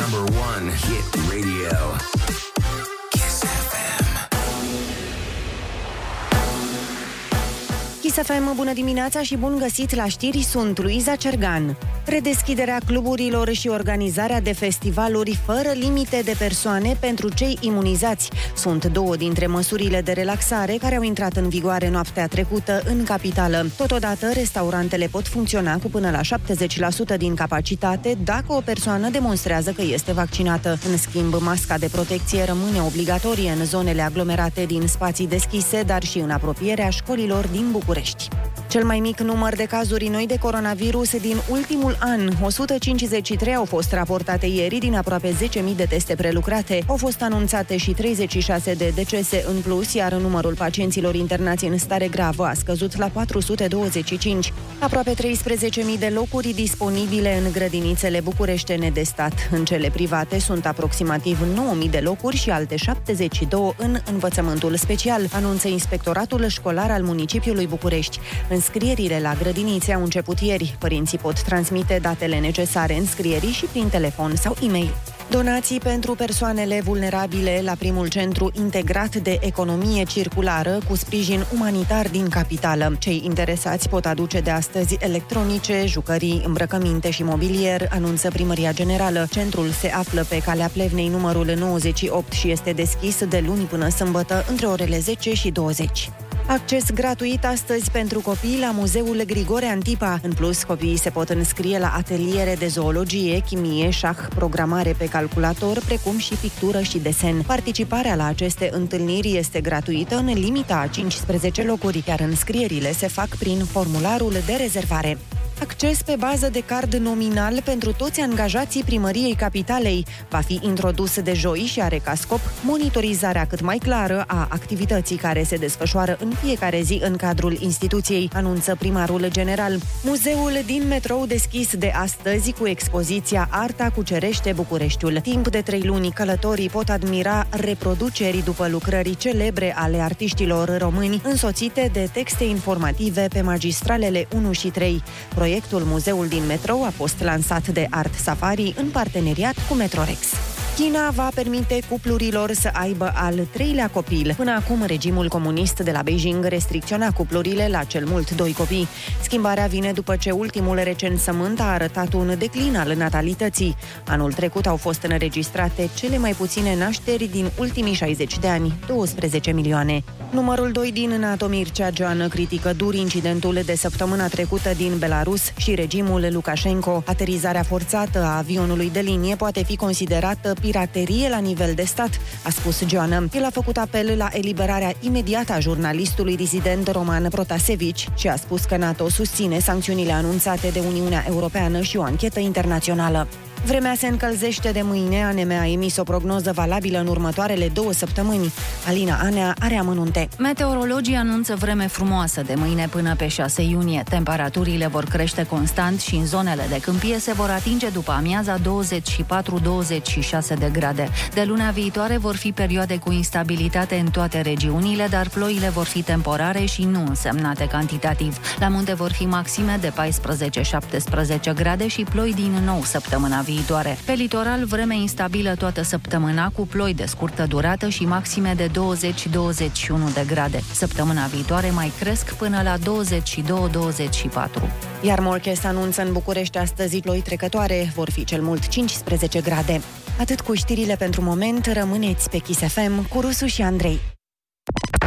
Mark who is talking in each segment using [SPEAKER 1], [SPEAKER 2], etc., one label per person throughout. [SPEAKER 1] number one hit radio. Kiss FM.
[SPEAKER 2] Kiss FM, bună dimineața și bun găsit la știri, sunt Luiza Cergan. Redeschiderea cluburilor și organizarea de festivaluri fără limite de persoane pentru cei imunizați sunt două dintre măsurile de relaxare care au intrat în vigoare noaptea trecută în capitală. Totodată, restaurantele pot funcționa cu până la 70% din capacitate dacă o persoană demonstrează că este vaccinată. În schimb, masca de protecție rămâne obligatorie în zonele aglomerate din spații deschise, dar și în apropierea școlilor din București. Cel mai mic număr de cazuri noi de coronavirus din ultimul an, 153 au fost raportate ieri din aproape 10.000 de teste prelucrate. Au fost anunțate și 36 de decese în plus, iar numărul pacienților internați în stare gravă a scăzut la 425. Aproape 13.000 de locuri disponibile în grădinițele bucureștene de stat. În cele private sunt aproximativ 9.000 de locuri și alte 72 în învățământul special, anunță Inspectoratul Școlar al Municipiului București. Înscrierile la grădinițe au început ieri. Părinții pot transmite datele necesare înscrierii și prin telefon sau e-mail. Donații pentru persoanele vulnerabile la primul centru integrat de economie circulară cu sprijin umanitar din capitală. Cei interesați pot aduce de astăzi electronice, jucării, îmbrăcăminte și mobilier, anunță Primăria Generală. Centrul se află pe calea Plevnei numărul 98 și este deschis de luni până sâmbătă între orele 10 și 20. Acces gratuit astăzi pentru copii la Muzeul Grigore Antipa. În plus, copiii se pot înscrie la ateliere de zoologie, chimie, șah, programare pe calculator, precum și pictură și desen. Participarea la aceste întâlniri este gratuită în limita a 15 locuri, iar înscrierile se fac prin formularul de rezervare. Acces pe bază de card nominal pentru toți angajații primăriei capitalei va fi introdus de joi și are ca scop monitorizarea cât mai clară a activității care se desfășoară în fiecare zi în cadrul instituției, anunță primarul general. Muzeul din metrou deschis de astăzi cu expoziția Arta cucerește Bucureștiul. Timp de trei luni călătorii pot admira reproduceri după lucrări celebre ale artiștilor români, însoțite de texte informative pe magistralele 1 și 3. Proiectul Muzeul din Metrou a fost lansat de Art Safari în parteneriat cu Metrorex. China va permite cuplurilor să aibă al treilea copil. Până acum, regimul comunist de la Beijing restricționa cuplurile la cel mult doi copii. Schimbarea vine după ce ultimul recensământ a arătat un declin al natalității. Anul trecut au fost înregistrate cele mai puține nașteri din ultimii 60 de ani, 12 milioane. Numărul 2 din NATO, Mircea Geoană, critică dur incidentul de săptămâna trecută din Belarus și regimul Lukashenko. Aterizarea forțată a avionului de linie poate fi considerată piraterie la nivel de stat, a spus Joana. El a făcut apel la eliberarea imediată a jurnalistului dizident Roman Protasevici și a spus că NATO susține sancțiunile anunțate de Uniunea Europeană și o anchetă internațională. Vremea se încălzește de mâine, ANME a emis o prognoză valabilă în următoarele două săptămâni. Alina Anea are amănunte.
[SPEAKER 3] Meteorologii anunță vreme frumoasă de mâine până pe 6 iunie. Temperaturile vor crește constant și în zonele de câmpie se vor atinge după amiaza 24-26 de grade. De luna viitoare vor fi perioade cu instabilitate în toate regiunile, dar ploile vor fi temporare și nu însemnate cantitativ. La munte vor fi maxime de 14-17 grade și ploi din nou săptămâna viitoare. Pe litoral, vreme instabilă toată săptămâna, cu ploi de scurtă durată și maxime de 20-21 de grade. Săptămâna viitoare mai cresc până la 22-24.
[SPEAKER 2] Iar Morchest anunță în București astăzi ploi trecătoare, vor fi cel mult 15 grade. Atât cu știrile pentru moment, rămâneți pe Kiss FM cu Rusu și Andrei.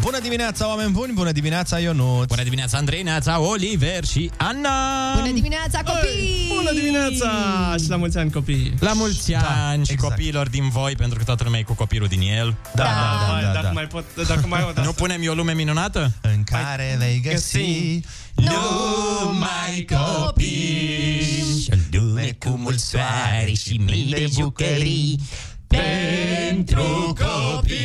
[SPEAKER 4] Bună dimineața, oameni buni! Bună dimineața, Ionut!
[SPEAKER 5] Bună dimineața, Andrei, Neața, Oliver și Ana!
[SPEAKER 6] Bună dimineața, copii!
[SPEAKER 7] Bună dimineața și la mulți ani copii.
[SPEAKER 5] La mulți da, ani și
[SPEAKER 4] exact.
[SPEAKER 5] copiilor din voi, pentru că toată lumea e cu copilul din el.
[SPEAKER 4] Da, da,
[SPEAKER 7] Mai,
[SPEAKER 4] da, da,
[SPEAKER 7] dacă
[SPEAKER 4] da.
[SPEAKER 7] mai pot, dacă mai aud
[SPEAKER 5] Nu
[SPEAKER 7] asta.
[SPEAKER 5] punem eu lume minunată?
[SPEAKER 4] În care vei găsi
[SPEAKER 7] găsi
[SPEAKER 5] Numai
[SPEAKER 6] copii
[SPEAKER 5] și o lume
[SPEAKER 4] cu mult soare și mii de bucării
[SPEAKER 5] pentru copii.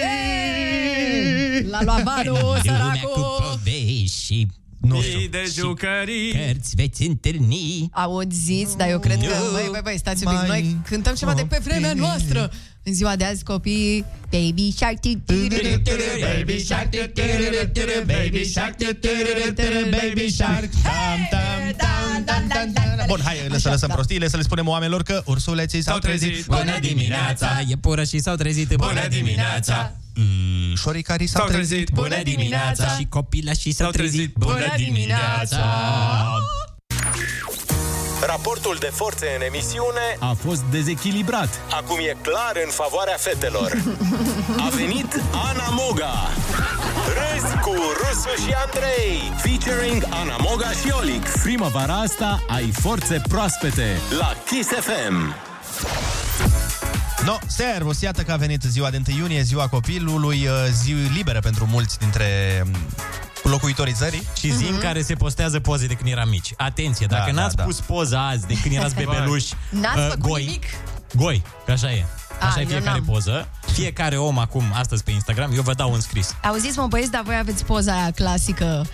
[SPEAKER 6] Hey! l-a luat valul, săracul.
[SPEAKER 8] povești și
[SPEAKER 4] nu
[SPEAKER 7] știu, de jucării.
[SPEAKER 8] Cărți veți întâlni.
[SPEAKER 6] Auziți, dar eu cred că... Băi, băi, băi, stați un pic. Noi cântăm ceva de pe vremea noastră. În ziua de azi, copii, Baby Shark tu, tu, tu, tu, tu, Baby Shark tu, tu, tu, tu, tu, Baby Shark tu, tu, tu, tu, tu, Baby Shark Tam, tam, tam, tam, tam, tam.
[SPEAKER 4] Bun, hai să lăsăm prostiile, să le spunem oamenilor că ursuleții s-au trezit.
[SPEAKER 8] Bună dimineața, e pură și s-au trezit. Bună dimineața.
[SPEAKER 4] Mm, Șoricarii s-au
[SPEAKER 7] S-au
[SPEAKER 4] trezit.
[SPEAKER 7] trezit.
[SPEAKER 8] Bună dimineața și copilașii s-au trezit. Bună dimineața.
[SPEAKER 1] Raportul de forțe în emisiune
[SPEAKER 9] A fost dezechilibrat.
[SPEAKER 1] acum e clar în favoarea fetelor. A venit Ana Moga. Râs cu Rusu și Andrei. Featuring Ana Moga și Olix.
[SPEAKER 9] Primăvara asta ai forțe proaspete.
[SPEAKER 1] La Kiss FM.
[SPEAKER 4] No, servus, iată că a venit ziua de 1 iunie, ziua copilului, uh, zi liberă pentru mulți dintre mm, locuitorii țării. Mhm.
[SPEAKER 5] Și zi în care se postează poze de când eram mici. Atenție,
[SPEAKER 4] Da,
[SPEAKER 5] dacă
[SPEAKER 4] da,
[SPEAKER 5] n-ați
[SPEAKER 4] da.
[SPEAKER 5] pus poza azi de când erați bebeluși,
[SPEAKER 6] N-ați
[SPEAKER 5] uh,
[SPEAKER 6] făcut
[SPEAKER 5] goi,
[SPEAKER 6] nimic?
[SPEAKER 5] goi, că așa e. Așa
[SPEAKER 6] A,
[SPEAKER 5] e
[SPEAKER 6] eu
[SPEAKER 5] fiecare
[SPEAKER 6] n-am.
[SPEAKER 5] poză. Fiecare om acum, astăzi pe Instagram, eu vă dau un scris.
[SPEAKER 6] Auziți, mă băieți, dar voi aveți poza aia clasică.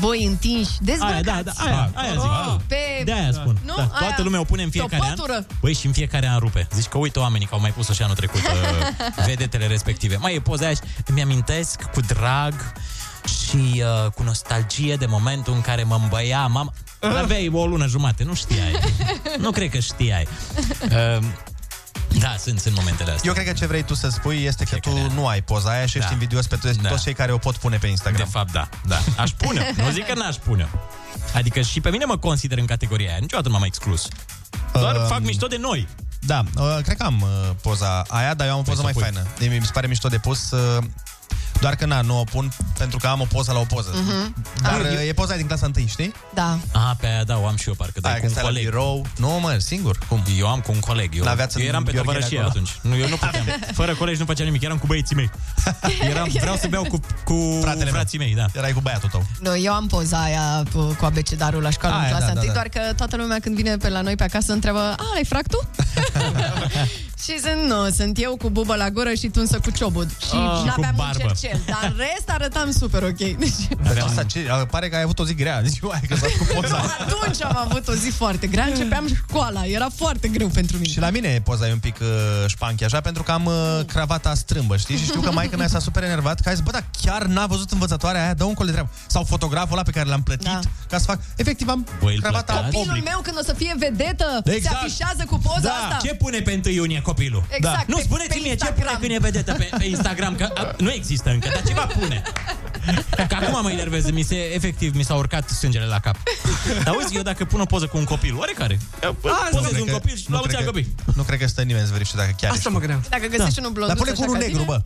[SPEAKER 6] Voi întinși,
[SPEAKER 5] Aia,
[SPEAKER 6] dezbrăcați.
[SPEAKER 5] da, da, aia, aia zic.
[SPEAKER 6] Oh, pe...
[SPEAKER 5] De aia spun.
[SPEAKER 6] Nu?
[SPEAKER 5] Da.
[SPEAKER 6] Aia.
[SPEAKER 5] Toată lumea o pune în fiecare an.
[SPEAKER 6] Topătură.
[SPEAKER 5] Băi, și în fiecare an rupe. Zici că uite oamenii că au mai pus-o și anul trecut uh, vedetele respective. Mai e poza aia și îmi amintesc cu drag și uh, cu nostalgie de momentul în care mă îmbăiam. Am...
[SPEAKER 6] Ah.
[SPEAKER 5] Aveai o lună jumate, nu știai. nu cred că știai. Uh, da, sunt, sunt momentele astea.
[SPEAKER 4] Eu cred că ce vrei tu să spui este că tu nu ai poza aia și ești
[SPEAKER 5] Da.
[SPEAKER 4] invidios pe toți,
[SPEAKER 5] Da.
[SPEAKER 4] toți cei care o pot pune pe
[SPEAKER 5] De
[SPEAKER 4] Instagram.
[SPEAKER 5] fapt, da, da. Aș pune Nu zic că n-aș pune Adică și pe mine mă consider în categoria aia. Niciodată nu m-am exclus. Doar
[SPEAKER 4] Um,
[SPEAKER 5] fac mișto de noi.
[SPEAKER 4] Da, uh, cred că am uh, poza aia, dar eu am o poză
[SPEAKER 5] Păi să
[SPEAKER 4] mai
[SPEAKER 5] pui.
[SPEAKER 4] faină. E- Mi se pare mișto de pus... uh, Doar că na, nu o pun pentru că am o poză la o poză. Dar uh, e poza aia din clasa 1, știi?
[SPEAKER 6] Da.
[SPEAKER 5] Ah, pe aia, da, o am și eu, parcă, dar
[SPEAKER 4] Aia
[SPEAKER 5] cu
[SPEAKER 4] când
[SPEAKER 5] un
[SPEAKER 4] stai la
[SPEAKER 5] coleg.
[SPEAKER 4] birou. Nu, mă, singur. Cum?
[SPEAKER 5] Eu am cu un coleg. Eu,
[SPEAKER 4] L-aveați în
[SPEAKER 5] eu eram pe
[SPEAKER 4] Gheorghele
[SPEAKER 5] tovărășie
[SPEAKER 4] acolo?
[SPEAKER 5] atunci. Nu, eu nu puteam. Fără colegi nu făceam nimic. Eram cu băieții mei. Eram, vreau să beau cu, cu
[SPEAKER 4] Fratele
[SPEAKER 5] Fratele
[SPEAKER 4] meu.
[SPEAKER 5] frații mei, da.
[SPEAKER 4] Erai cu băiatul tău.
[SPEAKER 6] Nu, eu am poza aia cu cu abecedarul la școală
[SPEAKER 4] Aia,
[SPEAKER 6] în clasa
[SPEAKER 4] da,
[SPEAKER 6] da,
[SPEAKER 4] da, da.
[SPEAKER 6] doar că toată lumea când vine pe la noi pe acasă întreabă, a, ai frac tu? și sunt, nu, sunt eu cu bubă la gură și tunsă cu ciobud. Și
[SPEAKER 5] Ah.
[SPEAKER 6] oh, n-aveam
[SPEAKER 5] Cu
[SPEAKER 6] un
[SPEAKER 5] barbă.
[SPEAKER 6] cercel, dar în rest arătam super ok. Deci,
[SPEAKER 4] Dar ce s-a- ce- a- Pare că ai avut o zi grea. Ziua aia că s-a cu poza.
[SPEAKER 6] atunci am avut o zi foarte grea, începeam școala, era foarte greu pentru mine.
[SPEAKER 4] Și la mine poza e un pic uh, șpanchi așa Pentru că am uh, cravata strâmbă, știi? Și știu că maica mea s-a super enervat Că a zis, bă, dar chiar n-a văzut învățătoarea aia Dă un col de treabă Sau fotograful ăla pe care l-am plătit da.
[SPEAKER 6] Da.
[SPEAKER 4] Ca să fac Efectiv am
[SPEAKER 5] Băi, îl
[SPEAKER 4] cravata
[SPEAKER 5] plăteați?
[SPEAKER 6] Copilul
[SPEAKER 4] oblic
[SPEAKER 6] meu când o să fie vedetă, se
[SPEAKER 5] Exact.
[SPEAKER 6] afișează cu poza
[SPEAKER 5] Da,
[SPEAKER 6] asta.
[SPEAKER 5] ce pune pe 1 iunie copilul? Da.
[SPEAKER 6] Exact,
[SPEAKER 5] Nu,
[SPEAKER 6] pe-
[SPEAKER 5] spuneți-mi
[SPEAKER 6] pe
[SPEAKER 5] mie ce pune
[SPEAKER 6] Instagram.
[SPEAKER 5] când e vedetă pe, pe Instagram, că a, nu există încă, dar ceva pune. Că acum mă enervez, mi se, efectiv, mi s-a urcat sângele la cap. Dar auzi, eu dacă pun o poză cu un copil, oarecare, eu pozez un copil și la mulți ani copii.
[SPEAKER 4] nu cred că stă nimeni să verifice dacă chiar
[SPEAKER 7] Asta
[SPEAKER 4] ești.
[SPEAKER 7] mă gândeam.
[SPEAKER 6] Dacă
[SPEAKER 10] Da.
[SPEAKER 6] găsești unul
[SPEAKER 4] Dar
[SPEAKER 6] blonduț
[SPEAKER 4] pune cu
[SPEAKER 6] așa
[SPEAKER 4] unul
[SPEAKER 6] ca
[SPEAKER 4] negru,
[SPEAKER 6] tine,
[SPEAKER 4] bă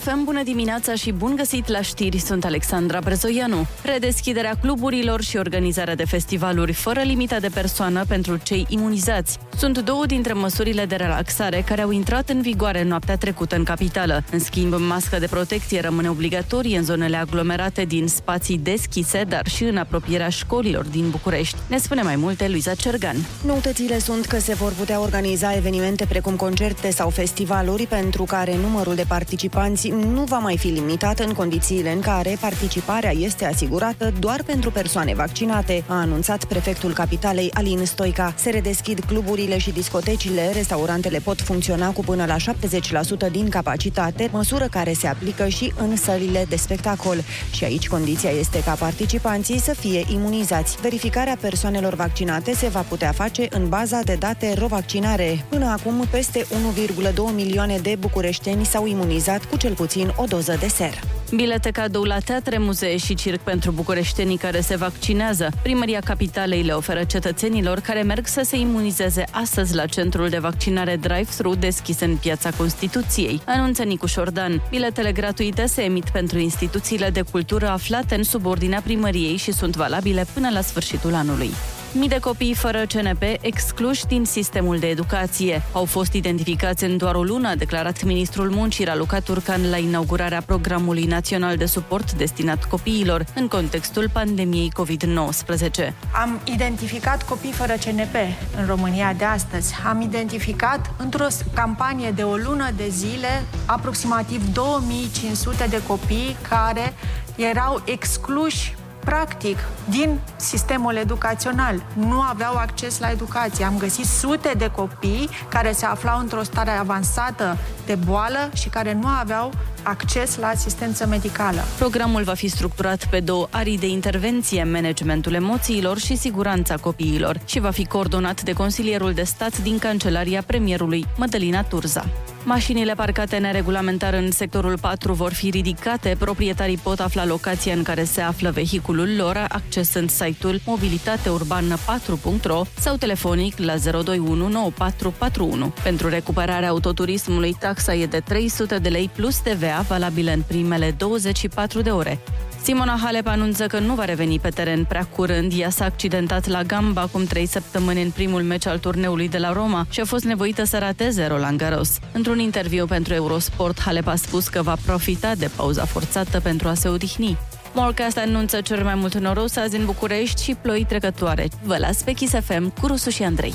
[SPEAKER 11] Fem, bună dimineața și bun găsit la știri, sunt Alexandra Brezoianu. Redeschiderea cluburilor și organizarea de festivaluri fără limită de persoană pentru cei imunizați sunt două dintre măsurile de relaxare care au intrat în vigoare noaptea trecută în capitală. În schimb, masca de protecție rămâne obligatorie în zonele aglomerate din spații deschise, dar și în apropierea școlilor din București. Ne spune mai multe Luiza Cergan.
[SPEAKER 2] Noutățile sunt că se vor putea organiza evenimente precum concerte sau festivaluri pentru care numărul de participanți nu va mai fi limitat în condițiile în care participarea este asigurată doar pentru persoane vaccinate, a anunțat prefectul capitalei Alin Stoica. Se redeschid cluburile și discotecile, restaurantele pot funcționa cu până la 70% din capacitate, măsură care se aplică și în sălile de spectacol. Și aici condiția este ca participanții să fie imunizați. Verificarea persoanelor vaccinate se va putea face în baza de date Rovaccinare. Până acum, peste 1,2 milioane de bucureșteni s-au imunizat cu cel puțin o doză de ser.
[SPEAKER 11] Bilete cadou la teatre, muzee și circ pentru bucureștenii care se vaccinează. Primăria Capitalei le oferă cetățenilor care merg să se imunizeze astăzi la centrul de vaccinare drive-thru deschis în piața Constituției, anunță Nicu Șordan. Biletele gratuite se emit pentru instituțiile de cultură aflate în subordinea primăriei și sunt valabile până la sfârșitul anului. mii de copii fără CNP excluși din sistemul de educație. Au fost identificați în doar o lună, a declarat ministrul muncii Raluca Turcan la inaugurarea programului național de suport destinat copiilor în contextul pandemiei COVID-19.
[SPEAKER 12] Am identificat copii fără CNP în România de astăzi. Am identificat într-o s- campanie de o lună de zile aproximativ 2500 de copii care erau excluși practic din sistemul educațional. Nu aveau acces la educație. Am găsit sute de copii care se aflau într-o stare avansată de boală și care nu aveau acces la asistență medicală.
[SPEAKER 11] Programul va fi structurat pe două arii de intervenție, managementul emoțiilor și siguranța copiilor și va fi coordonat de consilierul de stat din Cancelaria Premierului, Mădălina Turza. Mașinile parcate neregulamentar în sectorul 4 vor fi ridicate, proprietarii pot afla locația în care se află vehiculul lor, accesând site-ul mobilitateurbană4.ro sau telefonic la 021 9441. Pentru recuperarea autoturismului, taxa e de 300 de lei plus TVA, valabilă în primele 24 de ore. Simona Halep anunță că nu va reveni pe teren prea curând. Ea s-a accidentat la gamba acum trei săptămâni în primul meci al turneului de la Roma și a fost nevoită să rateze Roland Garros. Într-un interviu pentru Eurosport, Halep a spus că va profita de pauza forțată pentru a se odihni. Morcast anunță cel mai mult noros azi în București și ploi trecătoare. Vă las pe Kiss FM cu Rusu și Andrei.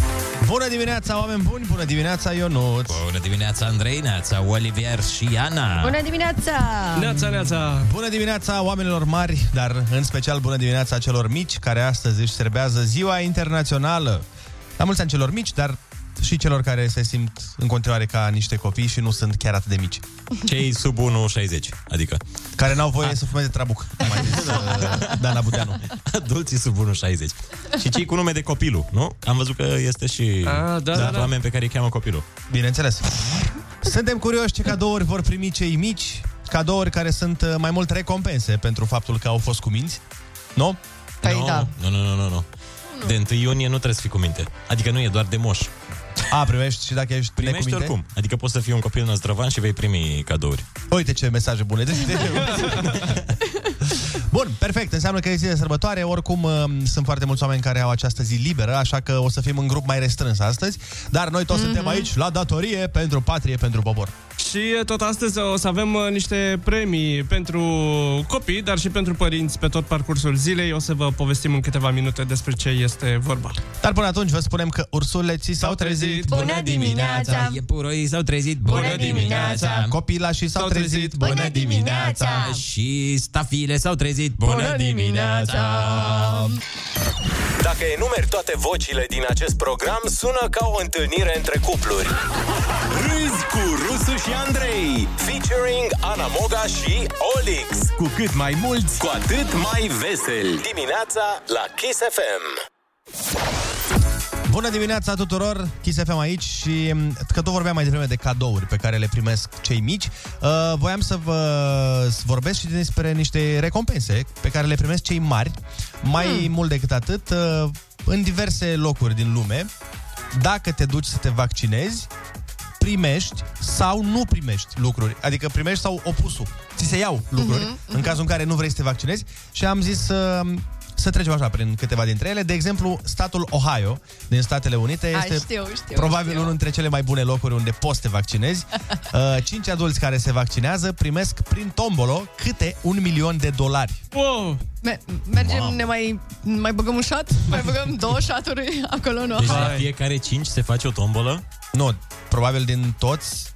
[SPEAKER 4] Bună dimineața, oameni buni! Bună dimineața, Ionut!
[SPEAKER 5] Bună dimineața, Andrei, Neața, Olivier și Ana!
[SPEAKER 6] Bună dimineața!
[SPEAKER 4] neața! Bună dimineața oamenilor mari, dar în special bună dimineața celor mici, care astăzi își serbează Ziua Internațională. La mulți ani celor mici, dar și celor care se simt în continuare ca niște copii și nu sunt chiar atât de mici.
[SPEAKER 5] Cei sub 1,60, adică.
[SPEAKER 4] Care n-au voie să fumeze trabuc. Mai zis, uh, Dana Budeanu.
[SPEAKER 5] Adulții sub 1,60. Și cei cu nume de copilul, nu? Am văzut că este și
[SPEAKER 4] da,
[SPEAKER 5] sunt
[SPEAKER 4] da, da.
[SPEAKER 5] oameni pe care îi cheamă copilul.
[SPEAKER 4] Bineînțeles. Suntem curioși ce cadouri vor primi cei mici, cadouri care sunt uh, mai mult recompense pentru faptul că au fost cu minți. Nu?
[SPEAKER 5] Păi no, da. Nu, nu, nu, nu, nu. De 1 iunie nu trebuie să fii cu minte. Adică nu e doar de moș.
[SPEAKER 4] A, primești și dacă ești
[SPEAKER 5] Primești
[SPEAKER 4] necuminte?
[SPEAKER 5] oricum. Adică poți să fii un copil năzdrăvan și vei primi cadouri.
[SPEAKER 4] Uite ce mesaje bune. Deci, de... Bun, perfect. Înseamnă că e zi de sărbătoare. Oricum, m, sunt foarte mulți oameni care au această zi liberă, așa că o să fim în grup mai restrâns astăzi. Dar noi toți mm-hmm. suntem aici la datorie pentru patrie, pentru popor.
[SPEAKER 7] Și eh, tot astăzi o să avem eh, niște premii pentru copii, dar și pentru părinți pe tot parcursul zilei. O să vă povestim în câteva minute despre ce este vorba.
[SPEAKER 4] Dar până atunci vă spunem că ursuleții s-au trezit.
[SPEAKER 7] Bună dimineața!
[SPEAKER 4] deci,
[SPEAKER 5] Iepuroii s-au trezit.
[SPEAKER 7] Bună dimineața!
[SPEAKER 4] Copilașii s-au trezit.
[SPEAKER 5] Bună dimineața! Și stafile s-au trezit. Bună dimineața!
[SPEAKER 1] Dacă enumeri toate vocile din acest program, sună ca o întâlnire între cupluri. Râzi cu Rusu și Andrei, featuring Ana Moga și Olix. Cu cât mai mulți, cu atât mai veseli. Dimineața la Kiss FM.
[SPEAKER 4] Bună dimineața tuturor, Kiss FM aici și m, că tot vorbeam mai devreme de cadouri pe care le primesc cei mici, uh, voiam să vă să vorbesc și despre niște recompense pe care le primesc cei mari, mai hmm. mult decât atât, uh, în diverse locuri din lume. Dacă te duci să te vaccinezi, primești sau nu primești lucruri. Adică primești sau opusul. Ți se iau lucruri
[SPEAKER 13] Mhm,
[SPEAKER 4] uh-huh, în cazul în care nu vrei să te vaccinezi și am zis să, să trecem așa prin câteva dintre ele. De exemplu, statul Ohio din Statele Unite
[SPEAKER 6] Ai,
[SPEAKER 4] este
[SPEAKER 6] știu, știu,
[SPEAKER 4] probabil
[SPEAKER 6] știu.
[SPEAKER 4] unul dintre cele mai bune locuri unde poți să te vaccinezi. Uh, Cinci adulți care se vaccinează primesc prin tombolo câte un milion de dolari.
[SPEAKER 7] Wow!
[SPEAKER 6] Me- mergem,
[SPEAKER 5] Mamă.
[SPEAKER 6] ne mai, mai băgăm un șat? Mai băgăm două șaturi acolo, nu?
[SPEAKER 5] Deci la fiecare 5 se face o tombolă?
[SPEAKER 4] Nu, probabil din toți.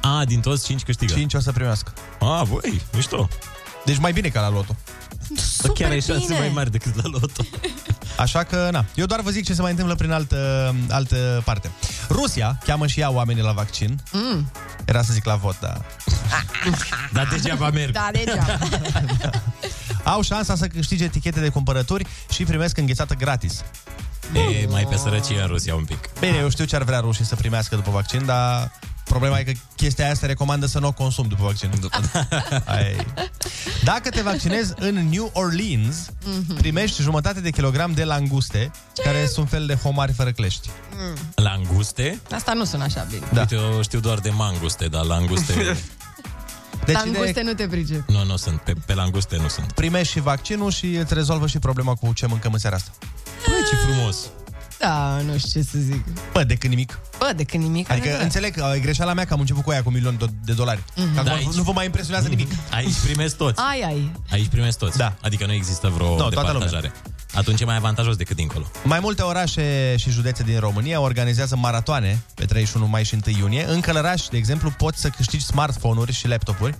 [SPEAKER 5] A, din toți 5 câștigă.
[SPEAKER 4] 5 o să primească.
[SPEAKER 5] A, voi, mișto.
[SPEAKER 4] Deci mai bine ca la loto.
[SPEAKER 5] Super Chiar ai șanse mai mari decât la loto.
[SPEAKER 4] Așa că, na, eu doar vă zic ce se mai întâmplă prin altă, altă parte. Rusia cheamă și ea oamenii la vaccin.
[SPEAKER 6] Mm.
[SPEAKER 4] Era să zic la vot, da. dar...
[SPEAKER 5] Dar degeaba merg.
[SPEAKER 6] Da, degeaba.
[SPEAKER 4] Au șansa să câștige etichete de cumpărături și primesc înghețată gratis.
[SPEAKER 5] E mai pe sărăcie în Rusia un pic.
[SPEAKER 4] Bine, eu știu ce ar vrea rușii să primească după vaccin, dar problema e că chestia aia se recomandă să nu o consum după vaccin. Ai. Dacă te vaccinezi în New Orleans,
[SPEAKER 6] Mhm.
[SPEAKER 4] primești jumătate de kilogram de languste, care sunt fel de homari fără clești.
[SPEAKER 6] Mm.
[SPEAKER 5] Languste?
[SPEAKER 6] Asta nu sună așa bine.
[SPEAKER 5] Da. Uite, eu știu doar de manguste, dar languste...
[SPEAKER 6] Deci Languste nu te pricep.
[SPEAKER 5] Nu, nu sunt. Pe, pe languste nu sunt.
[SPEAKER 4] Primești și vaccinul și îți rezolvă și problema cu ce mâncăm în seara asta.
[SPEAKER 5] Băi, ce frumos!
[SPEAKER 6] Da, nu știu ce să zic.
[SPEAKER 4] Bă, de când nimic.
[SPEAKER 6] Bă, de când nimic.
[SPEAKER 4] Adică
[SPEAKER 6] adevărat.
[SPEAKER 4] înțeleg că e greșeala mea că am început cu aia cu un milion do- de dolari. Mm-hmm. Acum
[SPEAKER 5] Da,
[SPEAKER 4] aici...
[SPEAKER 5] aici-
[SPEAKER 4] nu vă mai impresionează nimic.
[SPEAKER 5] Aici primesc toți.
[SPEAKER 6] Ai, ai.
[SPEAKER 5] Aici primesc toți. Da. Adică nu există vreo
[SPEAKER 4] toată
[SPEAKER 5] no,
[SPEAKER 4] lumea.
[SPEAKER 5] departajare. Atunci e mai avantajos decât dincolo.
[SPEAKER 4] Mai multe orașe și județe din România organizează maratoane pe 31 mai și 1 iunie. În Călăraș, de exemplu, poți să câștigi smartphone-uri și laptopuri.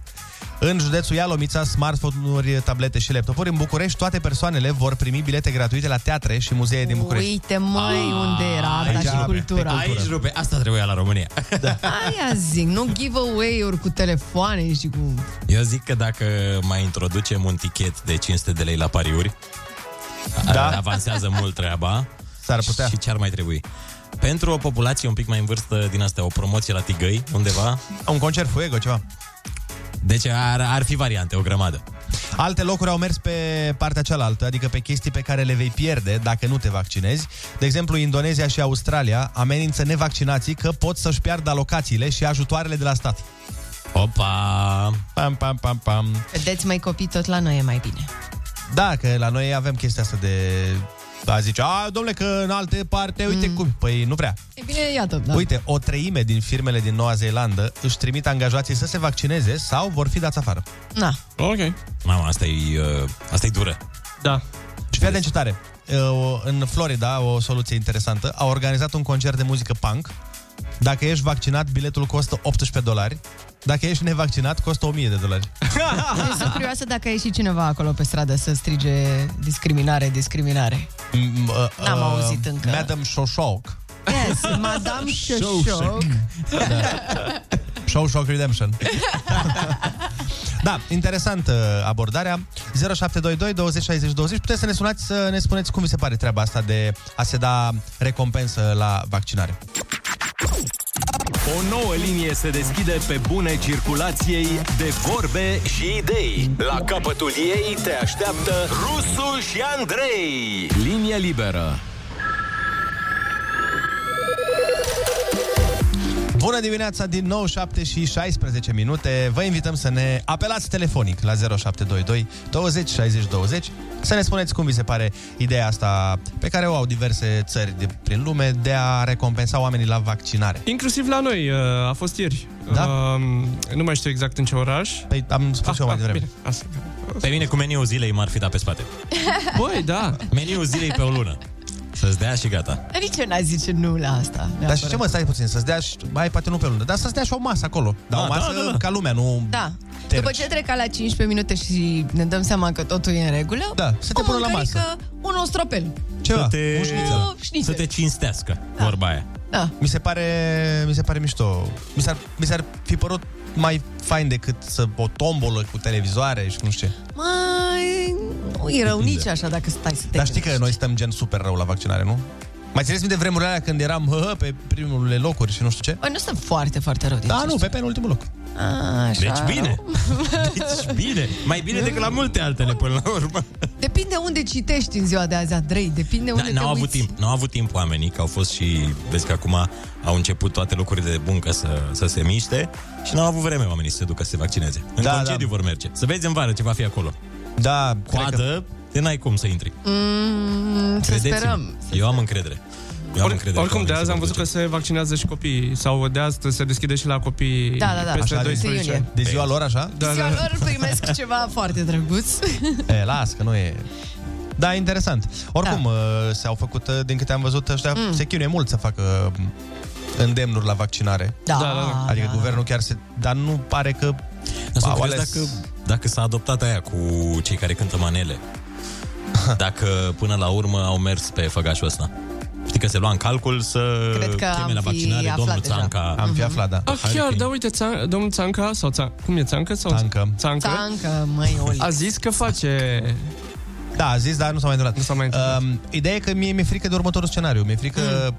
[SPEAKER 4] În județul Ialomița, smartphone-uri, tablete și laptopuri. În București, toate persoanele vor primi bilete gratuite la teatre și muzee din București.
[SPEAKER 6] Uite, măi, unde era asta și cultura.
[SPEAKER 5] Ah, Aici rupe. Asta trebuia la România.
[SPEAKER 6] Aia zic, nu giveaway-uri cu telefoane și cu...
[SPEAKER 5] Eu zic că dacă mai introducem un tichet de 500 de lei la pariuri, da. avansează mult treaba.
[SPEAKER 4] S-ar putea.
[SPEAKER 5] Și ce ar mai trebui? Pentru o populație un pic mai în vârstă din asta, o promoție la Tigăi, undeva.
[SPEAKER 4] Un concert Fuego, ceva.
[SPEAKER 5] Deci ar, ar fi
[SPEAKER 4] Păi,
[SPEAKER 5] variante, o grămadă.
[SPEAKER 4] Alte locuri au mers pe partea cealaltă, adică pe chestii pe care le vei pierde dacă nu te vaccinezi. De exemplu, Indonezia și Australia amenință nevaccinații că pot să-și piardă alocațiile și ajutoarele de la stat.
[SPEAKER 5] Opa!
[SPEAKER 4] Pam, pam, pam, pam.
[SPEAKER 6] Vedeți, mai copii, tot la noi e mai bine.
[SPEAKER 4] Da, că la noi avem chestia asta de... A zice, a, domnule, că în alte parte, uite mm. cum... Păi nu prea.
[SPEAKER 6] E bine, iată, da.
[SPEAKER 4] Da. Uite, o treime din firmele din Noua Zeelandă își trimit angajații să se vaccineze sau vor fi dați afară.
[SPEAKER 6] Na.
[SPEAKER 7] Ok.
[SPEAKER 5] Mama, asta e, uh, asta e dură.
[SPEAKER 7] Da.
[SPEAKER 4] Și fii atent ce tare. Eu, În Florida, o soluție interesantă, au organizat un concert de muzică punk. Dacă ești vaccinat, biletul costă 18 dolari. Dacă ești nevaccinat, costă 1000 de dolari.
[SPEAKER 6] Deci sunt curioasă dacă e și cineva acolo pe stradă să strige discriminare, discriminare. N-am auzit încă.
[SPEAKER 4] uh, Madam Shoshoak.
[SPEAKER 6] Yes, Madame Șoșoc.
[SPEAKER 4] Șoșoc.
[SPEAKER 10] Da.
[SPEAKER 4] Shoshoak Redemption. da, interesantă abordarea. 0722 20 60 20. Puteți să ne sunați să ne spuneți cum vi se pare treaba asta de a se da recompensă la vaccinare.
[SPEAKER 1] O nouă linie se deschide pe bune circulației de vorbe și idei. La capătul ei te așteaptă Rusu și Andrei. Linie liberă.
[SPEAKER 4] Bună dimineața din nou, 7 și 16 minute. Vă invităm să ne apelați telefonic la 0722 20 60 20 să ne spuneți cum vi se pare ideea asta pe care o au diverse țări de prin lume de a recompensa oamenii la vaccinare.
[SPEAKER 7] Inclusiv la noi, uh, a fost ieri. Da? Nu mai știu exact în ce oraș. Ah,
[SPEAKER 4] Păi am spus
[SPEAKER 7] eu mai devreme.
[SPEAKER 5] Pe mine cu meniul zilei m-ar fi dat pe spate.
[SPEAKER 6] Păi,
[SPEAKER 7] Băi, da.
[SPEAKER 5] Meniul zilei pe o lună. Să-ți dea și gata.
[SPEAKER 6] Nici eu n-ai zice nu la asta.
[SPEAKER 4] Dar
[SPEAKER 6] neapărat.
[SPEAKER 4] și ce mă, stai puțin, să-ți dea și, mai poate nu pe lună, dar să-ți dea și o masă acolo. Dar
[SPEAKER 5] Da,
[SPEAKER 4] o
[SPEAKER 5] da,
[SPEAKER 4] masă
[SPEAKER 5] da, da.
[SPEAKER 4] ca lumea, nu...
[SPEAKER 6] Da.
[SPEAKER 4] Terci.
[SPEAKER 6] După ce trec la 15 minute și ne dăm seama că totul e în regulă,
[SPEAKER 4] Da, să te
[SPEAKER 6] o
[SPEAKER 4] pună la
[SPEAKER 6] mâncărică, un ostropel.
[SPEAKER 4] Ceva,
[SPEAKER 5] Să te,
[SPEAKER 4] un șnițel.
[SPEAKER 6] șnițel.
[SPEAKER 5] Să te cinstească, da. vorba aia.
[SPEAKER 6] Da.
[SPEAKER 4] Mi se pare, mi se pare mișto. Mi s-ar, mi s-ar fi părut mai fain decât să o tombolă cu televizoare și nu știu ce.
[SPEAKER 6] Mai... Nu e rău nici așa dacă stai să te
[SPEAKER 4] Dar știi că noi stăm gen super rău la vaccinare, nu? Mai țineți minte vremurile alea când eram hă, hă, pe primele locuri și nu știu ce?
[SPEAKER 6] Bă, nu stăm foarte, foarte rău din
[SPEAKER 4] Da,
[SPEAKER 6] ce
[SPEAKER 4] nu, pe penultimul loc.
[SPEAKER 6] A, așa,
[SPEAKER 5] Deci bine. Deci bine. Mai bine decât la multe altele până la urmă.
[SPEAKER 6] Depinde unde citești în ziua de azi, Andrei. Depinde unde
[SPEAKER 5] Da,
[SPEAKER 6] te
[SPEAKER 5] n-au
[SPEAKER 6] uiți.
[SPEAKER 5] avut timp. N-au avut timp oamenii, că au fost și... Vezi că acum au început toate locurile de buncă să, să se miște și n-au avut vreme oamenii să se ducă să se vaccineze. În
[SPEAKER 4] Da,
[SPEAKER 5] da, concediu da. vor merge. Să vezi în vară ce va fi acolo.
[SPEAKER 4] Da,
[SPEAKER 5] Coadă, te n-ai cum să intri.
[SPEAKER 6] Mm, să
[SPEAKER 5] Credeți-mă,
[SPEAKER 6] sperăm.
[SPEAKER 5] Eu am încredere. Eu am încredere.
[SPEAKER 7] Oricum, de azi am văzut că se vaccinează și copiii. Sau de azi se deschide și la copii
[SPEAKER 6] Da, da, da.
[SPEAKER 7] peste
[SPEAKER 6] Așa, de-
[SPEAKER 7] 12 ani.
[SPEAKER 4] De ziua lor, așa?
[SPEAKER 7] Da,
[SPEAKER 6] Ziua
[SPEAKER 7] da.
[SPEAKER 6] lor primesc ceva foarte drăguț.
[SPEAKER 4] E, las, că nu e... Da, interesant. Oricum, da. s-au făcut, uh, din câte am văzut, ăștia mm. se chinuie mult să facă uh, îndemnuri la vaccinare.
[SPEAKER 6] Da, Da, da, da.
[SPEAKER 4] Adică guvernul chiar se... Dar nu pare că...
[SPEAKER 5] Sau
[SPEAKER 4] au
[SPEAKER 5] crezi dacă, dacă s-a adoptat aia cu cei care cântă manele? Dacă până la urmă au mers pe făgașul ăsta. Știi că se lua în calcul să
[SPEAKER 6] Cred că
[SPEAKER 5] cheme
[SPEAKER 6] am
[SPEAKER 5] la
[SPEAKER 6] fi
[SPEAKER 5] vaccinare
[SPEAKER 6] aflat
[SPEAKER 5] domnul
[SPEAKER 6] deja.
[SPEAKER 5] Țanca.
[SPEAKER 4] Am fi aflat, da.
[SPEAKER 7] Ah, chiar, da, uite, Țan- domnul Țanca, sau Țan- cum e, Țancă? Sau...
[SPEAKER 4] Țancă.
[SPEAKER 7] Țancă.
[SPEAKER 6] Țancă, măi, Oli.
[SPEAKER 7] A zis că face
[SPEAKER 4] Da, a zis, dar nu s-a mai întâmplat. Nu s-a mai întâmplat. Um, ideea e că mie mi-e frică de următorul scenariu. Mi-e frică mm.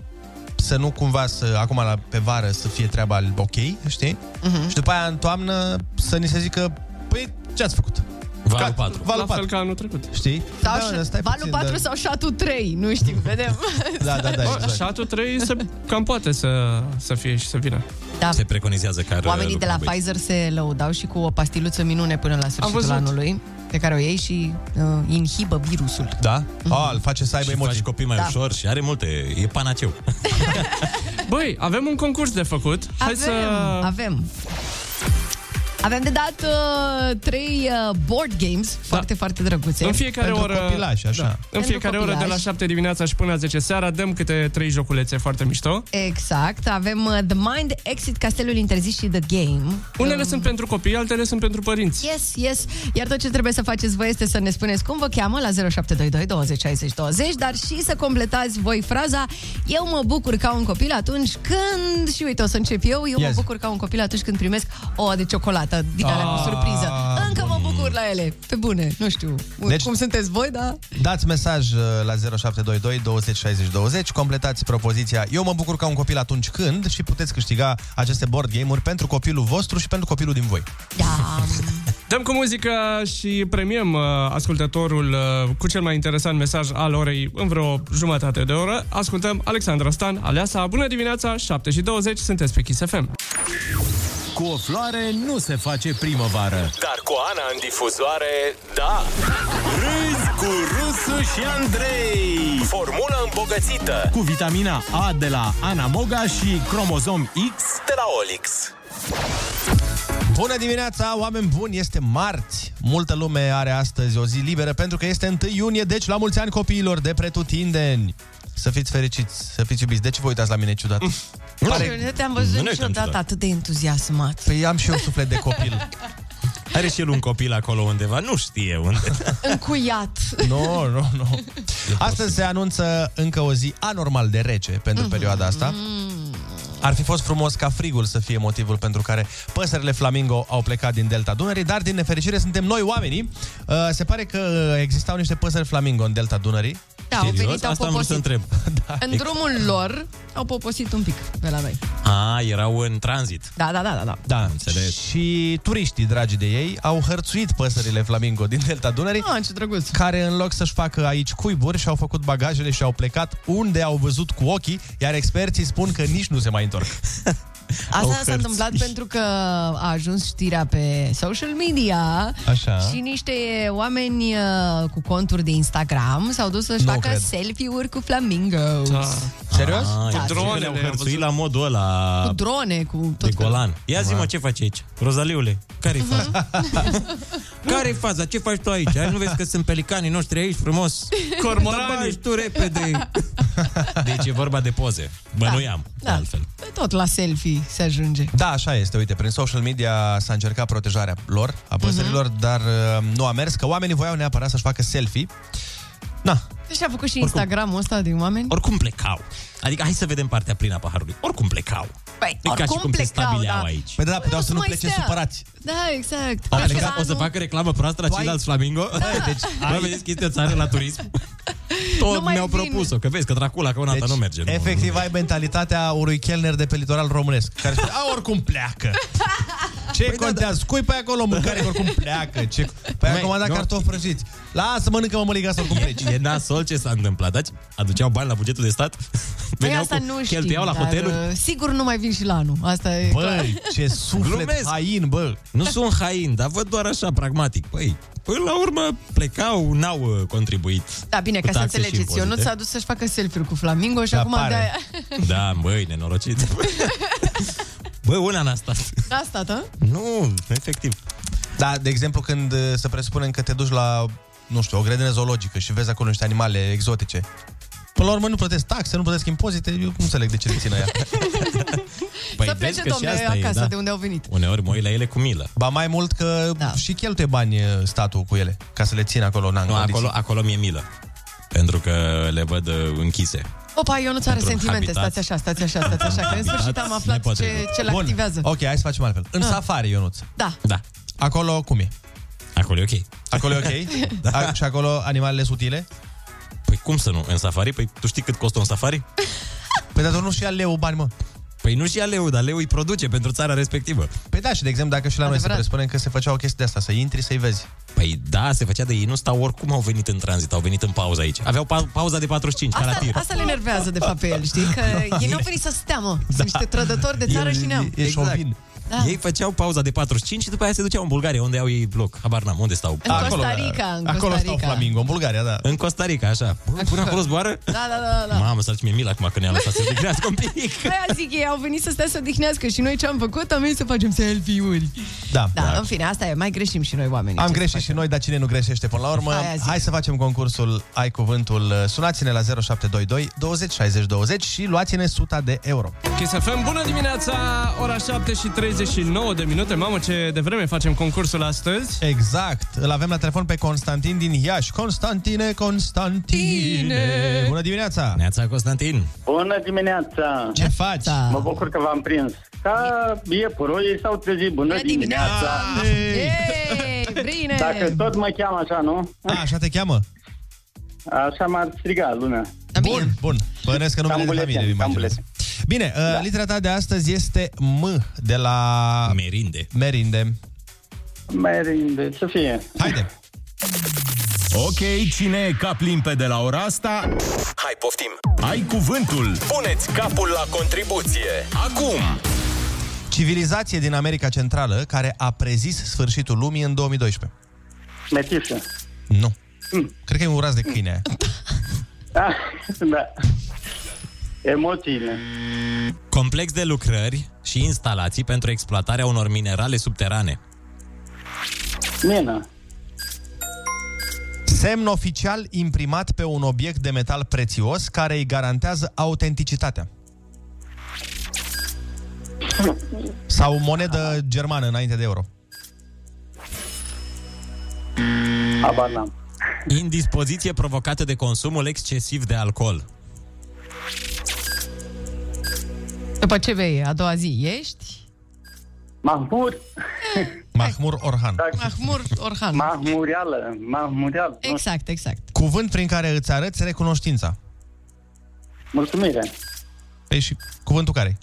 [SPEAKER 4] să nu cumva să, acum la, pe vară să fie treaba ok, știi? Mm-hmm. Și după aia în toamnă să ni se zică, păi ce ați făcut?
[SPEAKER 5] Valul
[SPEAKER 4] Ca-
[SPEAKER 5] 4.
[SPEAKER 4] Valul
[SPEAKER 5] La
[SPEAKER 4] 4.
[SPEAKER 5] fel
[SPEAKER 7] ca anul trecut.
[SPEAKER 4] Știi?
[SPEAKER 6] Sau
[SPEAKER 4] da,
[SPEAKER 6] da,
[SPEAKER 4] da, stai
[SPEAKER 6] valul
[SPEAKER 4] puțin,
[SPEAKER 6] 4
[SPEAKER 4] da.
[SPEAKER 6] sau șatul 3, nu știu, vedem.
[SPEAKER 4] Da, da, da,
[SPEAKER 7] Bă,
[SPEAKER 4] exact.
[SPEAKER 7] Șatul 3 se, cam poate să, să fie și să vină.
[SPEAKER 6] Da.
[SPEAKER 5] Se preconizează că
[SPEAKER 6] Oamenii de la Pfizer se lăudau și cu o pastiluță minune până la
[SPEAKER 7] văzut.
[SPEAKER 6] sfârșitul anului, pe care o iei și uh, inhibă virusul.
[SPEAKER 4] Da? A, îl face să aibă
[SPEAKER 5] și emoții. faci copii mai
[SPEAKER 6] Da.
[SPEAKER 5] ușor și are multe. E panaceu.
[SPEAKER 7] Băi, avem un concurs de făcut. Hai
[SPEAKER 6] Avem,
[SPEAKER 7] să...
[SPEAKER 6] avem. Avem de dat uh, trei uh, board games foarte, foarte drăguțe.
[SPEAKER 7] Da. În fiecare oră, Da. În
[SPEAKER 6] Pentru
[SPEAKER 7] fiecare oră de la
[SPEAKER 6] copilași.
[SPEAKER 7] 7 dimineața și până la 10 seara dăm câte 3 joculețe foarte mișto.
[SPEAKER 6] Exact. Avem uh, The Mind, Exit, Castelul Interzis și The Game.
[SPEAKER 7] Unele sunt pentru copii, altele sunt pentru părinți.
[SPEAKER 6] Yes, yes. Iar tot ce trebuie să faceți voi este să ne spuneți cum vă cheamă la 0722 20 60 20, dar și să completați voi fraza Eu mă bucur ca un copil atunci când... Și uite, o să încep eu. Eu yes. mă
[SPEAKER 13] Yes.
[SPEAKER 6] bucur ca un copil atunci când primesc ouă de ciocolată din alea cu
[SPEAKER 4] Ah,
[SPEAKER 6] surpriză. Încă mă bucur la ele. Pe bune, nu știu deci,
[SPEAKER 4] Deci-
[SPEAKER 6] cum sunteți voi, da? dar...
[SPEAKER 4] Dați mesaj uh, la 0722 20 60 20, completați propoziția Eu mă bucur ca un copil atunci când și puteți câștiga aceste board game-uri pentru copilul vostru și pentru copilul din voi.
[SPEAKER 7] Dăm cu muzică și premiem uh, ascultătorul uh, cu cel mai interesant mesaj al orei în vreo jumătate de oră. Ascultăm Alexandra Stan, Aleasa. Bună dimineața, 7 și 20, sunteți pe Kiss FM.
[SPEAKER 1] Cu o floare nu se face primăvară. Dar cu Ana în difuzoare, da. Râzi cu Rusu și Andrei. Formulă îmbogățită.
[SPEAKER 9] Cu vitamina A de la Ana Moga și cromozom X
[SPEAKER 1] De la Olix.
[SPEAKER 4] Bună dimineața, oameni buni, este marți. Multă lume are astăzi o zi liberă pentru că este 1 iunie, deci la mulți ani copiilor de pretutindeni. Să fiți fericiți, să fiți iubiți. De ce vă uitați la mine ciudat?
[SPEAKER 6] Pare... Eu nu te-am văzut
[SPEAKER 4] Nu ne
[SPEAKER 6] nu
[SPEAKER 4] uităm
[SPEAKER 6] niciodată
[SPEAKER 4] ciudat.
[SPEAKER 6] atât de entuziasmat.
[SPEAKER 4] Păi am și eu suflet de copil.
[SPEAKER 5] Are și el un copil acolo undeva, nu știe unde.
[SPEAKER 6] Încuiat.
[SPEAKER 4] Nu, nu, nu. Astăzi se anunță încă o zi anormal de rece pentru
[SPEAKER 6] Mhm.
[SPEAKER 4] perioada asta. Ar fi fost frumos ca frigul să fie motivul pentru care păsările flamingo au plecat din delta Dunării, dar din nefericire suntem noi oamenii. Uh, se pare că existau niște păsări flamingo în delta Dunării.
[SPEAKER 6] Da, au Serios? venit, au Asta am vrut să poposit.
[SPEAKER 4] da.
[SPEAKER 6] În drumul lor au poposit un pic pe la noi.
[SPEAKER 5] A, erau în tranzit.
[SPEAKER 6] Da, da, da, da. da.
[SPEAKER 4] Da, înțeles. Și turiștii, dragi de ei, au hărțuit păsările flamingo din Delta Dunării,
[SPEAKER 6] ah, ce drăguț.
[SPEAKER 4] care în loc să-și facă aici cuiburi și-au făcut bagajele și au plecat unde au văzut cu ochii, iar experții spun că nici nu se mai întorc. Au
[SPEAKER 6] Asta s-a
[SPEAKER 4] hărțuit.
[SPEAKER 6] întâmplat pentru că a ajuns știrea pe social media
[SPEAKER 4] Așa.
[SPEAKER 6] și niște oameni uh, cu conturi de Instagram s-au dus să-și
[SPEAKER 5] Nu
[SPEAKER 6] facă
[SPEAKER 5] cred. Ah.
[SPEAKER 6] selfie-uri cu flamingos.
[SPEAKER 5] Serios? Ah.
[SPEAKER 6] Da,
[SPEAKER 5] Cu drone
[SPEAKER 6] serios.
[SPEAKER 5] le-au Ah, hărțuit la modul ăla
[SPEAKER 6] Cu drone, cu
[SPEAKER 5] de
[SPEAKER 6] tot felul.
[SPEAKER 5] golan. Ia zi-mă ce faci aici, Rozaliule. Care-i
[SPEAKER 4] Mhm.
[SPEAKER 5] faza? Care-i faza? Ce faci tu aici? Ai, nu vezi că sunt pelicanii noștri aici frumos?
[SPEAKER 7] Cormoranii.
[SPEAKER 5] Da, bani, tu repede. Deci e vorba de poze. Bănuiam.
[SPEAKER 6] Da, altfel. tot la selfie se ajunge.
[SPEAKER 4] Da, așa este, uite, prin social media s-a încercat protejarea lor, a păsărilor,
[SPEAKER 6] Mhm.
[SPEAKER 4] uh-huh. dar uh, nu a mers, că oamenii voiau neapărat să-și facă selfie. Na,
[SPEAKER 6] Deci a făcut și Instagramul ăsta din oameni?
[SPEAKER 5] Oricum plecau. Adică hai să vedem partea plină a paharului. Oricum plecau.
[SPEAKER 6] Păi,
[SPEAKER 5] E ca și cum se stabileau aici.
[SPEAKER 4] Păi da, puteau să
[SPEAKER 6] nu mai plece stea.
[SPEAKER 4] supărați.
[SPEAKER 6] Da, exact.
[SPEAKER 5] Au
[SPEAKER 6] Dar
[SPEAKER 5] plecat, o să
[SPEAKER 6] planul-
[SPEAKER 5] facă reclamă proastă la ceilalți flamingo? Da. Deci, bă, vedeți chestia țară la turism? Tot
[SPEAKER 4] mai
[SPEAKER 5] mi-au
[SPEAKER 4] vin.
[SPEAKER 5] propus-o, că vezi că Dracula că una deci, nu merge. Nu,
[SPEAKER 4] efectiv ai mentalitatea unui chelner de pe litoral românesc, care spune, a, oricum pleacă. Ce păi contează? Da, da. Scui pe acolo mâncare, că oricum pleacă. Ce... Păi ai comandat
[SPEAKER 5] nu.
[SPEAKER 4] cartofi prăjiți. Lasă, mănâncă mă măliga să oricum pleci.
[SPEAKER 5] E nasol ce s-a întâmplat. Deci, aduceau bani la bugetul de stat,
[SPEAKER 6] Păi
[SPEAKER 5] veneau
[SPEAKER 6] asta
[SPEAKER 5] cu,
[SPEAKER 6] nu știu,
[SPEAKER 5] cheltuiau la
[SPEAKER 6] dar,
[SPEAKER 5] hoteluri.
[SPEAKER 6] uh, Sigur nu mai vin și la anul. Asta e clar.
[SPEAKER 5] Băi,
[SPEAKER 4] ce suflet hain, bă!
[SPEAKER 5] Nu sunt hain, dar văd doar așa, pragmatic. Băi, până la urmă plecau, n-au uh, contribuit.
[SPEAKER 6] Da, bine,
[SPEAKER 5] cu
[SPEAKER 6] ca să
[SPEAKER 5] taxe și
[SPEAKER 6] înțelegeți, eu nu
[SPEAKER 5] impozite.
[SPEAKER 6] s-a dus să-și facă selfie-uri cu flamingo și
[SPEAKER 5] Da,
[SPEAKER 6] acum
[SPEAKER 5] pare.
[SPEAKER 6] de-aia...
[SPEAKER 5] Da, băi, nenorocit. Bă, una n-a stat.
[SPEAKER 6] Asta, da?
[SPEAKER 5] Nu, efectiv.
[SPEAKER 4] Da, de exemplu, când uh, să presupunem că te duci la, nu știu, o grădină zoologică și vezi acolo niște animale exotice. Până la urmă nu plătesc taxe, nu plătesc impozite, eu nu înțeleg de ce le țin aia.
[SPEAKER 5] Păi
[SPEAKER 6] să
[SPEAKER 5] vezi
[SPEAKER 6] plece
[SPEAKER 5] că și
[SPEAKER 6] domnule
[SPEAKER 5] asta e,
[SPEAKER 6] acasă
[SPEAKER 5] da.
[SPEAKER 6] de unde au venit.
[SPEAKER 5] Uneori mă uit la ele cu milă.
[SPEAKER 4] Ba mai mult că da. și cheltuie bani uh, statul cu ele, ca să le țină acolo în
[SPEAKER 5] Nu, acolo, acolo mi-e milă. Pentru că le văd uh, închise.
[SPEAKER 6] Opa, eu nu-ți are
[SPEAKER 5] Într-un
[SPEAKER 6] sentimente,
[SPEAKER 5] habitat.
[SPEAKER 6] stați așa, stați așa, stați așa, că în sfârșit am aflat ce,
[SPEAKER 5] nepotrivit.
[SPEAKER 6] ce-l
[SPEAKER 4] Bun.
[SPEAKER 6] activează.
[SPEAKER 4] Ok, hai să facem altfel. În
[SPEAKER 6] Ah.
[SPEAKER 4] safari, Ionuț.
[SPEAKER 6] Da.
[SPEAKER 5] Da.
[SPEAKER 4] Acolo cum e?
[SPEAKER 5] Acolo e ok.
[SPEAKER 4] Acolo e ok? da. A, și acolo animalele sunt utile?
[SPEAKER 5] Păi cum să nu? În safari? Păi tu știi cât costă un safari?
[SPEAKER 4] Păi dar nu și ia leu bani, mă.
[SPEAKER 5] Păi nu și ia leu, dar leu îi produce pentru țara respectivă.
[SPEAKER 4] Păi da, și de exemplu, dacă și la Adevărat. noi se presupunem că se făcea o chestie de asta, să intri să-i vezi.
[SPEAKER 5] Păi da, se făcea de ei, nu stau oricum au venit în tranzit, au venit în pauză aici. Aveau pa- pauza de 45,
[SPEAKER 6] asta,
[SPEAKER 5] ca la tir.
[SPEAKER 6] Asta le enervează, de fapt, pe el, știi? Că ei nu au venit să stea, mă. Sunt
[SPEAKER 5] Da.
[SPEAKER 6] niște trădători de țară
[SPEAKER 5] El-
[SPEAKER 6] și neam.
[SPEAKER 5] e șovin.
[SPEAKER 6] Da.
[SPEAKER 5] Ei făceau pauza de 45 și după aia se duceau în Bulgaria, unde au ei bloc. Habar n-am, unde stau?
[SPEAKER 6] În Costa Rica, în
[SPEAKER 4] Acolo
[SPEAKER 6] Costa
[SPEAKER 4] stau
[SPEAKER 6] Rica.
[SPEAKER 4] flamingo, în Bulgaria, da.
[SPEAKER 5] În Costa Rica, așa. Bă, Până acolo zboară?
[SPEAKER 6] Da, da, da, da.
[SPEAKER 5] Mamă, să mi-e milă acum că ne-a lăsat să odihnească un pic.
[SPEAKER 6] Aia zic, ei au venit să stea să odihnească și noi ce am făcut? Am venit să facem selfie-uri.
[SPEAKER 4] Da,
[SPEAKER 6] Da, în fine, asta e, mai greșim și noi oamenii.
[SPEAKER 4] Am greșit și noi, dar cine nu greșește până la urmă?
[SPEAKER 6] Aia zic.
[SPEAKER 4] Hai să facem concursul Ai Cuvântul. Uh, Sunați-ne la 0722 20 60 20 și luați-ne 100 de euro.
[SPEAKER 7] Kiss FM, bună dimineața, ora 7 și 39 de minute. Mamă, ce devreme facem concursul astăzi.
[SPEAKER 4] Exact. Îl avem la telefon pe Constantin din Iași. Constantine, Constantine! Bună dimineața!
[SPEAKER 5] Neața, Constantin!
[SPEAKER 13] Bună dimineața!
[SPEAKER 4] Ce faci?
[SPEAKER 6] Da.
[SPEAKER 13] Mă bucur că v-am prins. Ca iepurul, ei s-au trezit. Bună dimineața!
[SPEAKER 6] Ei, bine!
[SPEAKER 13] Dacă tot mă cheamă așa, nu?
[SPEAKER 4] A, Ah, așa te cheamă?
[SPEAKER 13] Așa m-ar striga lumea.
[SPEAKER 6] Da,
[SPEAKER 4] Bun, bun. Bănesc că numele de
[SPEAKER 13] Tambulețe,
[SPEAKER 4] familie, îmi imaginez. Bine, da. litera ta de astăzi este M de la...
[SPEAKER 5] Merinde.
[SPEAKER 4] Merinde.
[SPEAKER 13] Merinde, să fie.
[SPEAKER 4] Haide!
[SPEAKER 1] Ok, cine e cap limpede la ora asta? Hai, poftim! Ai cuvântul! Puneți capul la contribuție! Acum!
[SPEAKER 4] Civilizație din America Centrală care a prezis sfârșitul lumii în 2012.
[SPEAKER 13] Metisă.
[SPEAKER 4] Nu.
[SPEAKER 13] Hmm.
[SPEAKER 4] Cred că e un uraz de câine aia.
[SPEAKER 13] Ah, da. Emoțiile.
[SPEAKER 5] Complex de lucrări și instalații pentru exploatarea unor minerale subterane.
[SPEAKER 13] Mina.
[SPEAKER 4] Semn oficial imprimat pe un obiect de metal prețios care îi garantează autenticitatea. Sau monedă germană înainte de euro.
[SPEAKER 13] Abar n-am.
[SPEAKER 5] Indispoziție provocată de consumul excesiv de alcool.
[SPEAKER 6] După ce vei, a doua zi ești?
[SPEAKER 13] Mahmur.
[SPEAKER 4] Mahmur Orhan.
[SPEAKER 6] Mahmur Orhan.
[SPEAKER 13] Mahmureală. Mahmureală.
[SPEAKER 6] Exact, exact.
[SPEAKER 4] Cuvânt prin care îți arăți recunoștința.
[SPEAKER 13] Mulțumire.
[SPEAKER 4] Păi și cuvântul care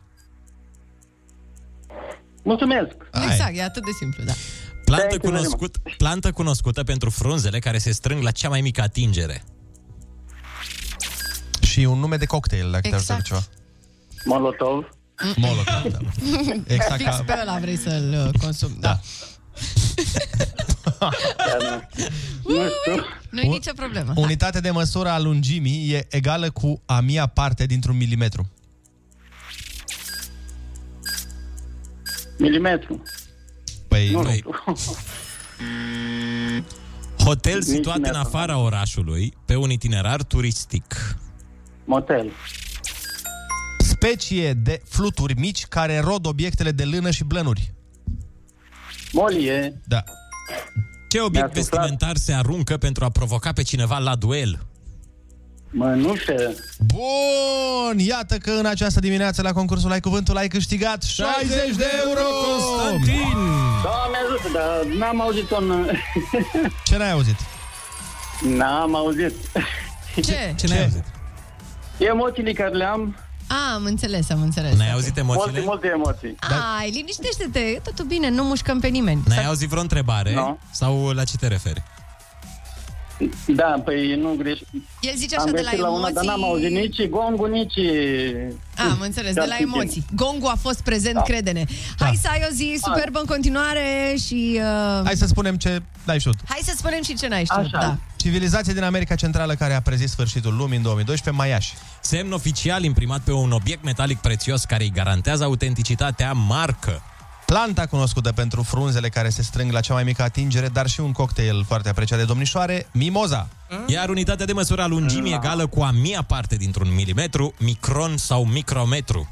[SPEAKER 13] Mulțumesc.
[SPEAKER 6] Exact, e atât de simplu, da.
[SPEAKER 5] Plantă, cunoscut, plantă cunoscută pentru frunzele care se strâng la cea mai mică atingere.
[SPEAKER 4] Și un nume de cocktail, dacă exact. te ajută
[SPEAKER 6] Exact.
[SPEAKER 4] cu ceva.
[SPEAKER 13] Molotov.
[SPEAKER 4] Molotov, da. Exact
[SPEAKER 6] Fix
[SPEAKER 4] ca-
[SPEAKER 6] pe ăla vrei să-l uh, consumi. Da.
[SPEAKER 13] Nu știu.
[SPEAKER 6] Nu e nicio problemă.
[SPEAKER 4] Unitate de măsură a lungimii e egală cu a mia parte dintr-un milimetru.
[SPEAKER 13] Milimetru.
[SPEAKER 4] Păi,
[SPEAKER 13] Nu
[SPEAKER 5] Păi,
[SPEAKER 13] știu.
[SPEAKER 5] hotel situat în afara orașului, pe un itinerar turistic.
[SPEAKER 13] Motel.
[SPEAKER 4] Specie de fluturi mici care rod obiectele de lână și blănuri.
[SPEAKER 13] Molie.
[SPEAKER 4] Da.
[SPEAKER 5] Ce
[SPEAKER 13] Mi-a
[SPEAKER 5] obiect
[SPEAKER 13] suflat.
[SPEAKER 5] vestimentar se aruncă pentru a provoca pe cineva la duel?
[SPEAKER 13] Mănușă.
[SPEAKER 4] Bun! Iată că în această dimineață la concursul Ai Cuvântul ai câștigat 60 de euro!
[SPEAKER 13] Da, mi-a ajutat, dar n-am auzit un...
[SPEAKER 4] Ce n-ai auzit?
[SPEAKER 13] n-am auzit.
[SPEAKER 6] Ce?
[SPEAKER 5] Ce n-ai auzit?
[SPEAKER 13] Da. Emoțiile care le am,
[SPEAKER 6] A, am înțeles, am înțeles.
[SPEAKER 5] N-ai auzit
[SPEAKER 13] multe,
[SPEAKER 5] emoțiile?
[SPEAKER 13] multe emoții.
[SPEAKER 5] Da.
[SPEAKER 4] da.
[SPEAKER 6] Ai, liniștește-te, e totul bine, nu mușcăm pe nimeni.
[SPEAKER 5] N-ai auzit vreo întrebare?
[SPEAKER 13] Nu.
[SPEAKER 5] Sau la ce te referi?
[SPEAKER 13] Da, păi nu greș.
[SPEAKER 6] El zice
[SPEAKER 13] Am
[SPEAKER 6] așa de la
[SPEAKER 13] greșit la una,
[SPEAKER 6] emoții.
[SPEAKER 13] dar n-am auzit nici gongul, nici...
[SPEAKER 6] Ah, Am înțeles, de
[SPEAKER 13] Dar
[SPEAKER 6] la
[SPEAKER 13] știi
[SPEAKER 6] emoții. Gongul a fost prezent,
[SPEAKER 13] Da.
[SPEAKER 6] crede-ne.
[SPEAKER 4] Da.
[SPEAKER 6] Hai să ai o zi superbă în continuare și... Uh,
[SPEAKER 4] Hai să spunem ce n-ai știut.
[SPEAKER 6] hai să spunem și ce n-ai știut.
[SPEAKER 13] Așa.
[SPEAKER 6] Da.
[SPEAKER 4] Civilizație din America Centrală care a prezis sfârșitul lumii în 2012, Maiași.
[SPEAKER 5] Semn oficial imprimat pe un obiect metalic prețios care îi garantează autenticitatea marcă.
[SPEAKER 4] Planta cunoscută pentru frunzele care se strâng la cea mai mică atingere, dar și un cocktail foarte apreciat de domnișoare, Mimoza.
[SPEAKER 5] Mm? Iar unitatea de măsură a lungimii egală cu a mia parte dintr-un milimetru, micron sau micrometru.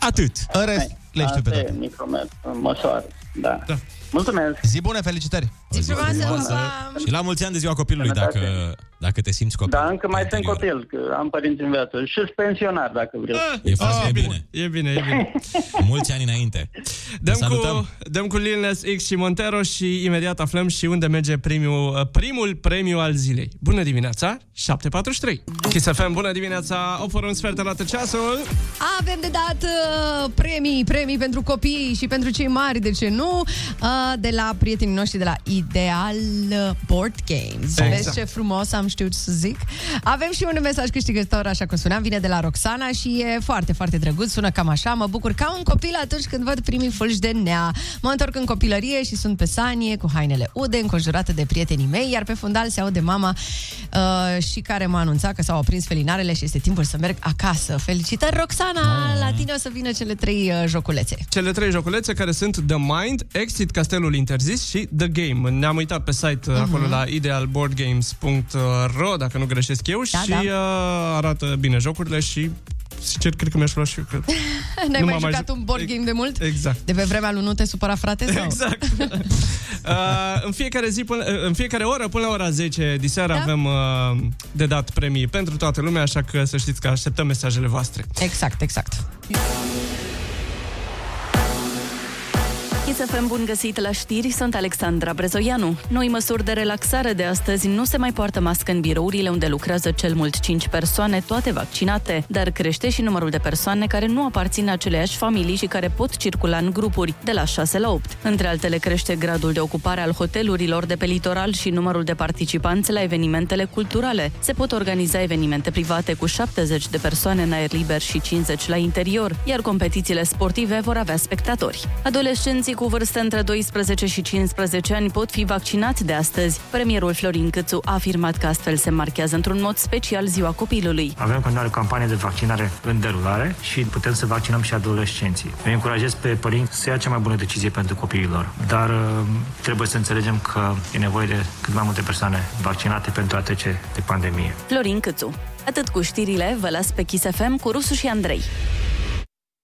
[SPEAKER 5] Atât.
[SPEAKER 4] În rest, le știu pe
[SPEAKER 13] Asta e,
[SPEAKER 4] toate.
[SPEAKER 13] micrometru, măsoară, da. da. Mulțumesc.
[SPEAKER 4] Zi bună, felicitări!
[SPEAKER 6] Zi frumoasă,
[SPEAKER 5] frumoasă.
[SPEAKER 6] pa!
[SPEAKER 5] Și la mulți ani de ziua copilului,
[SPEAKER 13] Sănătate.
[SPEAKER 5] dacă dacă te simți copil.
[SPEAKER 13] Da, încă mai sunt copil, că am părinți în viață. Și sunt pensionar, dacă vreau.
[SPEAKER 5] E foarte bine.
[SPEAKER 7] E Ah, bine, e bine.
[SPEAKER 5] Mulți ani înainte.
[SPEAKER 7] Dăm
[SPEAKER 5] salutăm.
[SPEAKER 7] cu, dăm cu Lil Nas X și Montero și imediat aflăm și unde merge primul, uh, primul premiu al zilei. Bună dimineața, 743. Kiss FM, bună dimineața, 8 fără un sfert arată ceasul.
[SPEAKER 6] Avem de dat uh, premii, premii pentru copii și pentru cei mari, de ce nu, uh, de la prietenii noștri de la Ideal Board Games.
[SPEAKER 14] Exact.
[SPEAKER 6] Exact. Vezi ce frumos am știut să zic. Avem și un mesaj câștigător, așa cum spuneam, vine de la Roxana și e foarte, foarte drăguț, sună cam așa, mă bucur ca un copil atunci când văd primii fulgi de nea. Mă întorc în copilărie și sunt pe sanie, cu hainele ude, înconjurată de prietenii mei, iar pe fundal se aude mama uh, și care m-a anunțat că s-au aprins felinarele și este timpul să merg acasă. Felicitări, Roxana!
[SPEAKER 7] Ah.
[SPEAKER 6] Oh. La tine o să vină cele trei uh, joculețe.
[SPEAKER 7] Cele trei joculețe care sunt The Mind, Exit Castelul Interzis și The Game. Ne-am uitat pe site
[SPEAKER 6] Mhm.
[SPEAKER 7] uh-huh. acolo la idealboardgames.ro, dacă nu greșesc eu,
[SPEAKER 6] Da,
[SPEAKER 7] și
[SPEAKER 6] da.
[SPEAKER 7] Uh, arată bine jocurile și sincer, cred că mi-aș lua și eu. Că...
[SPEAKER 6] N-ai
[SPEAKER 7] Nu
[SPEAKER 6] mai
[SPEAKER 7] m-am mai
[SPEAKER 6] jucat
[SPEAKER 7] juc-
[SPEAKER 6] un board game de mult?
[SPEAKER 7] Exact.
[SPEAKER 6] De pe vremea lui nu te supăra, frate? Sau?
[SPEAKER 7] Exact. Uh, în fiecare zi, până, în fiecare oră până la ora 10 diseară da? avem uh, de dat premii pentru toată lumea, așa că să știți că așteptăm mesajele voastre.
[SPEAKER 6] Exact, exact.
[SPEAKER 11] Chisafem bun găsit la știri, sunt Alexandra Brezoianu. Noi măsuri de relaxare de astăzi nu se mai poartă mască în birourile unde lucrează cel mult 5 persoane, toate vaccinate, dar crește și numărul de persoane care nu aparțin aceleași familii și care pot circula în grupuri, de la 6 la 8. Între altele crește gradul de ocupare al hotelurilor de pe litoral și numărul de participanți la evenimentele culturale. Se pot organiza evenimente private cu 70 de persoane în aer liber și 50 la interior, iar competițiile sportive vor avea spectatori. Adolescenții cu vârste între 12 și 15 ani pot fi vaccinați de astăzi. Premierul Florin Câțu a afirmat că astfel se marchează într-un mod special ziua copilului.
[SPEAKER 15] Avem în continuare o campanie de vaccinare în derulare și putem să vaccinăm și adolescenții. Îi încurajez pe părinți să ia cea mai bună decizie pentru copiilor, dar uh, trebuie să înțelegem că e nevoie de cât mai multe persoane vaccinate pentru a trece de pandemie.
[SPEAKER 11] Florin Câțu. Atât cu știrile, vă las pe Kiss FM cu Rusu și Andrei.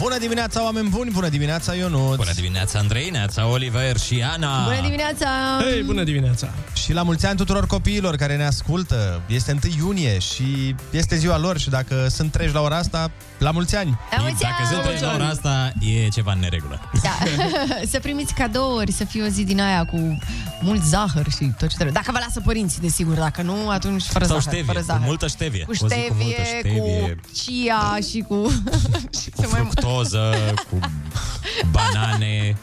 [SPEAKER 4] Bună dimineața, oameni buni! Bună dimineața, Ionut! Bună
[SPEAKER 5] dimineața, Andrei, neața, Oliver și Ana!
[SPEAKER 7] Ah.
[SPEAKER 6] Bună dimineața!
[SPEAKER 7] dimineața!
[SPEAKER 4] Și la mulți ani tuturor copiilor care ne ascultă. Este 1 iunie și este ziua lor și dacă sunt treji la ora asta, la mulți ani!
[SPEAKER 5] Dacă sunteți la ora asta, e ceva în neregulă.
[SPEAKER 6] Da. să primiți cadouri, să fie o zi din aia cu mult zahăr și tot ce trebuie. Dacă vă lasă părinții, desigur, dacă nu, atunci fără
[SPEAKER 5] Sau
[SPEAKER 6] zahăr.
[SPEAKER 5] ștevie,
[SPEAKER 6] fără
[SPEAKER 5] cu
[SPEAKER 6] zahăr.
[SPEAKER 5] multă ștevie.
[SPEAKER 6] Cu
[SPEAKER 5] O zi
[SPEAKER 6] ștevie, cu,
[SPEAKER 5] multă ștevie,
[SPEAKER 6] chia și cu... și
[SPEAKER 5] cu fructoză, cu banane.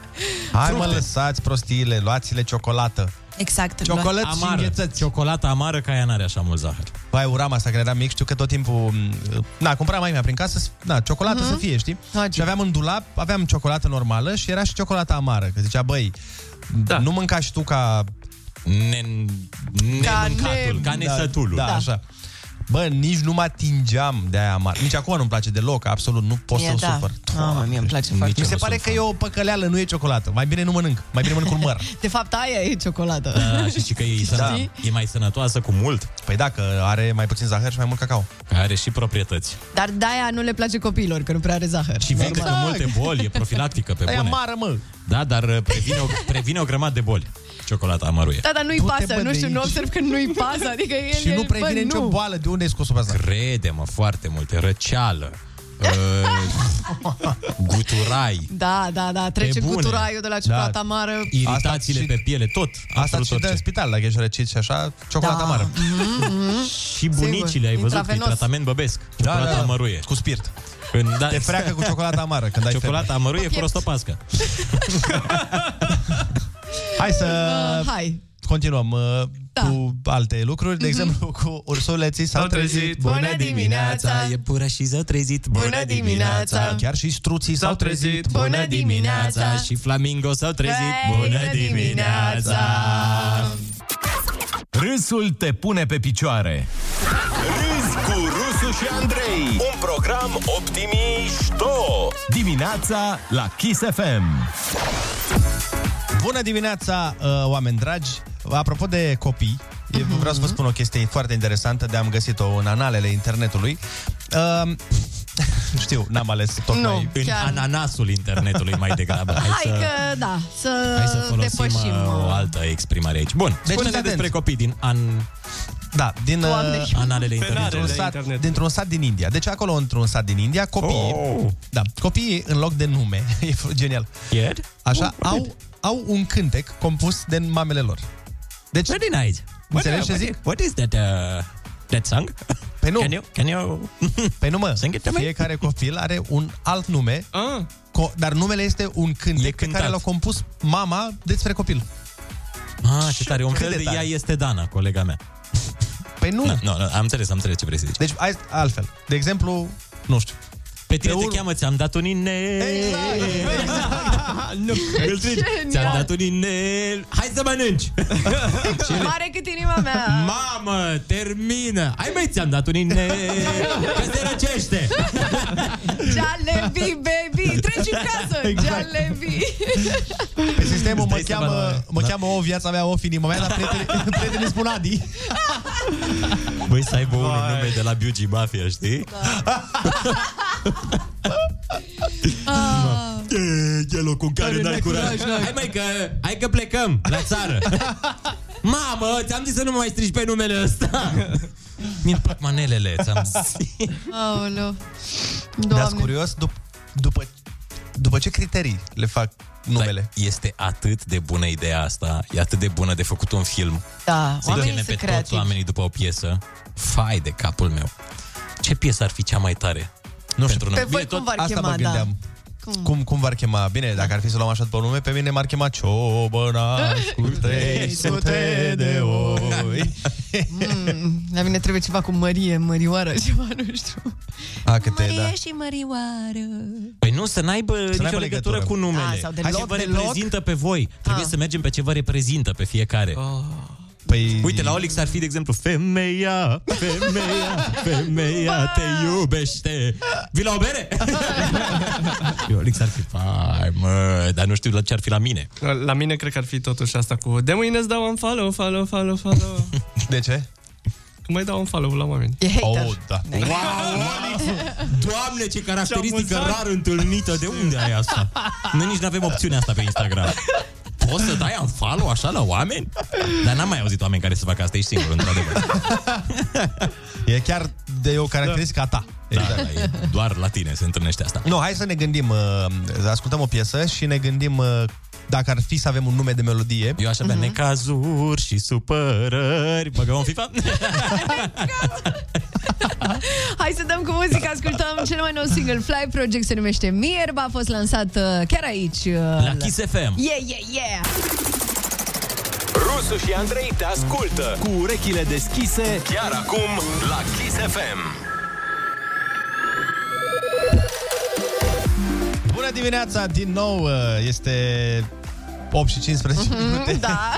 [SPEAKER 4] Hai mă,
[SPEAKER 5] Fructe.
[SPEAKER 4] lăsați prostiile, luați-le ciocolată.
[SPEAKER 6] Exact.
[SPEAKER 4] Ciocolăți și înghețăți.
[SPEAKER 5] Ciocolata amară, ca ea n-are așa mult zahăr.
[SPEAKER 4] Vai, Păi, uram asta când eram mic, știu că tot timpul m, Na, cumpăra mai mea prin casă s- Na, ciocolată
[SPEAKER 5] Mhm.
[SPEAKER 4] să fie, știi?
[SPEAKER 5] Logic.
[SPEAKER 4] Și aveam în dulap, aveam ciocolată normală Și era și ciocolată amară Că zicea, băi, da. nu mânca și tu ca
[SPEAKER 5] ne, nemâncatul, ca nesătulul.
[SPEAKER 4] da, da,
[SPEAKER 5] Da.
[SPEAKER 4] așa Bă, nici nu mă atingeam de aia amar. Nici acum nu-mi place deloc, absolut, nu pot
[SPEAKER 6] Mie
[SPEAKER 4] să o
[SPEAKER 6] da.
[SPEAKER 4] supăr.
[SPEAKER 6] Mamă, mie îmi place
[SPEAKER 4] Mi
[SPEAKER 6] foarte
[SPEAKER 4] se
[SPEAKER 6] mult.
[SPEAKER 4] pare că e o păcăleală, nu e ciocolată. Mai bine nu mănânc, mai bine mănânc un măr.
[SPEAKER 6] De fapt, aia e ciocolată.
[SPEAKER 5] Da, și și că e, da. e mai sănătoasă cu mult.
[SPEAKER 4] Păi dacă are mai puțin zahăr și mai mult cacao.
[SPEAKER 5] Are și proprietăți.
[SPEAKER 6] Dar de-aia nu le place copiilor, că nu prea are zahăr. Exact.
[SPEAKER 5] Și vindecă
[SPEAKER 4] Exact.
[SPEAKER 6] Normal.
[SPEAKER 5] multe boli, e profilactică pe
[SPEAKER 6] Aia
[SPEAKER 5] bune.
[SPEAKER 6] amară, mă.
[SPEAKER 5] Da, dar uh, previne o, previne o grămadă de boli. Ciocolata amăruie.
[SPEAKER 6] Da, dar nu-i
[SPEAKER 4] Du-te,
[SPEAKER 6] pasă,
[SPEAKER 4] bă,
[SPEAKER 6] nu
[SPEAKER 4] de
[SPEAKER 6] știu, nu
[SPEAKER 4] aici.
[SPEAKER 6] observ că nu-i pasă, adică el
[SPEAKER 4] Și nu
[SPEAKER 6] el,
[SPEAKER 4] previne
[SPEAKER 6] bă,
[SPEAKER 4] nicio
[SPEAKER 6] nu.
[SPEAKER 4] boală, de unde ai scos-o pe asta?
[SPEAKER 5] Crede-mă, foarte multe. Răceală, uh, guturai,
[SPEAKER 6] Da, da, da,
[SPEAKER 5] Pe
[SPEAKER 6] trece
[SPEAKER 5] bune. Da.
[SPEAKER 6] guturaiul de la ciocolata amară.
[SPEAKER 5] iritațiile pe piele, tot.
[SPEAKER 4] Asta
[SPEAKER 5] absolut
[SPEAKER 4] și de în
[SPEAKER 5] orice.
[SPEAKER 4] spital, dacă ești răcit și așa,
[SPEAKER 6] Da.
[SPEAKER 4] ciocolată
[SPEAKER 6] mhm.
[SPEAKER 4] amară.
[SPEAKER 5] Și bunicile, ai văzut că e tratament băbesc. Ciocolata
[SPEAKER 4] da.
[SPEAKER 5] amăruie.
[SPEAKER 4] Cu spirit.
[SPEAKER 5] Când, da,
[SPEAKER 4] Te freacă cu ciocolata amară când ai
[SPEAKER 5] Ciocolata amăruie, prostopască.
[SPEAKER 4] Hai să
[SPEAKER 6] Uh, hai.
[SPEAKER 4] continuăm uh,
[SPEAKER 5] Da.
[SPEAKER 4] cu alte lucruri, de exemplu cu ursuleții s-au
[SPEAKER 5] S-au trezit.
[SPEAKER 4] trezit.
[SPEAKER 5] Mhm. Bună dimineața! E pura și s-au trezit. Bună dimineața!
[SPEAKER 4] Chiar și struții s-au trezit.
[SPEAKER 5] Bună dimineața! Și flamingo s-au trezit. Bună dimineața!
[SPEAKER 9] Râsul te pune pe picioare.
[SPEAKER 1] Râzi cu Rusu și și Andrei. Un program optimișto.
[SPEAKER 9] Dimineața la Kiss FM.
[SPEAKER 4] Bună dimineața, uh, oameni dragi! Apropo de copii, eu vreau să vă spun o chestie foarte interesantă de am găsit-o în analele internetului. Uh, nu știu, n-am ales tocmai...
[SPEAKER 5] în ananasul internetului mai degrabă.
[SPEAKER 6] Hai că, da, să,
[SPEAKER 5] hai să folosim
[SPEAKER 6] depășim.
[SPEAKER 5] uh, o altă exprimare aici. Bun,
[SPEAKER 4] Deci,
[SPEAKER 5] deci spune
[SPEAKER 4] fiți
[SPEAKER 5] despre
[SPEAKER 4] atenți.
[SPEAKER 5] copii din an...
[SPEAKER 4] Da, din uh,
[SPEAKER 5] Doamne. Analele
[SPEAKER 4] dintr-un
[SPEAKER 5] internetului.
[SPEAKER 4] sat, dintr-un sat din India. Deci acolo, într-un sat din India, copiii, oh. da, copiii în loc de nume, e genial.
[SPEAKER 5] Ieri?
[SPEAKER 4] Așa, au, au un cântec compus de mamele lor. Deci,
[SPEAKER 5] Very nice. What,
[SPEAKER 4] Înțelegi ce
[SPEAKER 5] what-
[SPEAKER 4] zic?
[SPEAKER 5] What is that, uh, that song?
[SPEAKER 4] Pe nu.
[SPEAKER 5] Can you, can you...
[SPEAKER 4] Pe nu, mă.
[SPEAKER 5] Sing it to me?
[SPEAKER 4] Fiecare copil are un alt nume,
[SPEAKER 7] ah.
[SPEAKER 4] co- dar numele este un cântec pe care l-a compus mama despre copil.
[SPEAKER 5] Ah, ce tare, un
[SPEAKER 4] Cât
[SPEAKER 5] fel
[SPEAKER 4] de
[SPEAKER 5] de
[SPEAKER 4] tare.
[SPEAKER 5] ea este Dana, colega mea. Da,
[SPEAKER 4] Păi nu.
[SPEAKER 5] Nu, nu, am înțeles, am înțeles ce vrei să zici.
[SPEAKER 4] Deci, hai, altfel. De exemplu, nu știu.
[SPEAKER 5] Pe tine te cheamă, ți-am dat un inel. Nu, îl treci. Ți-am
[SPEAKER 6] Genial.
[SPEAKER 5] dat un inel. Hai să mănânci.
[SPEAKER 6] Mare cât inima mea.
[SPEAKER 5] Mamă, termină! Hai mai ți-am dat un inel, că se răcește!
[SPEAKER 6] Jalebi, baby! Treci în casă!
[SPEAKER 4] Exact.
[SPEAKER 6] Jalebi!
[SPEAKER 4] Pe sistemul mă cheamă, mă cheamă o viața mea, o inima mea, dar prietenii, prietenii spun Adi.
[SPEAKER 5] Băi, să aibă unul nume de la Beauty Mafia, știi?
[SPEAKER 6] Ah,
[SPEAKER 5] E, e locul în care n-ai curaj. Hai mai că, hai că plecăm la țară. Mamă, ți-am zis să nu mă mai strici pe numele ăsta. Mi-mi plac manelele, ți-am zis.
[SPEAKER 6] Aoleu.
[SPEAKER 4] Dar
[SPEAKER 6] Doamne.
[SPEAKER 4] curios, dup- după, după ce criterii le fac numele?
[SPEAKER 5] Dar este atât de bună ideea asta, e atât de bună de făcut un film.
[SPEAKER 6] Da,
[SPEAKER 5] Să
[SPEAKER 6] oamenii
[SPEAKER 5] ține
[SPEAKER 6] sunt
[SPEAKER 5] pe toți
[SPEAKER 6] creativi.
[SPEAKER 5] oamenii după o piesă. Fai de capul meu. Ce piesă ar fi cea mai tare? Nu știu,
[SPEAKER 6] Pe voi cum v-ar
[SPEAKER 4] asta
[SPEAKER 6] chema, da?
[SPEAKER 4] mă gândeam.
[SPEAKER 6] Cum?
[SPEAKER 4] Cum, cum v-ar chema? Bine, dacă ar fi să luăm așa după nume, pe mine m-ar chema Ciobănaș cu 300 de oi.
[SPEAKER 6] Mm, la mine trebuie ceva cu Mărie, Mărioară, ceva, nu știu.
[SPEAKER 4] A, câte, da.
[SPEAKER 6] Mărie și Mărioară.
[SPEAKER 5] Păi nu, să n-aibă nicio legătură,
[SPEAKER 4] legătură.
[SPEAKER 5] cu numele.
[SPEAKER 6] Ah, sau
[SPEAKER 5] Hai să
[SPEAKER 6] deloc,
[SPEAKER 5] vă
[SPEAKER 6] deloc?
[SPEAKER 5] reprezintă pe voi. Trebuie
[SPEAKER 6] Ah.
[SPEAKER 5] să mergem pe ce vă reprezintă pe fiecare.
[SPEAKER 4] Păi...
[SPEAKER 5] Uite, la Olix ar fi, de exemplu, femeia, femeia, femeia te iubește. Vi la o bere? Olix ar fi, fai, mă, dar nu știu la ce ar fi la mine.
[SPEAKER 7] La mine cred că ar fi totuși asta cu De mâine îți dau un follow, follow, follow, follow
[SPEAKER 4] De ce?
[SPEAKER 7] Că mai dau un follow la oameni
[SPEAKER 6] E hater.
[SPEAKER 4] Oh, da.
[SPEAKER 5] Wow, Olix! Doamne, ce caracteristică
[SPEAKER 7] Ce-am
[SPEAKER 5] rar întâlnită. De unde ai asta? Noi nici nu avem opțiunea asta pe Instagram. Poți să dai un follow așa la oameni? Dar n-am mai auzit oameni care să facă asta, ești singur, într-adevăr.
[SPEAKER 4] E chiar de o caracteristică a ta.
[SPEAKER 5] Da, da, e doar la tine se întâlnește asta.
[SPEAKER 4] Nu, hai să ne gândim, uh, ascultăm o piesă și ne gândim uh, dacă ar fi să avem un nume de melodie.
[SPEAKER 5] Eu aș avea
[SPEAKER 6] Mhm.
[SPEAKER 5] necazuri și supărări. Băgăm în FIFA?
[SPEAKER 6] Hai să dăm cu muzică, ascultăm cel mai nou single Fly Project, se numește Mierba, a fost lansat uh, chiar aici. uh,
[SPEAKER 5] La Kiss FM.
[SPEAKER 6] Yeah, yeah, yeah!
[SPEAKER 1] Rusu și Andrei te ascultă cu urechile deschise chiar acum la Kiss FM.
[SPEAKER 4] Bună dimineața, din nou uh, este 8 și 15 minute.
[SPEAKER 6] Mm, da.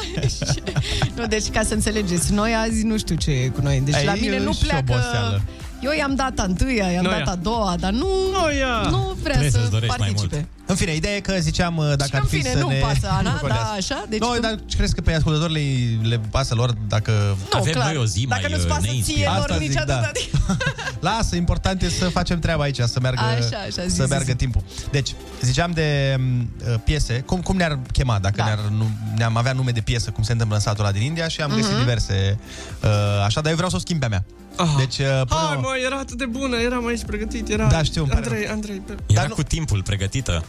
[SPEAKER 6] nu, deci ca să înțelegeți, noi azi nu știu ce e cu noi. Deci
[SPEAKER 4] Ei,
[SPEAKER 6] la mine
[SPEAKER 4] e
[SPEAKER 6] nu
[SPEAKER 4] și
[SPEAKER 6] pleacă...
[SPEAKER 4] oboseală.
[SPEAKER 6] Eu i-am dat a întâia, i-am
[SPEAKER 7] Noia.
[SPEAKER 6] dat a doua, dar nu,
[SPEAKER 7] Noia.
[SPEAKER 6] nu vrea
[SPEAKER 5] Ah, Trebuie să-ți
[SPEAKER 6] să
[SPEAKER 5] dorești mai
[SPEAKER 6] participe.
[SPEAKER 4] În fine, ideea e că ziceam uh, dacă
[SPEAKER 6] Și
[SPEAKER 4] ar
[SPEAKER 6] în
[SPEAKER 4] fi
[SPEAKER 6] fine,
[SPEAKER 4] să
[SPEAKER 6] nu
[SPEAKER 4] ne...
[SPEAKER 6] pasă Ana,
[SPEAKER 4] Nu contează.
[SPEAKER 6] da, așa? Deci
[SPEAKER 4] Deci nu,
[SPEAKER 6] tu-
[SPEAKER 4] dar crezi că pe ascultători le, le pasă lor dacă...
[SPEAKER 6] Nu,
[SPEAKER 5] Avem
[SPEAKER 6] clar.
[SPEAKER 5] noi o zi
[SPEAKER 6] Dacă
[SPEAKER 5] mai,
[SPEAKER 6] nu-ți
[SPEAKER 5] uh,
[SPEAKER 6] pasă ție
[SPEAKER 5] neinspirată.
[SPEAKER 6] lor adică-
[SPEAKER 4] Asta zic,
[SPEAKER 6] nici atâta
[SPEAKER 4] da.
[SPEAKER 6] timp.
[SPEAKER 10] adică-
[SPEAKER 4] Lasă, important e să facem treaba aici, să meargă,
[SPEAKER 6] Așa, așa, zi,
[SPEAKER 4] să
[SPEAKER 6] zi,
[SPEAKER 4] meargă
[SPEAKER 6] zi.
[SPEAKER 4] timpul. Deci, ziceam de m, piese, cum, cum ne-ar chema dacă
[SPEAKER 6] Da.
[SPEAKER 4] ne-ar, nu, ne-am avea nume de piesă, cum se întâmplă în satul ăla din India și am
[SPEAKER 6] Mhm.
[SPEAKER 4] găsit diverse uh, așa, dar eu vreau să o schimb pe a mea.
[SPEAKER 7] Ah.
[SPEAKER 4] Deci, uh, până
[SPEAKER 7] Hai mă, era atât de bună, eram aici pregătit era...
[SPEAKER 4] Da, știu, îmi pare
[SPEAKER 7] Andrei, Andrei pe...
[SPEAKER 5] Era
[SPEAKER 4] Dar nu-
[SPEAKER 5] cu timpul pregătită.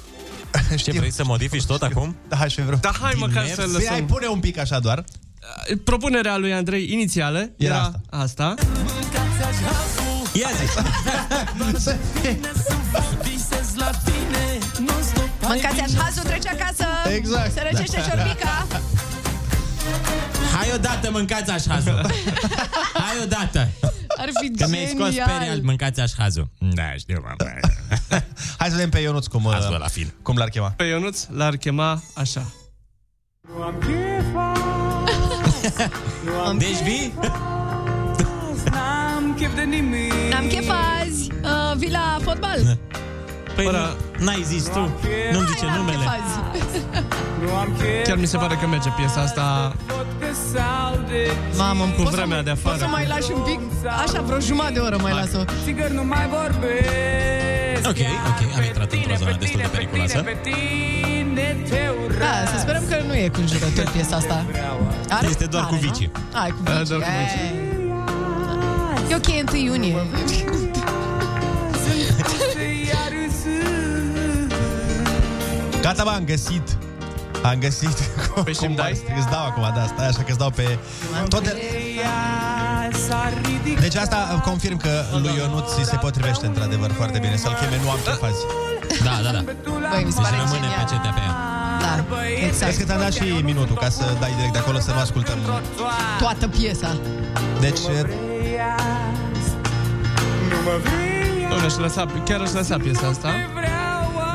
[SPEAKER 5] Ce,
[SPEAKER 4] știu,
[SPEAKER 5] vrei să modifici tot acum?
[SPEAKER 4] da, aș fi vreo.
[SPEAKER 7] Da, hai
[SPEAKER 5] Din
[SPEAKER 7] măcar
[SPEAKER 5] mers?
[SPEAKER 7] să
[SPEAKER 4] Păi, hai,
[SPEAKER 7] lăsăm Uh,
[SPEAKER 4] pune un pic așa doar.
[SPEAKER 7] Propunerea lui Andrei inițială
[SPEAKER 4] Era
[SPEAKER 7] era, asta. asta.
[SPEAKER 5] Ia zi!
[SPEAKER 6] Mâncați așa, trece acasă.
[SPEAKER 4] Exact.
[SPEAKER 6] Se
[SPEAKER 10] Da.
[SPEAKER 6] răcește ciorbica.
[SPEAKER 5] Hai odată, mâncați așhazul! Hai odată!
[SPEAKER 6] Ar fi
[SPEAKER 5] Că mi-ai
[SPEAKER 6] genial.
[SPEAKER 5] scos pe real, mâncați așhazul. Da, știu, mă.
[SPEAKER 4] Hai să vedem pe Ionuț cum, uh,
[SPEAKER 5] Azi vă la fin.
[SPEAKER 4] cum l-ar chema.
[SPEAKER 7] Pe Păi, Ionuț l-ar chema așa
[SPEAKER 5] Deci vii?
[SPEAKER 14] N-am
[SPEAKER 7] n-am chef de nimic
[SPEAKER 6] N-am chef azi uh, Vii la fotbal
[SPEAKER 5] Păi Fără... n-ai zis tu, nu-mi zice numele.
[SPEAKER 6] Chef azi
[SPEAKER 7] Chiar mi se pare că merge piesa asta
[SPEAKER 6] Mamă,
[SPEAKER 7] cu vremea de
[SPEAKER 6] Poți să
[SPEAKER 7] afară
[SPEAKER 6] mai lași un pic Așa vreo jumătate de oră mai las-o Sigur nu mai vorbesc
[SPEAKER 5] Ok, ok, am intrat într-o zonă destul de periculoasă.
[SPEAKER 6] Da, să sperăm că nu e cu jurături piesa asta Are?
[SPEAKER 5] Este doar
[SPEAKER 6] Are,
[SPEAKER 5] cu vicii.
[SPEAKER 6] nu? Ai, cu
[SPEAKER 5] Da,
[SPEAKER 6] vicii,
[SPEAKER 5] doar cu
[SPEAKER 6] e. E ok 1 iunie
[SPEAKER 4] Gata, bă, am găsit. Am găsit. Păi și dai? Îți dau acum, da, stai așa că îți dau pe... Tot Deci asta confirm că lui Ionuț îi se potrivește într-adevăr foarte bine Să-l cheme, nu am ce faci
[SPEAKER 5] Da, da, da
[SPEAKER 6] Băi, mi se pare
[SPEAKER 4] rămâne
[SPEAKER 6] genial.
[SPEAKER 4] pe cetea pe ea
[SPEAKER 6] Da,
[SPEAKER 4] Vezi că
[SPEAKER 6] exact
[SPEAKER 4] ți-am dat și minutul ca să dai direct de acolo să nu ascultăm
[SPEAKER 6] Toată piesa
[SPEAKER 4] Deci
[SPEAKER 7] Doamne, aș lăsa, chiar aș lăsa piesa asta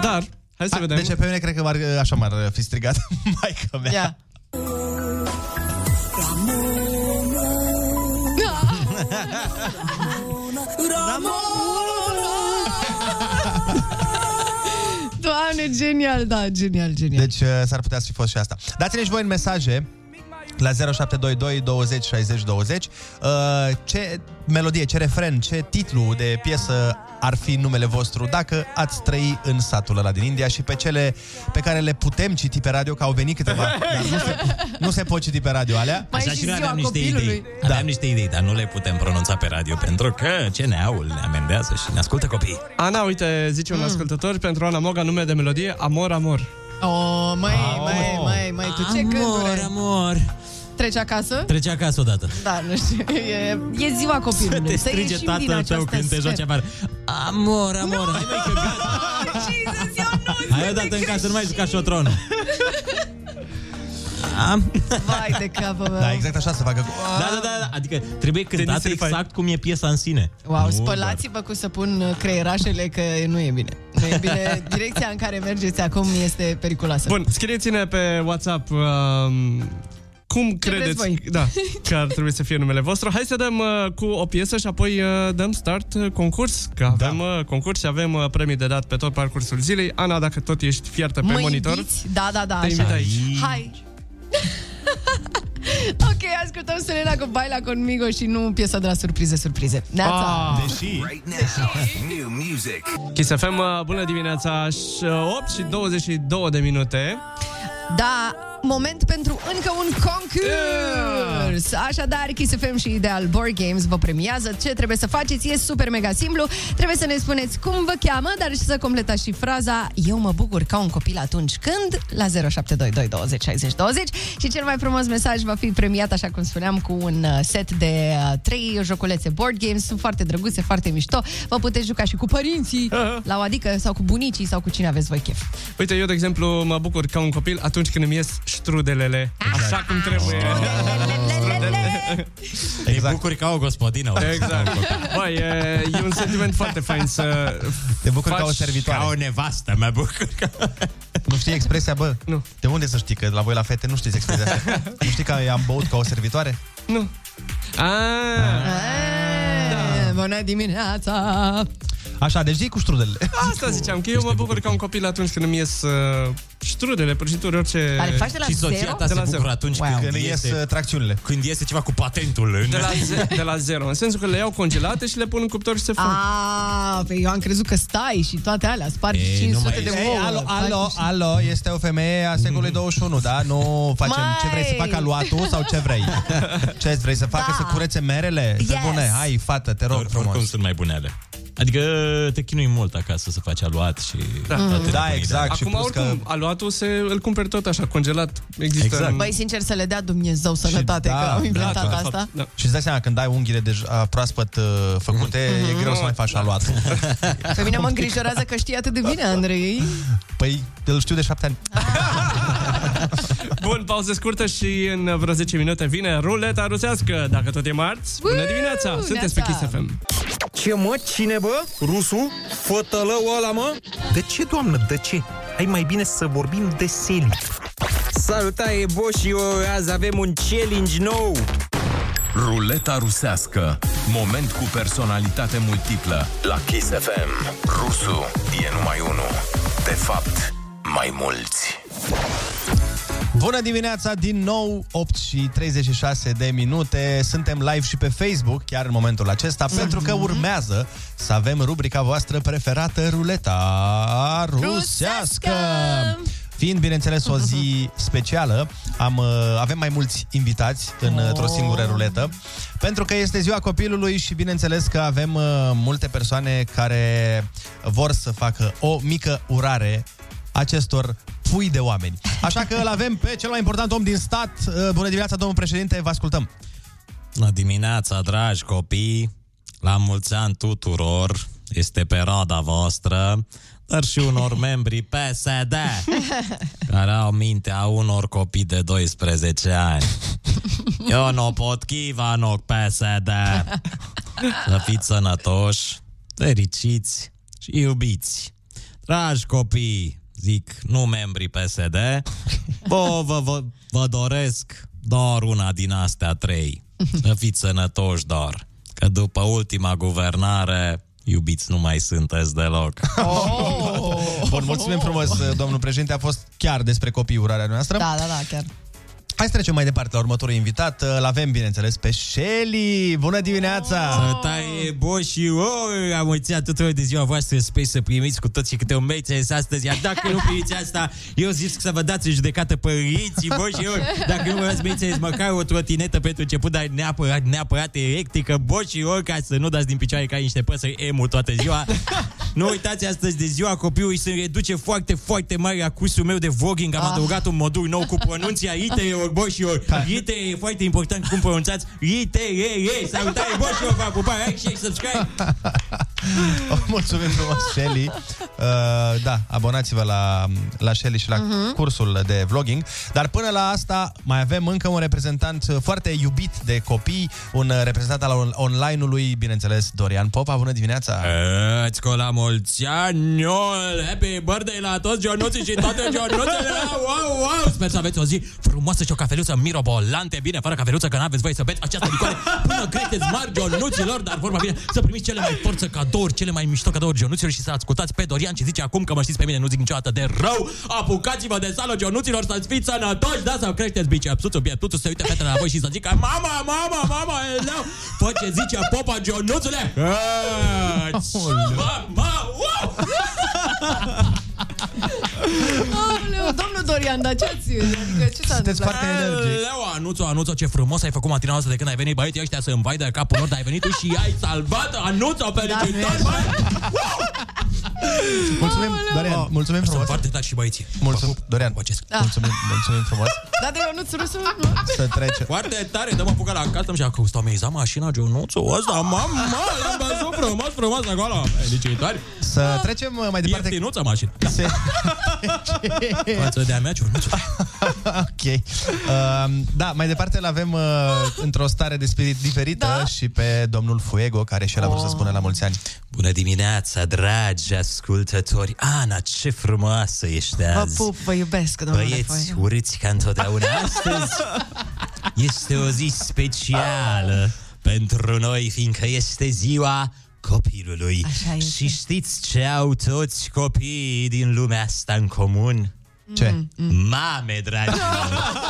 [SPEAKER 7] Dar, hai să vedem
[SPEAKER 4] Deci pe mine cred că m-ar, așa m-ar uh, fi strigat maica mea
[SPEAKER 6] Ia. Doamne, genial, da, genial, genial.
[SPEAKER 4] Deci uh, s-ar putea să fi fost și asta. Dați-ne și voi în mesaje la 0722 20 60 20 uh, ce melodie, ce refren, ce titlu de piesă ar fi numele vostru dacă ați trăi în satul ăla din India și pe cele pe care le putem citi pe radio, că au venit câteva, dar nu se, nu se pot citi pe radio alea.
[SPEAKER 5] Așa și noi aveam niște idei.
[SPEAKER 4] Da.
[SPEAKER 5] Aveam niște idei, dar nu le putem pronunța pe radio, pentru că ce ne aul ne amendează și ne ascultă copiii.
[SPEAKER 7] Ana, uite, zice un ascultător Pentru Ana Moga, nume de melodie Amor, amor
[SPEAKER 6] Oh, măi, măi, măi, măi, tu ce gânduri ai?
[SPEAKER 5] Amor,
[SPEAKER 6] Treci acasă?
[SPEAKER 5] Trece acasă odată.
[SPEAKER 6] Da, nu știu, e, e ziua
[SPEAKER 5] Să
[SPEAKER 6] copilului.
[SPEAKER 5] te strige
[SPEAKER 6] ieșim din
[SPEAKER 5] tatăl tău
[SPEAKER 6] această
[SPEAKER 5] când te
[SPEAKER 6] sferă.
[SPEAKER 5] joci afară. Amor, amor, hai mai că gata. Hai odată în casă, nu mai juca șotronul. Am...
[SPEAKER 6] Vai de capă, bă.
[SPEAKER 4] Da, exact așa să facă.
[SPEAKER 5] Da, da, da, da, adică trebuie cântată
[SPEAKER 4] Tenis
[SPEAKER 5] exact cum e piesa în sine.
[SPEAKER 6] Wow,
[SPEAKER 5] Nu
[SPEAKER 6] spălați-vă cu săpun uh, creierașele că nu e bine. Nu e bine. Direcția în care mergeți acum este periculoasă.
[SPEAKER 7] Bun, scrieți-ne pe WhatsApp um, cum credeți
[SPEAKER 6] vreți voi?
[SPEAKER 7] Da, că ar trebui să fie numele vostru. Hai să dăm uh, cu o piesă și apoi uh, dăm start uh, concurs, că avem uh, concurs și avem uh, premii de dat pe tot parcursul zilei. Ana, dacă tot ești fiartă pe
[SPEAKER 6] mă
[SPEAKER 7] monitor,
[SPEAKER 6] iubiți? Da, da, da,
[SPEAKER 7] te invit
[SPEAKER 6] așa.
[SPEAKER 7] aici.
[SPEAKER 6] Hai. ok, ascultăm Selena cu Baila Conmigo și nu piesa de la surprize, surprize. Neața.
[SPEAKER 7] Ah. Deci
[SPEAKER 4] Deși...
[SPEAKER 1] New music.
[SPEAKER 7] Kiss FM, uh, bună dimineața, și, uh, 8 și 22 de minute.
[SPEAKER 6] Da, moment pentru încă un concurs! Așadar, Kiss FM și Ideal Board Games vă premiază. Ce trebuie să faceți e super mega simplu. Trebuie să ne spuneți cum vă cheamă, dar și să completați și fraza Eu mă bucur ca un copil atunci când la 0722 20 60 20 și cel mai frumos mesaj va fi premiat, așa cum spuneam, cu un uh, set de uh, trei joculețe board games. Sunt foarte drăguțe, foarte mișto. Vă puteți juca și cu părinții, la o adică, sau cu bunicii, sau cu cine aveți voi chef.
[SPEAKER 7] Uite, eu, de exemplu, mă bucur ca un copil atunci când îmi ies strudelele. Așa cum trebuie. Strudelele.
[SPEAKER 5] Te da. Exact. bucuri ca o gospodină. oricum.
[SPEAKER 7] Exact. Băi, e, e un sentiment foarte fain să
[SPEAKER 4] Te bucur
[SPEAKER 7] faci
[SPEAKER 4] ca o servitoare.
[SPEAKER 5] Ca o nevastă, mă bucur.
[SPEAKER 4] Nu știi expresia, bă? Nu. De unde să știi că la voi la fete nu știți expresia asta? nu știi că am băut ca o servitoare?
[SPEAKER 7] Nu.
[SPEAKER 4] Ah. Da.
[SPEAKER 6] E, Bună dimineața!
[SPEAKER 4] Așa, deci zi cu strudelele.
[SPEAKER 7] Asta ziceam, că eu mă bucur ca un copil atunci când îmi ies uh, strudele, prăjituri, orice...
[SPEAKER 6] Dar le faci de la
[SPEAKER 5] Și soția
[SPEAKER 6] zero?
[SPEAKER 5] ta
[SPEAKER 7] De
[SPEAKER 5] se
[SPEAKER 7] la
[SPEAKER 5] bucură
[SPEAKER 7] zero.
[SPEAKER 5] atunci
[SPEAKER 7] Wow.
[SPEAKER 5] când,
[SPEAKER 7] Când
[SPEAKER 4] ies,
[SPEAKER 5] iese,
[SPEAKER 4] tracțiunile.
[SPEAKER 5] Când iese ceva cu patentul în...
[SPEAKER 7] De la, ze- de la zero, în sensul că le iau congelate și le pun în cuptor și se fac.
[SPEAKER 6] Ah. A, pe păi eu am crezut că stai și toate alea, spargi
[SPEAKER 7] Ei, nu
[SPEAKER 6] 500
[SPEAKER 7] mai
[SPEAKER 6] de
[SPEAKER 7] ești.
[SPEAKER 6] ouă.
[SPEAKER 7] Ei,
[SPEAKER 4] Alo,
[SPEAKER 6] faci
[SPEAKER 4] alo,
[SPEAKER 6] niște-
[SPEAKER 4] alo, este o femeie a
[SPEAKER 6] Mhm.
[SPEAKER 4] secolului 21, da? Nu facem ce vrei să facă aluatul sau ce vrei? Ce vrei să facă? Să curețe merele? Pe
[SPEAKER 6] Da. Yes.
[SPEAKER 4] bune, hai, fată, te rog
[SPEAKER 5] Oricum
[SPEAKER 4] frumos.
[SPEAKER 5] sunt mai bune ale. Adică te chinui mult acasă să faci aluat și...
[SPEAKER 6] Mm.
[SPEAKER 5] toate
[SPEAKER 4] Da,
[SPEAKER 5] nebunile.
[SPEAKER 4] exact.
[SPEAKER 7] Acum, oricum, că... aluatul se, îl cumperi tot așa, congelat. Există
[SPEAKER 4] Exact.
[SPEAKER 7] în...
[SPEAKER 6] Băi, sincer, să le dea Dumnezeu sănătate,
[SPEAKER 4] da,
[SPEAKER 6] că au
[SPEAKER 4] da,
[SPEAKER 6] inventat
[SPEAKER 4] da.
[SPEAKER 6] asta.
[SPEAKER 7] Da.
[SPEAKER 4] Și îți dai seama, când ai unghiile deja proaspăt uh, făcute,
[SPEAKER 6] Mhm.
[SPEAKER 4] e greu să mai faci aluatul.
[SPEAKER 6] Pe mine mă îngrijorează că știi atât de bine, Andrei.
[SPEAKER 4] Păi, îl știu de șapte ani.
[SPEAKER 7] Bun, pauză scurtă și în vreo 10 minute vine ruleta rusească. Dacă tot e marți, bună dimineața! Sunteți pe Kiss
[SPEAKER 6] neața!
[SPEAKER 7] FM.
[SPEAKER 14] Ce mă? Cine bă? Rusu? Fătălău ăla mă? De ce, doamnă, de ce? Hai mai bine să vorbim de seli. Salutare, Boșio! Azi avem un challenge nou!
[SPEAKER 1] Ruleta rusească. Moment cu personalitate multiplă. La Kiss FM. Rusu e numai unul. De fapt, mai mulți.
[SPEAKER 4] Bună dimineața din nou, 8 și 36 de minute. Suntem live și pe Facebook chiar în momentul acesta, mm-hmm. pentru că urmează să avem rubrica voastră preferată, ruleta rusească. Fiind, bineînțeles, o zi specială, am, uh, avem mai mulți invitați în, oh. într-o singură ruletă, pentru că este ziua copilului și, bineînțeles, că avem uh, multe persoane care vor să facă o mică urare acestor pui de oameni. Așa că îl avem pe cel mai important om din stat. Uh, Bună dimineața, domnul președinte, vă ascultăm.
[SPEAKER 5] Bună dimineața, dragi copii! La mulți ani tuturor! Este perioada voastră, dar și unor membri PSD, care au mintea unor copii de 12 ani. Eu nu pot chiva, nu PSD! Să fiți sănătoși, fericiți și iubiți! Dragi copii, zic, nu membrii PSD, vă, vă, vă, vă doresc doar una din astea trei. Să fiți sănătoși doar, că după ultima guvernare, iubiți nu mai sunteți deloc.
[SPEAKER 4] Bun, mulțumim frumos, uh, domnul președinte. A fost chiar despre copii urarea noastră.
[SPEAKER 6] Da, da, da, chiar.
[SPEAKER 4] Hai să trecem mai departe la următorul invitat. Îl avem, bineînțeles, pe Shelly. Bună dimineața!
[SPEAKER 5] Să taie boșii, oh, am uitat tuturor de ziua voastră space să primiți cu toții câte un mețes astăzi, iar dacă nu primiți asta, eu zic să vă dați în judecată părinții boșilor, dacă nu vă dați mețes, măcar o trotinetă pentru început, dar neapărat, neapărat electrică, boșilor, ca să nu dați din picioare ca niște păsări emu toată ziua. Nu uitați astăzi de ziua copilului se reduce foarte, foarte mare a cursul meu de vlogging. Am ah. adăugat un modul nou cu pronunția ITE ori boșilor. ITE e foarte important cum pronunțați. ITE e, salutare boșilor, vă pupa, like, share, subscribe.
[SPEAKER 4] Oh, Mulțumim frumos, Shelly. Uh, da, abonați-vă la, la Shelly și la uh-huh. cursul de vlogging. Dar până la asta mai avem încă un reprezentant foarte iubit de copii, un reprezentant al on- online-ului, bineînțeles, Dorian Popa. Bună dimineața!
[SPEAKER 5] Îți colam mulți ani, happy birthday la toți giornuții și toate giornuțele, wow, wow! Sper să aveți o zi frumoasă și o cafeluță mirobolante, bine, fără cafeluță, că n-aveți voie să beți această licoare până creșteți mari giornuților, dar vorba bine, să primiți cele mai forță cadouri, cele mai mișto cadouri giornuților și să ascultați pe Dorian ce zice acum că mă știți pe mine, nu zic niciodată de rău, apucați-vă de sală giornuților, să fiți sănătoși, da, sau creșteți bicepsuțul, bieptuțul, să uite fetele la voi și să zică, mama, mama, mama, eleu, fă ce zice popa giornuțule! Mama, wow!
[SPEAKER 6] Aoleu, domnul Dorian, dar ce ați... Adică ce s-a
[SPEAKER 4] Sunteți
[SPEAKER 6] întâmplat?
[SPEAKER 4] foarte energic.
[SPEAKER 5] Leo, anunțo, anunțo, ce frumos ai făcut matinalul ăsta de când ai venit, băieții ăștia să-mi vai de capul lor, dar ai venit tu și ai salvat, anunțo,
[SPEAKER 4] Da.
[SPEAKER 5] felicitări, băi!
[SPEAKER 4] Mulțumim, Dorian, mulțumim
[SPEAKER 5] Sunt
[SPEAKER 4] frumos.
[SPEAKER 5] foarte tari și băieții.
[SPEAKER 4] Mulțumim, Dorian, mulțumim, mulțumim frumos.
[SPEAKER 6] Da, de eu nu-ți rusul, nu?
[SPEAKER 4] Să trece.
[SPEAKER 5] Foarte tare, dăm apucat la casă, și acum stau mi-a mașina, Gionuțu, ăsta, mama, l-am văzut frumos, frumos acolo, felicitări.
[SPEAKER 4] Să trecem uh, mai departe.
[SPEAKER 5] Ieftinuța mașina. Da.
[SPEAKER 4] Se...
[SPEAKER 5] Față de a mea, Gionuțu.
[SPEAKER 4] ok. Uh, da, mai departe îl avem uh, într-o stare de spirit diferită da? și pe domnul Fuego, care și el a vrut să
[SPEAKER 6] Oh.
[SPEAKER 4] spună la mulți ani.
[SPEAKER 5] Bună dimineața, dragi ascultători! Ana, ce frumoasă ești
[SPEAKER 6] Vă
[SPEAKER 5] azi!
[SPEAKER 6] pup, vă iubesc, domnule
[SPEAKER 5] Băieți,
[SPEAKER 6] Foiu.
[SPEAKER 5] urâți ca întotdeauna astăzi! Este o zi specială pentru noi, fiindcă este ziua copilului.
[SPEAKER 6] Așa este.
[SPEAKER 5] Și știți ce au toți copiii din lumea asta în comun? Mm,
[SPEAKER 4] Ce?
[SPEAKER 5] Mame, dragi!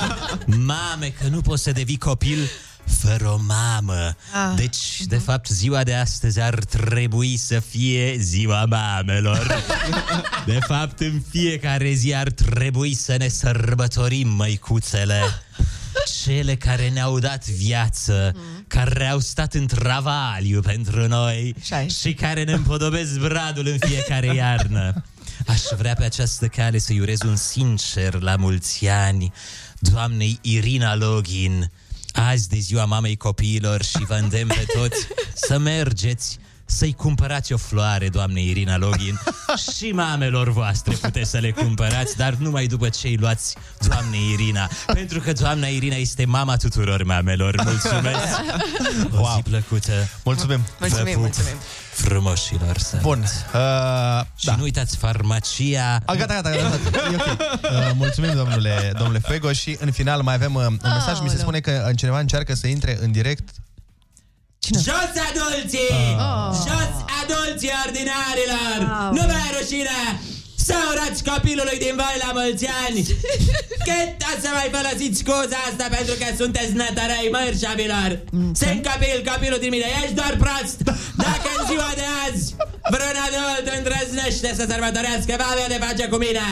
[SPEAKER 5] mame, că nu poți să devii copil fără o mamă.
[SPEAKER 6] Ah.
[SPEAKER 5] Deci, de fapt, ziua de astăzi ar trebui să fie ziua mamelor. De fapt, în fiecare zi ar trebui să ne sărbătorim măicuțele. Cele care ne-au dat viață, care au stat în travaliu pentru noi
[SPEAKER 6] Așa e.
[SPEAKER 5] și care ne împodobesc bradul în fiecare iarnă. Aș vrea pe această cale să-i urez un sincer la mulți ani doamnei Irina Login. Azi de ziua mamei copiilor și vă îndemn pe toți să mergeți
[SPEAKER 8] să-i cumpărați o floare, doamne Irina Login, și mamelor voastre puteți să le cumpărați, dar numai după ce îi luați doamne Irina, pentru că doamna Irina este mama tuturor mamelor. Mulțumesc! O zi plăcută!
[SPEAKER 4] Mulțumim!
[SPEAKER 8] Mulțumim, mulțumim! Frumoșilor să...
[SPEAKER 4] Bun. Uh,
[SPEAKER 8] și da. nu uitați farmacia...
[SPEAKER 4] A, gata, gata, gata. gata. E okay. uh, mulțumim, domnule, domnule Fuego. Și în final mai avem uh, un mesaj. Mi se spune că uh, cineva încearcă să intre în direct
[SPEAKER 10] Cine? Jos adulții!
[SPEAKER 6] Ah.
[SPEAKER 10] Oh. Jos adulții ordinarilor! Oh. Nu mai rușine! Să urați copilului din voi la mulți ani! Cât o să mai folosiți scuza asta pentru că sunteți nătărăi mărșavilor!
[SPEAKER 6] Mm,
[SPEAKER 10] Sunt copil, copilul din mine, ești doar prost!
[SPEAKER 6] Da.
[SPEAKER 10] Dacă în ziua de azi vreun adult îndrăznește să sărbătorească, va avea de face cu mine!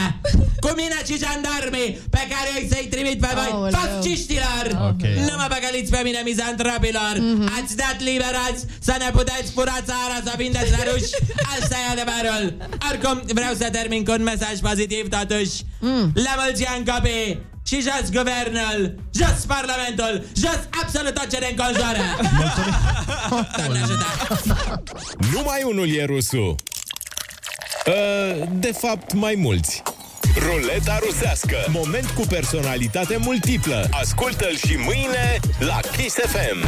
[SPEAKER 10] Cu mine și jandarmii pe care îi să-i trimit pe voi!
[SPEAKER 6] Aoleu.
[SPEAKER 10] Fasciștilor!
[SPEAKER 6] Ok.
[SPEAKER 10] Nu mă păcăliți pe mine, mizantropilor!
[SPEAKER 6] Mhm.
[SPEAKER 10] Ați dat liberați să ne puteți fura țara, să vindeți la ruși! Asta e adevărul! Oricum, vreau să termin cu un mesaj pozitiv, totuși!
[SPEAKER 6] Mm.
[SPEAKER 10] La mulți ani, copii! Și jos guvernul, jos parlamentul, jos absolut tot ce ne înconjoară! Doamne ajută!
[SPEAKER 1] Numai unul e rusul. Uh, De fapt, mai mulți. Ruleta rusească. Moment cu personalitate multiplă. Ascultă-l și mâine la Kiss FM.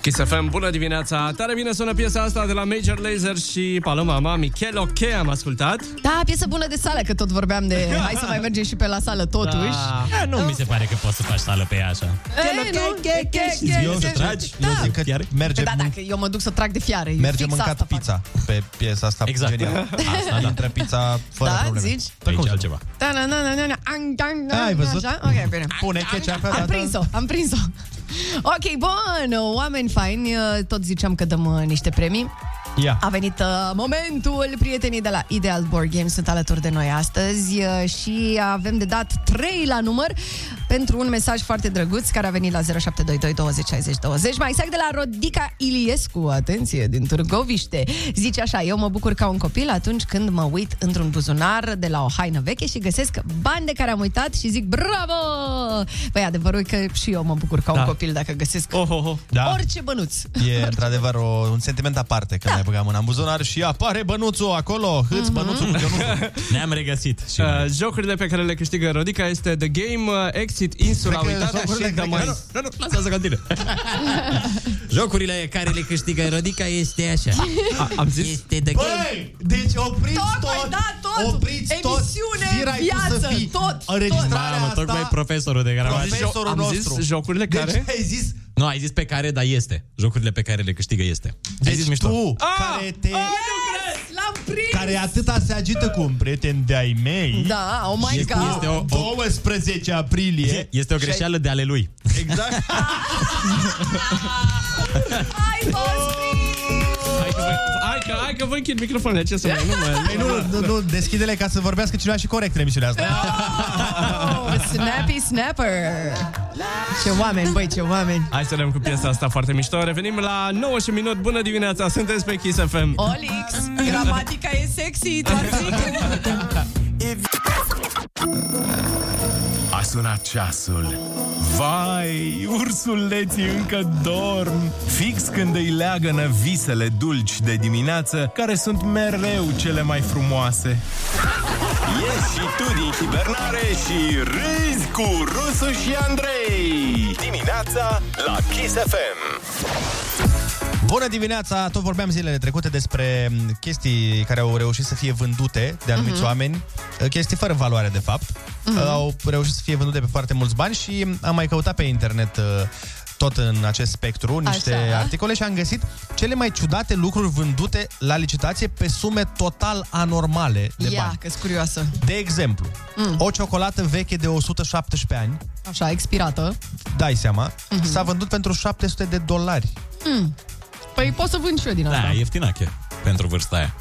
[SPEAKER 7] Kiss FM, bună dimineața! Tare bine sună piesa asta de la Major Lazer și Paloma Mami. Chel ok, am ascultat.
[SPEAKER 6] Da, piesă bună de sală, că tot vorbeam de hai să mai mergem și pe la sală totuși.
[SPEAKER 5] Da. Nu mi se pare că poți să faci sală pe ea așa.
[SPEAKER 6] Ei, nu?
[SPEAKER 5] Eu să tragi,
[SPEAKER 4] eu zic că merge,
[SPEAKER 6] Da, dacă eu mă duc să trag de fiare, eu
[SPEAKER 4] merge
[SPEAKER 6] fix
[SPEAKER 4] mâncat
[SPEAKER 6] asta fac.
[SPEAKER 4] pizza pe piesa asta
[SPEAKER 5] Exact.
[SPEAKER 4] genială.
[SPEAKER 5] Asta, da.
[SPEAKER 4] Intră pizza fără
[SPEAKER 6] Da,
[SPEAKER 4] probleme.
[SPEAKER 6] zici?
[SPEAKER 4] Pe cum altceva.
[SPEAKER 6] Da, na, na, na, na, na, ang, ang, ang,
[SPEAKER 4] Ai văzut?
[SPEAKER 6] Așa? Ok, bine.
[SPEAKER 4] Pune ketchup pe
[SPEAKER 6] Am
[SPEAKER 4] data.
[SPEAKER 6] prins-o, am prins-o. Ok, bun, oameni faini, tot ziceam că dăm uh, niște premii.
[SPEAKER 4] Ia.
[SPEAKER 6] A venit uh, momentul, prietenii de la Ideal Board Games sunt alături de noi astăzi uh, și avem de dat 3 la număr pentru un mesaj foarte drăguț care a venit la 0722 20 60 20, mai exact de la Rodica Iliescu, atenție, din Târgoviște. Zice așa, eu mă bucur ca un copil atunci când mă uit într-un buzunar de la o haină veche și găsesc bani de care am uitat și zic bravo! Păi adevărul e că și eu mă bucur ca da.
[SPEAKER 4] Da.
[SPEAKER 6] un copil dacă găsesc
[SPEAKER 7] oh, oh, oh.
[SPEAKER 4] Da.
[SPEAKER 6] orice bănuț.
[SPEAKER 4] E într-adevăr o, un sentiment aparte când da. ai băgat mâna în buzunar și apare bănuțul acolo, hâți mm-hmm. bănuțul, bănuțul.
[SPEAKER 5] Mhm. Ne-am regăsit. Și
[SPEAKER 7] Uh, jocurile pe care le câștigă Rodica este The Game, uh, Exit, Insula,
[SPEAKER 5] Cred că
[SPEAKER 7] Uitarea
[SPEAKER 5] jocurile
[SPEAKER 7] și The
[SPEAKER 5] cred că-
[SPEAKER 7] Maze.
[SPEAKER 5] Nu, nu, lasă-o să continue.
[SPEAKER 10] Jocurile care le câștigă Rodica este așa.
[SPEAKER 7] A, am zis?
[SPEAKER 10] Este de
[SPEAKER 4] Băi, deci opriți
[SPEAKER 6] Tocmai,
[SPEAKER 4] tot,
[SPEAKER 6] da, tot.
[SPEAKER 4] opriți
[SPEAKER 6] Emisiune,
[SPEAKER 4] tot, firai tu să
[SPEAKER 6] viață,
[SPEAKER 4] fii,
[SPEAKER 6] tot, tot.
[SPEAKER 4] înregistrarea
[SPEAKER 5] Mamă,
[SPEAKER 4] asta,
[SPEAKER 5] tocmai profesorul de gramatică.
[SPEAKER 4] profesorul
[SPEAKER 7] Am
[SPEAKER 4] nostru.
[SPEAKER 7] zis jocurile
[SPEAKER 4] deci
[SPEAKER 7] care...
[SPEAKER 4] ai zis,
[SPEAKER 5] Nu, ai zis pe care, dar este. Jocurile pe care le câștigă este. Ai zis
[SPEAKER 4] deci
[SPEAKER 5] mișto.
[SPEAKER 4] tu,
[SPEAKER 10] Ah!
[SPEAKER 4] care te...
[SPEAKER 6] L-am prins!
[SPEAKER 4] care atâta se agită cu un prieten de-ai mei,
[SPEAKER 6] Da, oh my
[SPEAKER 5] Este-
[SPEAKER 6] god!
[SPEAKER 5] este o-
[SPEAKER 4] 12 aprilie,
[SPEAKER 5] Este o greșeală de ale lui.
[SPEAKER 4] exact,
[SPEAKER 6] Ai fost
[SPEAKER 7] Hai că, vă- hai că, hai că vă închid microfonul, ce să mai nu
[SPEAKER 4] Ei,
[SPEAKER 7] mai...
[SPEAKER 4] Păi nu, nu, nu, deschide-le ca să vorbească cineva și corect în emisiunea asta.
[SPEAKER 6] oh, Snappy Snapper! Ce oameni, băi, ce oameni!
[SPEAKER 7] Hai să rămân cu piesa asta foarte mișto. Revenim la 9 și minut. Bună dimineața, sunteți pe Kiss FM.
[SPEAKER 6] Olix, gramatica e sexy, doar zic.
[SPEAKER 9] A sunat ceasul. Vai, ursuleții încă dorm. Fix când îi leagănă visele dulci de dimineață, care sunt mereu cele mai frumoase.
[SPEAKER 1] Ieși și tu din hibernare și râzi cu Rusu și Andrei. Dimineața la Kiss FM.
[SPEAKER 4] Bună dimineața! Tot vorbeam zilele trecute despre m, chestii care au reușit să fie vândute de
[SPEAKER 6] Mhm.
[SPEAKER 4] anumiți oameni, ă, chestii fără valoare, de fapt. Ă, Au reușit să fie vândute pe foarte mulți bani și am mai căutat pe internet uh, tot în acest spectru niște
[SPEAKER 6] Așa.
[SPEAKER 4] articole și am găsit cele mai ciudate lucruri vândute la licitație pe sume total anormale de
[SPEAKER 6] Ia,
[SPEAKER 4] bani.
[SPEAKER 6] că sunt curioasă. Mm.
[SPEAKER 4] De exemplu, o ciocolată veche de 117 ani,
[SPEAKER 6] Așa, expirată.
[SPEAKER 4] dai seama,
[SPEAKER 6] Mhm.
[SPEAKER 4] s-a vândut pentru 700 de dolari.
[SPEAKER 16] Mm.
[SPEAKER 6] Păi pot să vând și eu din asta.
[SPEAKER 5] Da, ieftinache pentru vârsta aia.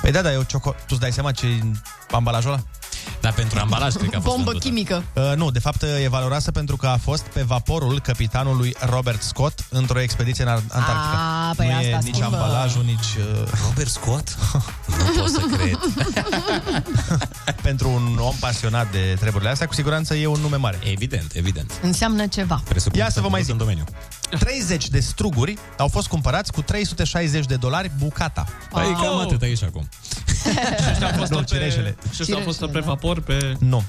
[SPEAKER 4] Păi da, da, eu cioco... Tu îți dai seama ce e în ambalajul ăla?
[SPEAKER 5] Dar Da, pentru ambalaj, cred că a fost
[SPEAKER 6] Bombă
[SPEAKER 5] vândută.
[SPEAKER 6] chimică.
[SPEAKER 4] Uh, nu, de fapt e valoroasă pentru că a fost pe vaporul capitanului Robert Scott într-o expediție în Ar- Antarctica.
[SPEAKER 6] A, păi
[SPEAKER 4] nu
[SPEAKER 6] asta
[SPEAKER 4] e nici
[SPEAKER 6] scumpă.
[SPEAKER 4] ambalajul, nici... uh, Robert Scott? nu pot să cred. Pentru un om pasionat de treburile astea, cu siguranță e un nume mare. Evident, evident.
[SPEAKER 6] Înseamnă ceva.
[SPEAKER 4] Presupun Ia să vă mai zic. În domeniu. 30 de struguri au fost cumpărați cu 360 de dolari bucata.
[SPEAKER 5] Păi Wow. cam atât
[SPEAKER 4] aici acum.
[SPEAKER 7] Și ăștia au fost
[SPEAKER 4] Nu,
[SPEAKER 7] pe,
[SPEAKER 4] cireșele.
[SPEAKER 7] Și ăștia au fost pe vapor, pe...
[SPEAKER 4] Nu.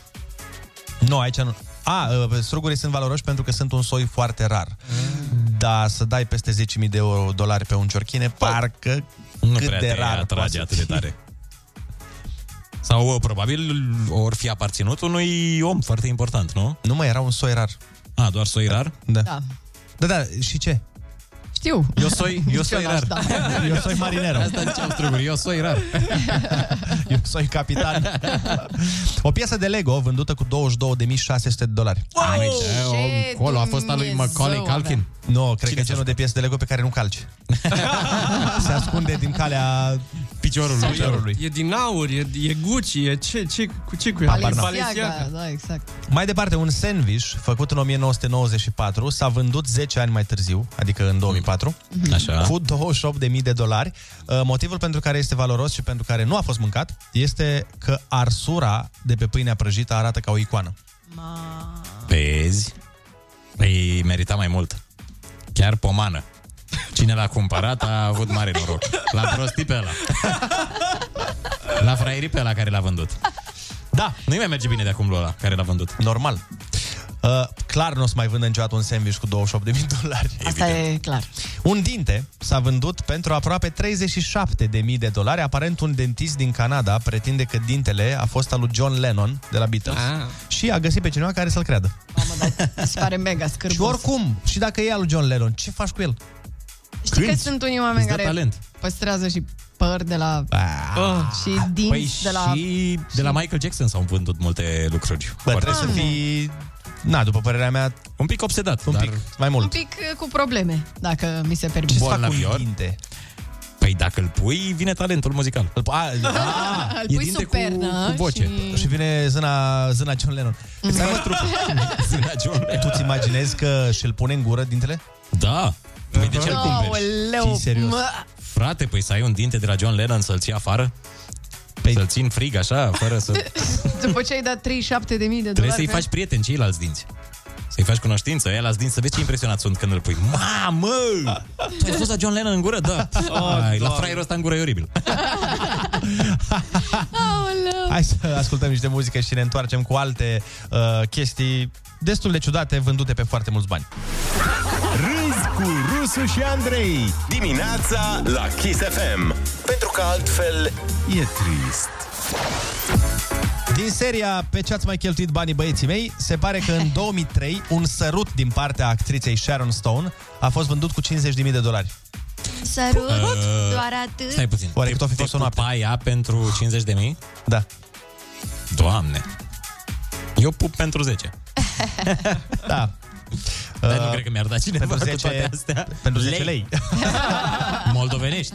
[SPEAKER 4] Nu, aici nu. A, ă, strugurii sunt valoroși pentru că sunt un soi foarte rar.
[SPEAKER 5] Mm.
[SPEAKER 4] Da, să dai peste 10.000 de euro, dolari pe un ciorchine, parcă
[SPEAKER 5] Păi, Nu
[SPEAKER 4] cât
[SPEAKER 5] prea
[SPEAKER 4] de
[SPEAKER 5] te
[SPEAKER 4] rar poate
[SPEAKER 5] atrage
[SPEAKER 4] fi.
[SPEAKER 5] atât de tare. Sau uh, probabil or fi aparținut unui om foarte important, nu?
[SPEAKER 4] Nu mai era un soi rar.
[SPEAKER 5] A, doar soi rar?
[SPEAKER 4] Da.
[SPEAKER 6] Da.
[SPEAKER 4] Da, da, și ce?
[SPEAKER 6] Știu.
[SPEAKER 5] Eu soi, eu soi rar.
[SPEAKER 4] Eu soi marinero.
[SPEAKER 5] da, Asta ziceam struguri, eu soi rar.
[SPEAKER 4] Eu soi capitan. O piesă de Lego vândută cu 22.600 de dolari.
[SPEAKER 5] Aici, acolo a fost al lui Macaulay Culkin.
[SPEAKER 4] Nu, cred că e genul de piesă de Lego pe care nu calci. Se ascunde din calea
[SPEAKER 5] piciorului.
[SPEAKER 4] piciorului.
[SPEAKER 7] E din aur, e, e Gucci, e ce, ce, cu ce cu ea?
[SPEAKER 4] Habar n-am.
[SPEAKER 6] Balenciaga, da, exact.
[SPEAKER 4] Mai departe, un sandwich făcut în 1994 s-a vândut 10 ani mai târziu, adică în 2004,
[SPEAKER 5] Mm-hmm. Așa.
[SPEAKER 4] cu 28.000 de dolari. Uh, Motivul pentru care este valoros și pentru care nu a fost mâncat este că arsura de pe pâinea prăjită arată ca o icoană.
[SPEAKER 5] Vezi? Îi merita mai mult. Chiar pomană. Cine l-a cumpărat a avut mare noroc. L-a prostit pe ăla. L-a fraierit pe ăla care l-a vândut.
[SPEAKER 4] Da.
[SPEAKER 5] Nu-i mai merge bine de acum lui ăla care l-a vândut.
[SPEAKER 4] Normal. Uh, clar nu o să mai vând niciodată un sandwich cu 28.000 de dolari.
[SPEAKER 6] Asta e clar.
[SPEAKER 4] Un dinte s-a vândut pentru aproape 37.000 de dolari. Aparent un dentist din Canada pretinde că dintele a fost al lui John Lennon de la Beatles ah. și a găsit pe cineva care să-l creadă.
[SPEAKER 6] Mi Se da, pare mega scârbos.
[SPEAKER 4] Și oricum, și dacă e al lui John Lennon, ce faci cu el?
[SPEAKER 6] Știi că sunt unii oameni
[SPEAKER 4] Îți dă
[SPEAKER 6] care
[SPEAKER 4] talent.
[SPEAKER 6] păstrează și păr de la... Și dinți
[SPEAKER 5] păi
[SPEAKER 6] de la...
[SPEAKER 5] și de la Michael Jackson s-au vândut multe lucruri.
[SPEAKER 4] Bă, trebuie să fii, na, după părerea mea...
[SPEAKER 5] Un pic obsedat,
[SPEAKER 4] un
[SPEAKER 5] dar...
[SPEAKER 4] pic, mai
[SPEAKER 6] Un
[SPEAKER 4] mult.
[SPEAKER 6] pic uh, cu probleme, dacă mi se permite.
[SPEAKER 4] dinte?
[SPEAKER 5] Păi dacă îl pui, vine talentul muzical. Ah,
[SPEAKER 4] A,
[SPEAKER 6] da. Îl
[SPEAKER 5] e
[SPEAKER 6] pui
[SPEAKER 5] dinte
[SPEAKER 6] sub pernă
[SPEAKER 5] cu, cu voce.
[SPEAKER 6] și-
[SPEAKER 4] Și vine zâna, zâna John Lennon. Stai mă, trupă. Tu ți imaginezi că și-l pune în gură dintele?
[SPEAKER 5] Da. Păi de ce-l cumperi?
[SPEAKER 6] Aoleu,
[SPEAKER 5] Fii serios.
[SPEAKER 6] mă,
[SPEAKER 5] Frate, păi să ai un dinte de la John Lennon să-l ții afară? Păi... Să-l ții în frig așa, fără să...
[SPEAKER 6] După ce ai dat 37.000 de dolari...
[SPEAKER 5] Trebuie să-i
[SPEAKER 6] pe-
[SPEAKER 5] faci prieteni ceilalți dinți. Să-i faci cunoștință, el ați dinți, să vezi ce impresionat sunt când îl pui. Mamă! Tu ai fost la John Lennon în gură? Da. Ai, la
[SPEAKER 4] Doamne.
[SPEAKER 5] fraierul ăsta în gură e oribil.
[SPEAKER 6] Aoleu.
[SPEAKER 4] Hai să ascultăm niște muzică și ne întoarcem cu alte uh, chestii destul de ciudate, vândute pe foarte mulți bani.
[SPEAKER 9] Râzi cu Rusu și Andrei Dimineața la Kiss FM Pentru că altfel e trist
[SPEAKER 4] Din seria Pe ce ați mai cheltuit banii băieții mei, se pare că în 2003 un sărut din partea actriței Sharon Stone a fost vândut cu 50.000 de dolari.
[SPEAKER 16] Sărut,
[SPEAKER 5] Uh,
[SPEAKER 16] doar atât.
[SPEAKER 5] Stai puțin. Oare cât o fi fost o noapte? aia pentru 50 de mii?
[SPEAKER 4] Da.
[SPEAKER 5] Doamne. Eu pup pentru 10.
[SPEAKER 4] da. Uh,
[SPEAKER 5] Dar nu cred că mi-ar da cineva
[SPEAKER 4] pentru
[SPEAKER 5] cu
[SPEAKER 4] 10
[SPEAKER 5] toate astea.
[SPEAKER 4] pentru 10 lei.
[SPEAKER 5] Moldovenești.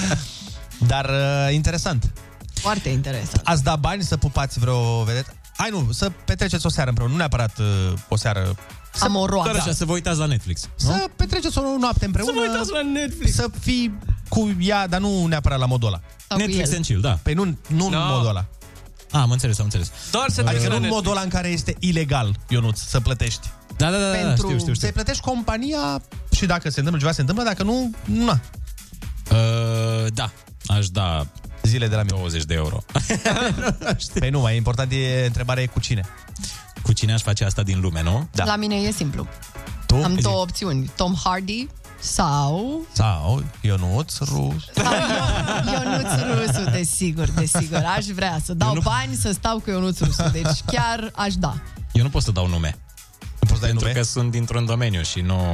[SPEAKER 4] Dar uh, interesant.
[SPEAKER 6] Foarte interesant.
[SPEAKER 4] Ați da bani să pupați vreo vedetă? Ai nu, să petreceți o seară împreună, nu neapărat uh, o seară
[SPEAKER 6] Amoroasă.
[SPEAKER 5] Doar așa, să vă uitați la Netflix.
[SPEAKER 4] Să petreceți o noapte împreună. Să vă uitați
[SPEAKER 7] la Netflix.
[SPEAKER 4] Să fii cu ea, dar nu neapărat la modul ăla.
[SPEAKER 6] Sau cu Netflix el.
[SPEAKER 5] and chill, da.
[SPEAKER 4] Păi nu, nu în modul ăla.
[SPEAKER 5] A, am înțeles, am înțeles.
[SPEAKER 7] Doar să
[SPEAKER 4] Adică
[SPEAKER 5] treci
[SPEAKER 4] nu
[SPEAKER 5] la
[SPEAKER 4] în
[SPEAKER 5] Netflix.
[SPEAKER 4] modul ăla în care este ilegal, Ionuț, să plătești.
[SPEAKER 5] Da, da, da, da,
[SPEAKER 4] Pentru...
[SPEAKER 5] știu, știu, știu.
[SPEAKER 4] Să-i plătești compania și dacă se întâmplă ceva, se întâmplă, dacă nu, na.
[SPEAKER 5] Uh, da, aș da
[SPEAKER 4] zile de la
[SPEAKER 5] mine. 20 de euro.
[SPEAKER 4] Păi nu, mai important e întrebarea e cu cine.
[SPEAKER 5] Cu cine aș face asta din lume, nu?
[SPEAKER 4] Da.
[SPEAKER 6] La mine e simplu.
[SPEAKER 4] Tu?
[SPEAKER 6] Am două opțiuni. Tom Hardy sau...
[SPEAKER 4] Sau Ionuț, Rus.
[SPEAKER 6] Da, Ionuț Rusu, desigur, desigur. Aș vrea să dau bani să stau cu Ionuț Rusu. Deci chiar aș da.
[SPEAKER 5] Eu nu pot să dau nume.
[SPEAKER 4] Nu poți
[SPEAKER 5] Pentru că sunt dintr-un domeniu și nu...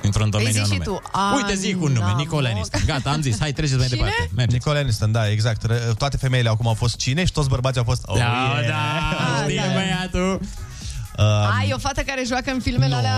[SPEAKER 5] Dintr-un
[SPEAKER 6] Ah.
[SPEAKER 5] domeniu
[SPEAKER 6] Păi zici și
[SPEAKER 5] anume.
[SPEAKER 6] tu, "A,
[SPEAKER 5] Uite, zic un nume,
[SPEAKER 6] n-am
[SPEAKER 5] Nicole Aniston. Gata, am zis, hai, treceți mai
[SPEAKER 6] Cine?
[SPEAKER 5] departe.
[SPEAKER 4] Nicole Aniston, da, exact. Ră- Toate femeile acum au fost cine și toți bărbații au fost... Oh,
[SPEAKER 5] Da,
[SPEAKER 4] yeah.
[SPEAKER 5] da, știi
[SPEAKER 6] da.
[SPEAKER 5] băiatul.
[SPEAKER 4] Uh,
[SPEAKER 6] Ai o fată care joacă în filmele alea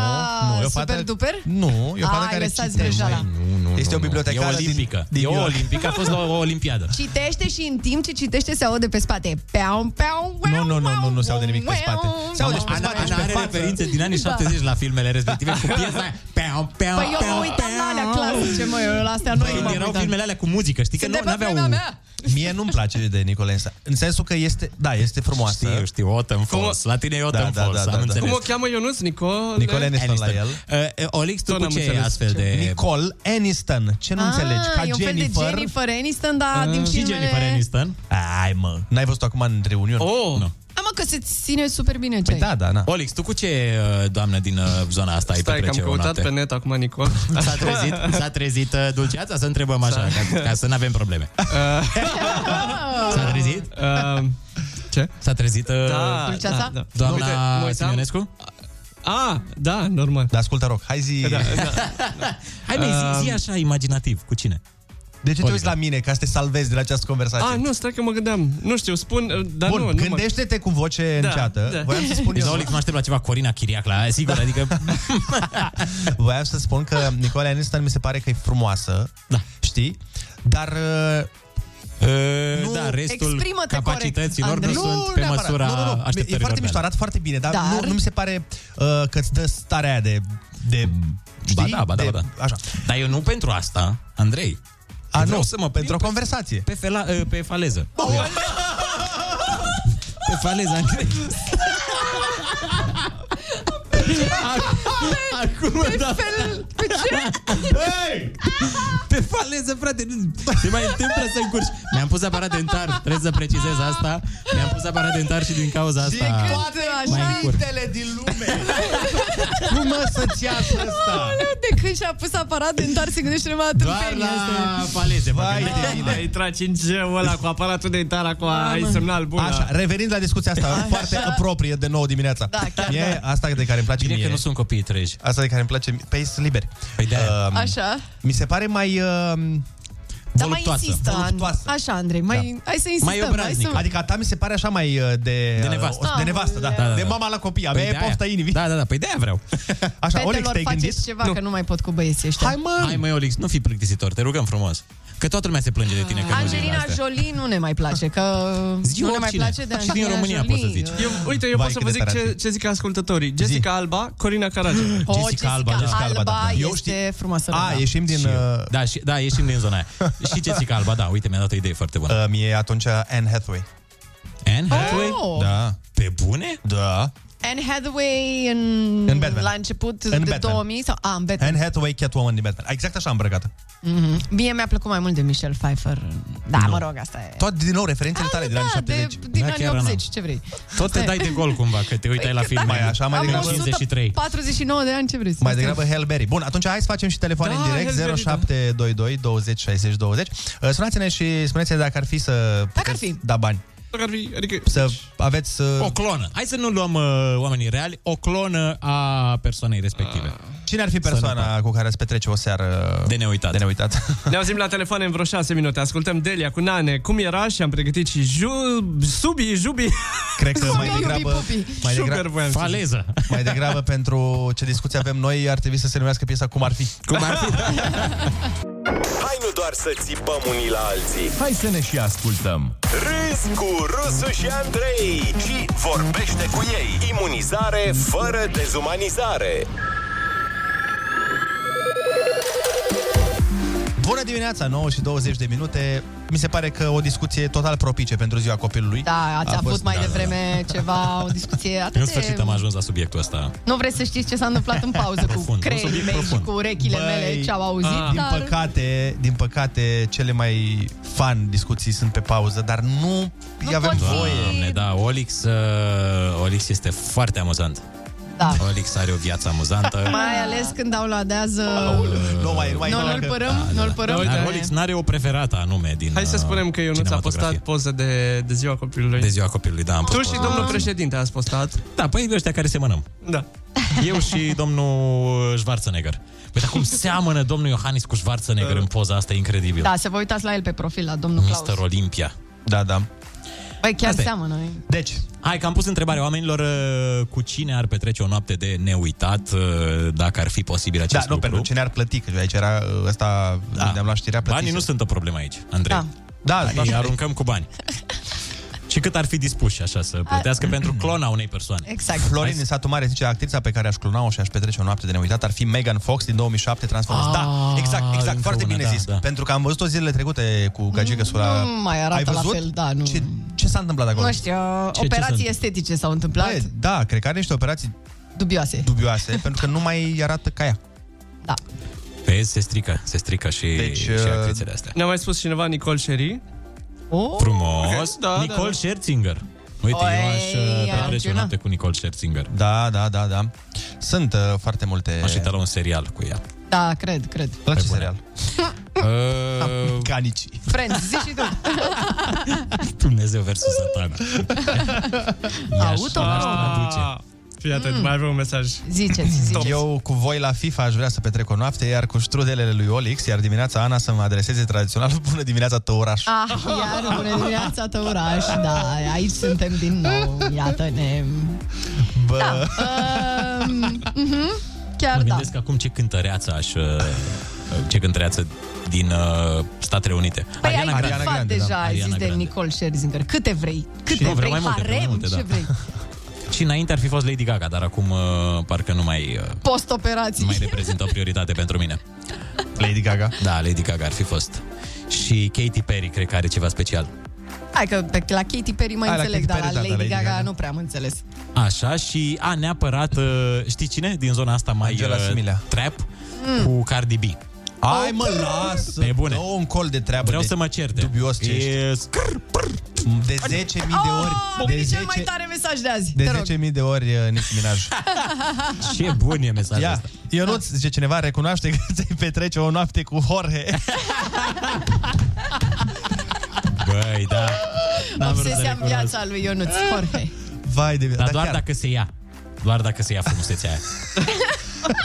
[SPEAKER 4] nu, e o fată-
[SPEAKER 6] super duper?
[SPEAKER 4] Nu, e o fată
[SPEAKER 6] Ai,
[SPEAKER 4] care
[SPEAKER 6] lăsați
[SPEAKER 4] citește.
[SPEAKER 6] greșeala.
[SPEAKER 5] Nu, nu,
[SPEAKER 4] Este
[SPEAKER 5] nu,
[SPEAKER 4] o bibliotecară
[SPEAKER 5] nu. E olimpică.
[SPEAKER 4] din- din
[SPEAKER 5] e
[SPEAKER 4] New
[SPEAKER 5] o
[SPEAKER 4] York.
[SPEAKER 5] olimpică, a fost la o olimpiadă.
[SPEAKER 6] Citește și în timp ce citește se aude pe spate. Peam, peam, peam.
[SPEAKER 4] Nu, nu, nu, nu, nu se aude nimic pe spate. Se aude și pe
[SPEAKER 5] Ana,
[SPEAKER 4] spate și pe
[SPEAKER 5] Ana are
[SPEAKER 4] față.
[SPEAKER 5] referințe din anii
[SPEAKER 6] Da.
[SPEAKER 5] 70 la filmele respective cu piesa aia. Pe peau, peau,
[SPEAKER 6] Păi eu mă uitam la alea clasice, mă, eu la astea nu
[SPEAKER 5] Păi,
[SPEAKER 6] m-am
[SPEAKER 5] erau
[SPEAKER 6] uitat.
[SPEAKER 5] filmele alea cu muzică, știi că
[SPEAKER 6] Sunt
[SPEAKER 5] nu
[SPEAKER 6] de pe
[SPEAKER 5] aveau...
[SPEAKER 6] vremea mea.
[SPEAKER 4] Mie nu-mi place de Nicolensa. În sensul că este, da, este frumoasă. Da, Știu,
[SPEAKER 5] știu, Autumn Falls. La tine e Autumn Falls, am înțeles.
[SPEAKER 7] Cum o cheamă Ionuț? Nicole?
[SPEAKER 4] Nicole Aniston la
[SPEAKER 7] Aniston.
[SPEAKER 4] el.
[SPEAKER 5] Uh, Olix,
[SPEAKER 7] tu Tot cu n-am ce înțeles astfel ce. de-
[SPEAKER 4] Nicole Aniston. Ce nu
[SPEAKER 6] Ah,
[SPEAKER 4] înțelegi? Ca
[SPEAKER 6] e un fel de
[SPEAKER 4] Jennifer. Ah,
[SPEAKER 6] Jennifer Aniston, dar din filmele...
[SPEAKER 5] Mm. Aniston?
[SPEAKER 4] Ai, mă. N-ai văzut acum în reuniune?
[SPEAKER 5] Oh! Nu.
[SPEAKER 6] A, mă, că se ține super bine ce ai.
[SPEAKER 4] da, na.
[SPEAKER 5] Olix, tu cu ce uh, doamnă din uh, zona asta ai
[SPEAKER 7] Stai că am
[SPEAKER 5] petrece o
[SPEAKER 7] căutat
[SPEAKER 5] noapte?
[SPEAKER 7] pe net acum, Nicol.
[SPEAKER 5] S-a trezit, s-a trezit uh, dulceața? Să întrebăm așa, ca, ca să nu avem probleme.
[SPEAKER 7] Uh.
[SPEAKER 5] S-a trezit?
[SPEAKER 7] ce?
[SPEAKER 5] S-a trezit uh,
[SPEAKER 7] Uh. Da, Dulceața? da, da. Uite, mă
[SPEAKER 5] doamna
[SPEAKER 7] uitam.
[SPEAKER 5] Simionescu?
[SPEAKER 7] Ah, da, normal.
[SPEAKER 4] Da, ascultă rog, hai zi...
[SPEAKER 7] Da, da.
[SPEAKER 5] Hai, mai zi, zi
[SPEAKER 7] Um,
[SPEAKER 5] așa imaginativ, cu cine?
[SPEAKER 4] De ce te uiți la mine ca să te salvezi de la această conversație?
[SPEAKER 7] Ah, nu, stai că mă gândeam. Nu știu, spun, dar
[SPEAKER 4] Bun,
[SPEAKER 7] nu. nu mă-
[SPEAKER 4] gândește-te cu voce
[SPEAKER 7] Da,
[SPEAKER 4] înceată.
[SPEAKER 7] da.
[SPEAKER 4] Voiam să spun eu...
[SPEAKER 5] Deci,
[SPEAKER 4] Da.
[SPEAKER 5] la Olix mă aștept la ceva Corina Chiriac, la sigur, adică...
[SPEAKER 4] Voiam să spun că Nicole Aniston mi se pare că e frumoasă, da. știi? Dar...
[SPEAKER 5] Uh, da, restul
[SPEAKER 6] Exprimă-te
[SPEAKER 5] capacităților
[SPEAKER 6] corect,
[SPEAKER 5] nu
[SPEAKER 6] Andrei.
[SPEAKER 5] sunt pe
[SPEAKER 4] neapărat.
[SPEAKER 5] măsura
[SPEAKER 4] nu, nu, nu. E
[SPEAKER 5] așteptărilor
[SPEAKER 4] foarte mișto,
[SPEAKER 5] mele.
[SPEAKER 4] arată foarte bine, dar,
[SPEAKER 6] Dar?
[SPEAKER 4] Nu, nu mi se pare uh, că îți dă starea aia de... de
[SPEAKER 5] Ba
[SPEAKER 4] știi?
[SPEAKER 5] da, ba da,
[SPEAKER 4] de,
[SPEAKER 5] ba da.
[SPEAKER 4] Așa.
[SPEAKER 5] Dar eu nu pentru asta, Andrei.
[SPEAKER 4] A,
[SPEAKER 5] Eu vreau
[SPEAKER 4] nu,
[SPEAKER 5] să mă
[SPEAKER 4] pentru o
[SPEAKER 5] prind
[SPEAKER 4] conversație.
[SPEAKER 5] Pe, fela, uh, pe faleză. Pe faleză, Andrei. Acum, pe da.
[SPEAKER 6] fel... Pe ce?
[SPEAKER 5] Hey! Pe faleză, frate, nu se mai întâmplă să încurci. Mi-am pus aparat dentar, trebuie să precizez asta. Mi-am pus aparat dentar și din cauza asta.
[SPEAKER 6] Toate
[SPEAKER 5] Mai
[SPEAKER 6] așa...
[SPEAKER 5] încurc.
[SPEAKER 4] din lume. Cum mă să-ți iasă asta?
[SPEAKER 6] Aoleu, de când și-a pus aparat dentar, se gândește numai la
[SPEAKER 5] Doar
[SPEAKER 6] tâmpenia
[SPEAKER 5] la
[SPEAKER 6] asta.
[SPEAKER 5] faleze. mă
[SPEAKER 4] Vai
[SPEAKER 5] gândeam.
[SPEAKER 4] de mine.
[SPEAKER 7] A intrat 5G-ul ăla cu aparatul dentar acum,
[SPEAKER 5] Da,
[SPEAKER 7] ai semnal bun. da.
[SPEAKER 4] Așa, revenind la discuția asta, foarte apropie de nouă dimineața.
[SPEAKER 6] Da, chiar
[SPEAKER 4] e
[SPEAKER 6] da.
[SPEAKER 4] asta de care îmi place
[SPEAKER 5] Bine
[SPEAKER 4] mie.
[SPEAKER 5] că nu sunt copiii treji.
[SPEAKER 4] Asta de care îmi place, mie- pe sunt liberi.
[SPEAKER 5] Păi de-aia.
[SPEAKER 4] Um,
[SPEAKER 6] Așa.
[SPEAKER 4] Mi se pare mai... Uh,
[SPEAKER 6] Dar mai
[SPEAKER 5] voluptoasă,
[SPEAKER 6] insistă, An-
[SPEAKER 4] voluptoasă. Da.
[SPEAKER 6] Așa, Andrei, mai, hai să insistăm. hai să... Ah.
[SPEAKER 5] obraznică.
[SPEAKER 4] adică a ta mi se pare așa mai uh, de...
[SPEAKER 5] De
[SPEAKER 4] uh,
[SPEAKER 5] nevastă.
[SPEAKER 4] o- De nevastă, da.
[SPEAKER 5] Da, da, da.
[SPEAKER 4] De mama la copii.
[SPEAKER 5] Păi
[SPEAKER 4] Avea
[SPEAKER 5] de-aia.
[SPEAKER 4] pofta inimii.
[SPEAKER 5] Da, da, da, păi de-aia vreau.
[SPEAKER 4] Așa, Olix,
[SPEAKER 6] Fetelor,
[SPEAKER 4] te-ai gândit?
[SPEAKER 6] faceți ceva, că nu mai pot cu băieții ăștia.
[SPEAKER 4] Hai mă!
[SPEAKER 5] Hai măi, Olix, nu fi plictisitor, te rugăm frumos. Că toată lumea se plânge de tine că nu zici la
[SPEAKER 6] Angelina
[SPEAKER 5] astea.
[SPEAKER 6] Jolie nu ne mai place, că
[SPEAKER 5] Zici
[SPEAKER 6] nu ne mai
[SPEAKER 5] oricine.
[SPEAKER 6] place de
[SPEAKER 5] Și din
[SPEAKER 6] Angelina
[SPEAKER 5] România
[SPEAKER 6] Jolie.
[SPEAKER 5] poți să zici.
[SPEAKER 7] Eu, uite, eu
[SPEAKER 4] Vai,
[SPEAKER 7] pot să vă
[SPEAKER 4] cât de
[SPEAKER 7] zic
[SPEAKER 4] tare ar
[SPEAKER 7] ce, ce zic ascultătorii. Jessica Alba, Corina Caragea.
[SPEAKER 6] O,
[SPEAKER 5] Jessica
[SPEAKER 6] Jessica Alba,
[SPEAKER 5] Alba, Jessica
[SPEAKER 4] Alba, da. Eu
[SPEAKER 6] este frumoasă.
[SPEAKER 4] A,
[SPEAKER 6] da.
[SPEAKER 4] ieșim din...
[SPEAKER 5] Și eu.
[SPEAKER 4] Uh,
[SPEAKER 5] Da, și, da, ieșim din zona aia. și Jessica Alba, da, uite, mi-a dat o idee foarte bună.
[SPEAKER 4] uh, mie atunci Anne Hathaway.
[SPEAKER 5] Anne Hathaway?
[SPEAKER 6] Oh!
[SPEAKER 4] Da.
[SPEAKER 5] Pe bune?
[SPEAKER 4] Da.
[SPEAKER 6] Anne Hathaway în,
[SPEAKER 4] În Batman.
[SPEAKER 6] la început
[SPEAKER 4] În
[SPEAKER 6] de
[SPEAKER 4] Batman.
[SPEAKER 6] 2000 sau a, în Batman.
[SPEAKER 4] Anne Hathaway, Catwoman din Batman. Exact așa îmbrăcată.
[SPEAKER 6] Mhm. Mie mi-a plăcut mai mult de Michelle Pfeiffer. Da, mă rog, asta e.
[SPEAKER 4] Tot din nou referințele
[SPEAKER 6] Ah,
[SPEAKER 4] tale din
[SPEAKER 6] da,
[SPEAKER 4] anii
[SPEAKER 6] de,
[SPEAKER 4] 70.
[SPEAKER 6] din
[SPEAKER 5] Da,
[SPEAKER 6] anii
[SPEAKER 5] chiar n-am.
[SPEAKER 6] 80, ce vrei.
[SPEAKER 5] Tot te dai de gol cumva, că te uitai la filme.
[SPEAKER 4] Mai așa, mai
[SPEAKER 6] Am
[SPEAKER 4] degrabă...
[SPEAKER 5] 53.
[SPEAKER 6] 149 de ani, ce vrei să
[SPEAKER 4] da, Mai
[SPEAKER 6] zic?
[SPEAKER 4] degrabă Hail Berry. Bun, atunci hai să facem și telefoane
[SPEAKER 7] Da,
[SPEAKER 4] în direct
[SPEAKER 7] Hail Mary, da.
[SPEAKER 4] 0722 20 60 20. Uh, Sunați-ne și spuneți-ne dacă ar fi să puteți
[SPEAKER 6] ar fi.
[SPEAKER 4] da bani.
[SPEAKER 7] Dacă ar fi, adică...
[SPEAKER 4] Să aveți... uh,
[SPEAKER 5] O clonă. Hai să nu luăm uh, oamenii reali, o clonă a persoanei respective.
[SPEAKER 4] Cine ar fi persoana cu care ați petrece o seară
[SPEAKER 5] De neuitat.
[SPEAKER 4] De neuitat.
[SPEAKER 7] Ne auzim la telefon în vreo 6 minute. Ascultăm Delia cu Nane, cum era și am pregătit și ju... subi, jubi,
[SPEAKER 4] Cred că mai
[SPEAKER 6] Sugar
[SPEAKER 4] degrabă,
[SPEAKER 6] pupi.
[SPEAKER 4] mai,
[SPEAKER 7] sugar
[SPEAKER 4] degrabă,
[SPEAKER 7] voiam să zic.
[SPEAKER 5] Faleză.
[SPEAKER 4] mai degrabă pentru ce discuție avem noi ar trebui să se numească piesa Cum ar fi.
[SPEAKER 5] Cum ar fi?
[SPEAKER 1] Hai nu doar să țipăm unii la alții
[SPEAKER 9] Hai să ne și ascultăm.
[SPEAKER 1] Râzi cu Rusu și Andrei Și vorbește cu ei Imunizare fără dezumanizare
[SPEAKER 4] Bună dimineața, 9 și 20 de minute. Mi se pare că o discuție total propice pentru ziua copilului.
[SPEAKER 6] Da, ați
[SPEAKER 4] A
[SPEAKER 6] avut
[SPEAKER 4] fost-
[SPEAKER 6] mai
[SPEAKER 4] da, da, da.
[SPEAKER 6] devreme ceva, o discuție atât
[SPEAKER 5] În
[SPEAKER 6] de-
[SPEAKER 5] sfârșit am ajuns la subiectul ăsta.
[SPEAKER 6] Nu vreți să știți ce s-a întâmplat în pauză cu
[SPEAKER 5] Profund, un
[SPEAKER 6] creierii
[SPEAKER 5] subiect
[SPEAKER 6] mei și
[SPEAKER 5] profund.
[SPEAKER 6] cu urechile
[SPEAKER 4] Băi,
[SPEAKER 6] mele ce au auzit,
[SPEAKER 4] Ah. Din
[SPEAKER 6] dar...
[SPEAKER 4] păcate, din păcate, cele mai fan discuții sunt pe pauză, dar nu,
[SPEAKER 6] Nu
[SPEAKER 4] avem
[SPEAKER 6] pot fi.
[SPEAKER 4] voie.
[SPEAKER 5] Doamne, da, Olix, uh, Olix este foarte amuzant.
[SPEAKER 6] Da.
[SPEAKER 5] Olix are o viață amuzantă.
[SPEAKER 6] Mai ales când dau la dează...
[SPEAKER 4] Nu mai, nu mai
[SPEAKER 6] Nu,
[SPEAKER 4] dacă-
[SPEAKER 6] nu-l părâm, nu-l părâm.
[SPEAKER 7] Uite,
[SPEAKER 5] Da, Dar
[SPEAKER 7] hai.
[SPEAKER 5] Olix n-are o preferată anume din
[SPEAKER 7] Hai să
[SPEAKER 5] uh,
[SPEAKER 7] spunem că Ionuț a postat
[SPEAKER 5] cinematografie.
[SPEAKER 7] poză de, de ziua copilului.
[SPEAKER 5] de ziua copilului, da, am
[SPEAKER 7] tu
[SPEAKER 5] fost
[SPEAKER 7] și
[SPEAKER 5] poză.
[SPEAKER 7] domnul președinte ați postat.
[SPEAKER 5] Da, păi ăștia care semănăm.
[SPEAKER 7] Da.
[SPEAKER 5] Eu și domnul Schwarzenegger. Păi dar cum seamănă domnul Iohannis cu
[SPEAKER 7] Da.
[SPEAKER 5] Schwarzenegger în poza asta, e incredibil.
[SPEAKER 6] Da, să vă uitați la el pe profil, la domnul
[SPEAKER 5] Mister
[SPEAKER 6] Claus.
[SPEAKER 5] Olimpia.
[SPEAKER 4] Da, da.
[SPEAKER 6] Băi, chiar
[SPEAKER 5] Asta e.
[SPEAKER 6] seamănă.
[SPEAKER 4] Deci,
[SPEAKER 5] Hai că am pus întrebarea oamenilor uh, cu cine ar petrece o noapte de neuitat uh, dacă ar fi posibil
[SPEAKER 4] da,
[SPEAKER 5] acest
[SPEAKER 4] nu,
[SPEAKER 5] lucru.
[SPEAKER 4] pentru cine ar plăti, că aici era ă, ăsta, da. ne-am luat știrea plătit.
[SPEAKER 5] Banii nu sunt o problemă aici, Andrei.
[SPEAKER 6] Da.
[SPEAKER 4] Da,
[SPEAKER 5] Banii aruncăm cu bani. Și cât ar fi dispuși așa să plătească pentru clona unei persoane.
[SPEAKER 6] Exact.
[SPEAKER 4] Florin din satul mare zice, actrița pe care aș clona-o și aș petrece o noapte de neuitat ar fi Megan Fox din 2007 Transformers. da, exact,
[SPEAKER 5] Ah,
[SPEAKER 4] exact, foarte bine
[SPEAKER 5] da,
[SPEAKER 4] zis. Pentru că am văzut-o zilele trecute cu gagică sura.
[SPEAKER 5] uh,
[SPEAKER 6] Nu mai arată
[SPEAKER 4] Ai
[SPEAKER 6] la
[SPEAKER 4] văzut?
[SPEAKER 6] fel, da, nu. Ce,
[SPEAKER 4] ce s-a întâmplat acolo?
[SPEAKER 6] Nu știu,
[SPEAKER 4] ce
[SPEAKER 6] operații
[SPEAKER 4] s-a-
[SPEAKER 6] estetice s-au întâmplat,
[SPEAKER 5] Păi,
[SPEAKER 4] Bă, da, cred că are niște operații
[SPEAKER 6] dubioase.
[SPEAKER 4] dubioase, pentru că nu mai arată ca ea.
[SPEAKER 5] Vezi, se strică, se strică și, deci, și
[SPEAKER 4] uh,
[SPEAKER 5] actrițele astea.
[SPEAKER 7] Ne-a mai spus cineva Nicole Sherry.
[SPEAKER 6] Oh.
[SPEAKER 5] Frumos.
[SPEAKER 7] Da, da,
[SPEAKER 5] Nicole
[SPEAKER 7] da.
[SPEAKER 5] Scherzinger. Uite, eu aș
[SPEAKER 6] Oi,
[SPEAKER 5] uh, petrece o
[SPEAKER 6] Arjuna.
[SPEAKER 5] noapte cu Nicole Scherzinger.
[SPEAKER 4] Da, da, da, da. Sunt uh, foarte multe...
[SPEAKER 5] Aș uita la un serial cu ea.
[SPEAKER 6] Da, cred, cred.
[SPEAKER 4] La ce serial?
[SPEAKER 5] Uh,
[SPEAKER 4] Canici.
[SPEAKER 6] Friends, zi și tu.
[SPEAKER 5] Dumnezeu versus satana.
[SPEAKER 6] Auto?
[SPEAKER 7] Fii atent, mai avem un mesaj.
[SPEAKER 6] Mm. Ziceți, ziceți.
[SPEAKER 4] Eu cu voi la FIFA aș vrea să petrec o noapte, iar cu strudelele lui Olix, iar dimineața Ana să mă adreseze tradițional Bună dimineața, tăuraș!
[SPEAKER 6] Ah, iar bună dimineața, Tăuraș, da, aici suntem din nou, iată-ne.
[SPEAKER 4] Bă,
[SPEAKER 6] Da. Um, mhm, chiar
[SPEAKER 5] Mă
[SPEAKER 6] da.
[SPEAKER 5] gândesc acum ce cântăreață aș... uh, Ce cântăreață din uh, Statele Unite.
[SPEAKER 6] Păi ai bifat deja, ai zis de
[SPEAKER 5] Grande.
[SPEAKER 6] Nicole Scherzinger. Câte vrei, câte
[SPEAKER 5] nu,
[SPEAKER 6] vrei,
[SPEAKER 5] vreau mai multe,
[SPEAKER 6] harem,
[SPEAKER 5] vreau multe,
[SPEAKER 6] ce
[SPEAKER 5] da.
[SPEAKER 6] vrei.
[SPEAKER 5] Și înainte ar fi fost Lady Gaga, dar acum uh, parcă nu mai, uh, nu
[SPEAKER 6] Post-operații.
[SPEAKER 5] mai reprezintă o prioritate pentru mine.
[SPEAKER 4] Lady Gaga?
[SPEAKER 5] Da, Lady Gaga ar fi fost. Și Katy Perry cred că are ceva special.
[SPEAKER 6] Hai că pe, la Katy Perry mai
[SPEAKER 5] Hai, la
[SPEAKER 6] înțeleg,
[SPEAKER 5] Katy
[SPEAKER 6] dar
[SPEAKER 5] Perry,
[SPEAKER 6] la
[SPEAKER 5] da, da,
[SPEAKER 6] Lady
[SPEAKER 5] Lady
[SPEAKER 6] Gaga
[SPEAKER 5] Gaga.
[SPEAKER 6] nu prea am înțeles.
[SPEAKER 5] Așa și a neapărat, uh, știi cine din zona asta mai uh,
[SPEAKER 4] Angela Similea.
[SPEAKER 5] trap
[SPEAKER 6] Mm.
[SPEAKER 5] cu Cardi B.
[SPEAKER 4] Hai mă, lasă!
[SPEAKER 5] Pe bune.
[SPEAKER 4] Dă un col de treabă.
[SPEAKER 5] Vreau
[SPEAKER 4] de
[SPEAKER 5] să mă certe.
[SPEAKER 4] Dubios ce ești.
[SPEAKER 5] E...
[SPEAKER 4] De 10.000 de ori. De
[SPEAKER 6] Oh, Cel Ah, mai
[SPEAKER 4] 10
[SPEAKER 6] tare mesaj de azi, te
[SPEAKER 4] de
[SPEAKER 6] rog.
[SPEAKER 4] 10.000 de ori, uh, Nicki Minaj.
[SPEAKER 5] Ce bun e mesajul
[SPEAKER 4] Ia,
[SPEAKER 5] ăsta.
[SPEAKER 4] Ionuț, zice cineva, recunoaște că ți-ai petrece o noapte cu Jorge.
[SPEAKER 5] Băi, da. N-am vrut să
[SPEAKER 6] Obsesia în
[SPEAKER 5] recunosc.
[SPEAKER 6] viața lui Ionuț Jorge.
[SPEAKER 4] Vai de
[SPEAKER 5] Dar doar dacă se ia. Doar dacă se ia frumusețea aia.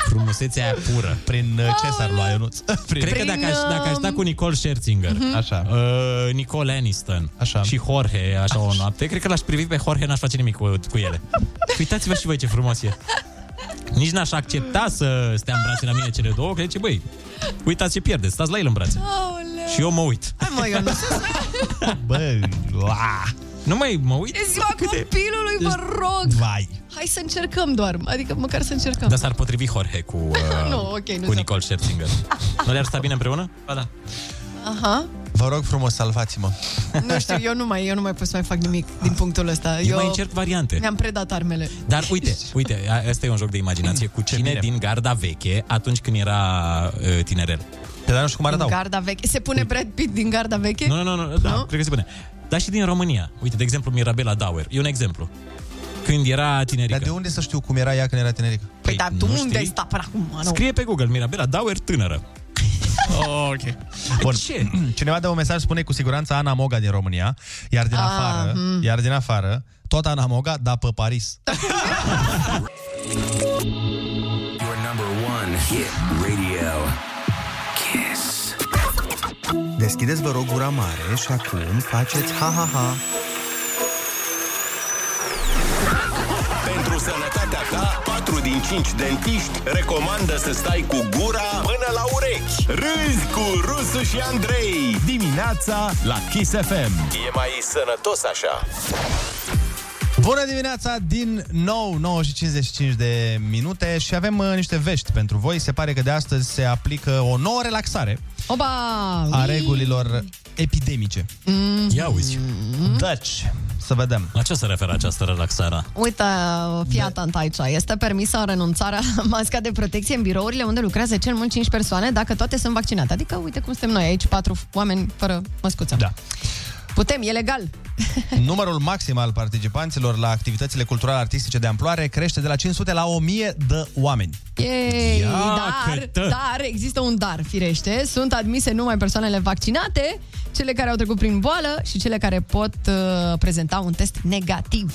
[SPEAKER 5] frumusețea aia pură.
[SPEAKER 4] Prin uh, ce s-ar lua, Ionuț? Prin...
[SPEAKER 5] Cred că dacă aș, dacă aș
[SPEAKER 6] um,
[SPEAKER 5] sta cu Nicole Scherzinger,
[SPEAKER 4] Mhm. Așa.
[SPEAKER 5] uh, Nicole Aniston așa. și Jorge așa o noapte, cred că l-aș privi pe Jorge, n-aș face nimic cu, cu ele. Uitați-vă și voi ce frumos e. Nici n-aș accepta să stea în brațe la mine cele două, că zice, băi, uitați ce pierde, stați la el în brațe.
[SPEAKER 6] Oh,
[SPEAKER 5] Și eu mă uit.
[SPEAKER 6] Hai mă, Ionuț.
[SPEAKER 4] Bă,
[SPEAKER 5] Nu mai mă uit.
[SPEAKER 6] E ziua copilului, vă rog.
[SPEAKER 4] Vai.
[SPEAKER 6] Hai să încercăm doar, adică măcar să încercăm.
[SPEAKER 5] Dar s-ar potrivi Jorge cu, uh,
[SPEAKER 6] Nu, ok, nu
[SPEAKER 5] cu
[SPEAKER 6] s-ar-
[SPEAKER 5] Nicole Scherzinger. Nu le-ar sta bine împreună? Ba da.
[SPEAKER 6] Aha.
[SPEAKER 4] Vă rog frumos, salvați-mă.
[SPEAKER 6] Nu știu, eu nu mai, eu nu mai pot să mai fac nimic din punctul ăsta.
[SPEAKER 5] Ah. Eu mai încerc variante.
[SPEAKER 6] Mi-am predat armele.
[SPEAKER 5] Dar uite, uite, a- ăsta e un joc de imaginație cu cine din garda veche atunci când era uh, tinerel.
[SPEAKER 4] Pe dar nu știu cum
[SPEAKER 6] Din garda veche. Se pune Brad Pitt din garda veche?
[SPEAKER 5] Nu, nu, nu, nu, da, cred că se pune. Dar și din România. Uite, de exemplu, Mirabela Dauer. E un exemplu. Când era tinerică.
[SPEAKER 4] Dar de unde să știu cum era ea când era tinerică?
[SPEAKER 6] Păi, dar tu
[SPEAKER 5] nu
[SPEAKER 6] unde ai
[SPEAKER 5] știi?
[SPEAKER 6] stat până acum, mă, nu?
[SPEAKER 5] Scrie pe Google Mirabela Dauer tânără.
[SPEAKER 4] Oh, ok. Bun.
[SPEAKER 5] Ce?
[SPEAKER 4] Cineva dă un mesaj, spune cu siguranță Ana Moga din România, iar din
[SPEAKER 6] Ah,
[SPEAKER 4] afară,
[SPEAKER 6] hmm.
[SPEAKER 4] iar din afară, tot Ana Moga, dar pe Paris.
[SPEAKER 16] Your number one hit radio. Kiss.
[SPEAKER 17] Deschideți, vă rog, gura mare și acum faceți ha-ha-ha.
[SPEAKER 16] Pentru sănătatea ta, 4 din 5 dentiști recomandă să stai cu gura până la urechi. Râzi cu Rusu și Andrei.
[SPEAKER 9] Dimineața la Kiss FM.
[SPEAKER 16] E mai sănătos așa.
[SPEAKER 4] Bună dimineața din nou, 9 și 55 de minute și avem uh, niște vești pentru voi. Se pare că de astăzi se aplică o nouă relaxare
[SPEAKER 6] Oba!
[SPEAKER 4] a
[SPEAKER 6] ui.
[SPEAKER 4] regulilor epidemice.
[SPEAKER 6] Mm.
[SPEAKER 5] Ia uzi.
[SPEAKER 4] Deci, să vedem.
[SPEAKER 5] La ce se referă această relaxare?
[SPEAKER 6] Uite,
[SPEAKER 4] Da.
[SPEAKER 6] fii atent aici. Este permisă renunțarea la masca de protecție în birourile unde lucrează cel mult 5 persoane dacă toate sunt vaccinate. Adică, uite cum suntem noi aici, patru oameni fără măscuță.
[SPEAKER 4] Da.
[SPEAKER 6] Putem, e legal.
[SPEAKER 4] Numărul maxim al participanților la activitățile culturale artistice de amploare crește de la 500 la 1000 de oameni.
[SPEAKER 6] Ei,
[SPEAKER 4] Ia
[SPEAKER 6] dar,
[SPEAKER 4] că tă.
[SPEAKER 6] dar, există un dar, firește. Sunt admise numai persoanele vaccinate, cele care au trecut prin boală și cele care pot uh, prezenta un test negativ.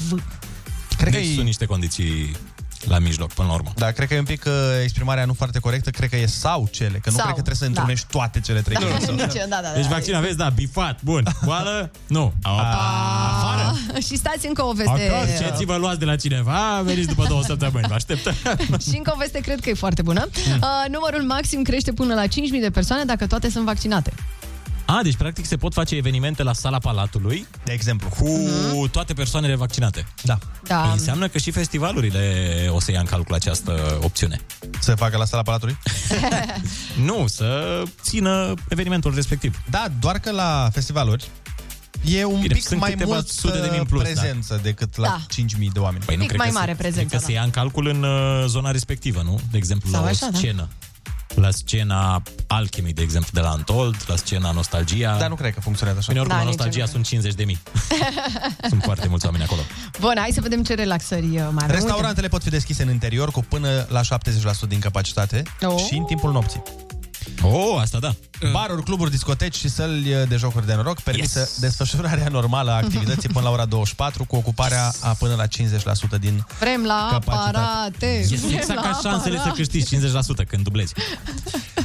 [SPEAKER 4] Cred
[SPEAKER 5] deci sunt niște condiții la mijloc, până la urmă.
[SPEAKER 4] Da, cred că e un pic uh, exprimarea nu foarte corectă, cred că e sau cele, că nu
[SPEAKER 6] Sau,
[SPEAKER 4] cred că trebuie să
[SPEAKER 6] da.
[SPEAKER 4] întrunești toate cele trei.
[SPEAKER 6] Nu,
[SPEAKER 4] condiții.
[SPEAKER 6] nici eu, da, da, da.
[SPEAKER 5] Deci vaccin aveți, da, bifat, bun. Boală? Nu. Afară.
[SPEAKER 6] Ah, și stați încă o veste.
[SPEAKER 5] Acasă. Ceți-vă, luați de la cineva, veniți după două săptămâni, vă așteptăm.
[SPEAKER 6] Și încă o veste cred că e
[SPEAKER 5] Mm.
[SPEAKER 6] foarte bună. Uh, numărul maxim crește până la 5.000 de persoane dacă toate sunt vaccinate.
[SPEAKER 5] A, A, deci practic se pot face evenimente la sala Palatului.
[SPEAKER 4] De exemplu.
[SPEAKER 5] Cu toate persoanele vaccinate.
[SPEAKER 4] Da.
[SPEAKER 6] Da.
[SPEAKER 5] Păi Înseamnă că și festivalurile o să ia în calcul această opțiune.
[SPEAKER 4] Să facă la sala Palatului?
[SPEAKER 5] nu, să țină evenimentul respectiv.
[SPEAKER 4] Da, doar că la festivaluri e un
[SPEAKER 5] Bine,
[SPEAKER 4] pic
[SPEAKER 5] sunt
[SPEAKER 4] mai
[SPEAKER 5] câteva
[SPEAKER 4] mult
[SPEAKER 5] sute de mii în plus, da.
[SPEAKER 4] prezență da. decât la
[SPEAKER 6] Da.
[SPEAKER 4] 5.000 de oameni.
[SPEAKER 5] Păi nu
[SPEAKER 6] Mic
[SPEAKER 5] cred
[SPEAKER 6] mai
[SPEAKER 5] că
[SPEAKER 6] mare
[SPEAKER 5] se,
[SPEAKER 6] prezența,
[SPEAKER 5] Cred că
[SPEAKER 6] da.
[SPEAKER 5] se ia în calcul în uh, zona respectivă, nu? De exemplu,
[SPEAKER 6] Sau
[SPEAKER 5] la
[SPEAKER 6] așa,
[SPEAKER 5] o
[SPEAKER 6] da.
[SPEAKER 5] scenă. Da. La scena Alchemy, de exemplu, de la Antold, la scena Nostalgia. Dar
[SPEAKER 4] nu cred că funcționează așa.
[SPEAKER 5] Bine, oricum,
[SPEAKER 6] Da,
[SPEAKER 5] la
[SPEAKER 6] nici
[SPEAKER 5] Nostalgia
[SPEAKER 6] eu
[SPEAKER 5] sunt 50 de mii. sunt foarte mulți oameni acolo.
[SPEAKER 6] Bun, hai să vedem ce relaxări uh, mai avem. Uite,
[SPEAKER 4] Restaurantele pot fi deschise în interior cu până la 70% din capacitate
[SPEAKER 6] Oh.
[SPEAKER 4] și în timpul nopții. Uh.
[SPEAKER 5] Oh, asta da.
[SPEAKER 4] Baruri, cluburi, discoteci și săli uh, de jocuri de noroc permisă yes. desfășurarea normală a activității până la ora 24 cu ocuparea a până la 50% din
[SPEAKER 6] Vrem la
[SPEAKER 4] Capacitate.
[SPEAKER 6] aparate.
[SPEAKER 5] Este
[SPEAKER 6] vrem
[SPEAKER 5] exact
[SPEAKER 6] la da.
[SPEAKER 5] ca șansele să
[SPEAKER 6] aparate.
[SPEAKER 5] câștigi 50% când dublezi.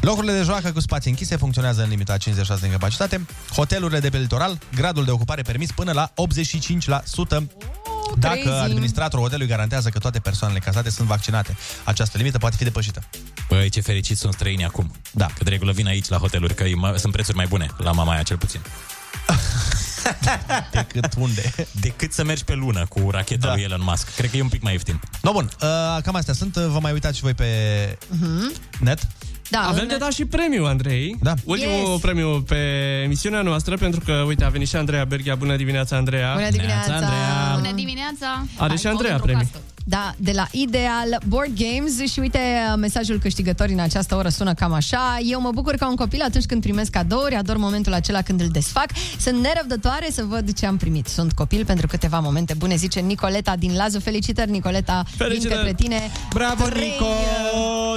[SPEAKER 4] Locurile de joacă cu spații închise funcționează în limita 56 din capacitate. Hotelurile de pe litoral, gradul de ocupare permis până la 85%. Dacă
[SPEAKER 6] Oh, crazy.
[SPEAKER 4] administratorul hotelului garantează că toate persoanele cazate sunt vaccinate, această limită poate fi depășită.
[SPEAKER 5] Băi, ce fericiți sunt străinii acum.
[SPEAKER 4] Da.
[SPEAKER 5] Că de regulă vin aici la hoteluri, că e ma- sunt prețuri mai bune la Mamaia cel puțin.
[SPEAKER 4] Decât unde?
[SPEAKER 5] Decât să mergi pe lună cu racheta da. lui Elon Musk. Cred că e un pic mai ieftin.
[SPEAKER 4] No, bun, uh, cam astea sunt. Uh, Vă mai uitați și voi pe net.
[SPEAKER 6] Mhm. Da,
[SPEAKER 7] Avem de dat și premiu, Andrei. Da. Ultimul
[SPEAKER 6] Yes.
[SPEAKER 7] premiu pe emisiunea noastră, pentru că, uite, a venit și Andreea Berghia. Bună dimineața, Andreea.
[SPEAKER 6] Bună dimineața!
[SPEAKER 18] Bună dimineața!
[SPEAKER 7] Are și Andreea premii.
[SPEAKER 6] Da, de la Ideal Board Games și uite mesajul câștigătorii în această oră sună cam așa. Eu mă bucur ca un copil atunci când primesc cadouri, ador momentul acela când îl desfac. Sunt nerăbdătoare să văd ce am primit. Sunt copil pentru câteva momente bune, zice Nicoleta din Lazu. Felicitări, Nicoleta!
[SPEAKER 5] Felicitări!
[SPEAKER 6] Minte pe tine!
[SPEAKER 5] Bravo,
[SPEAKER 6] Trei,
[SPEAKER 5] Nico!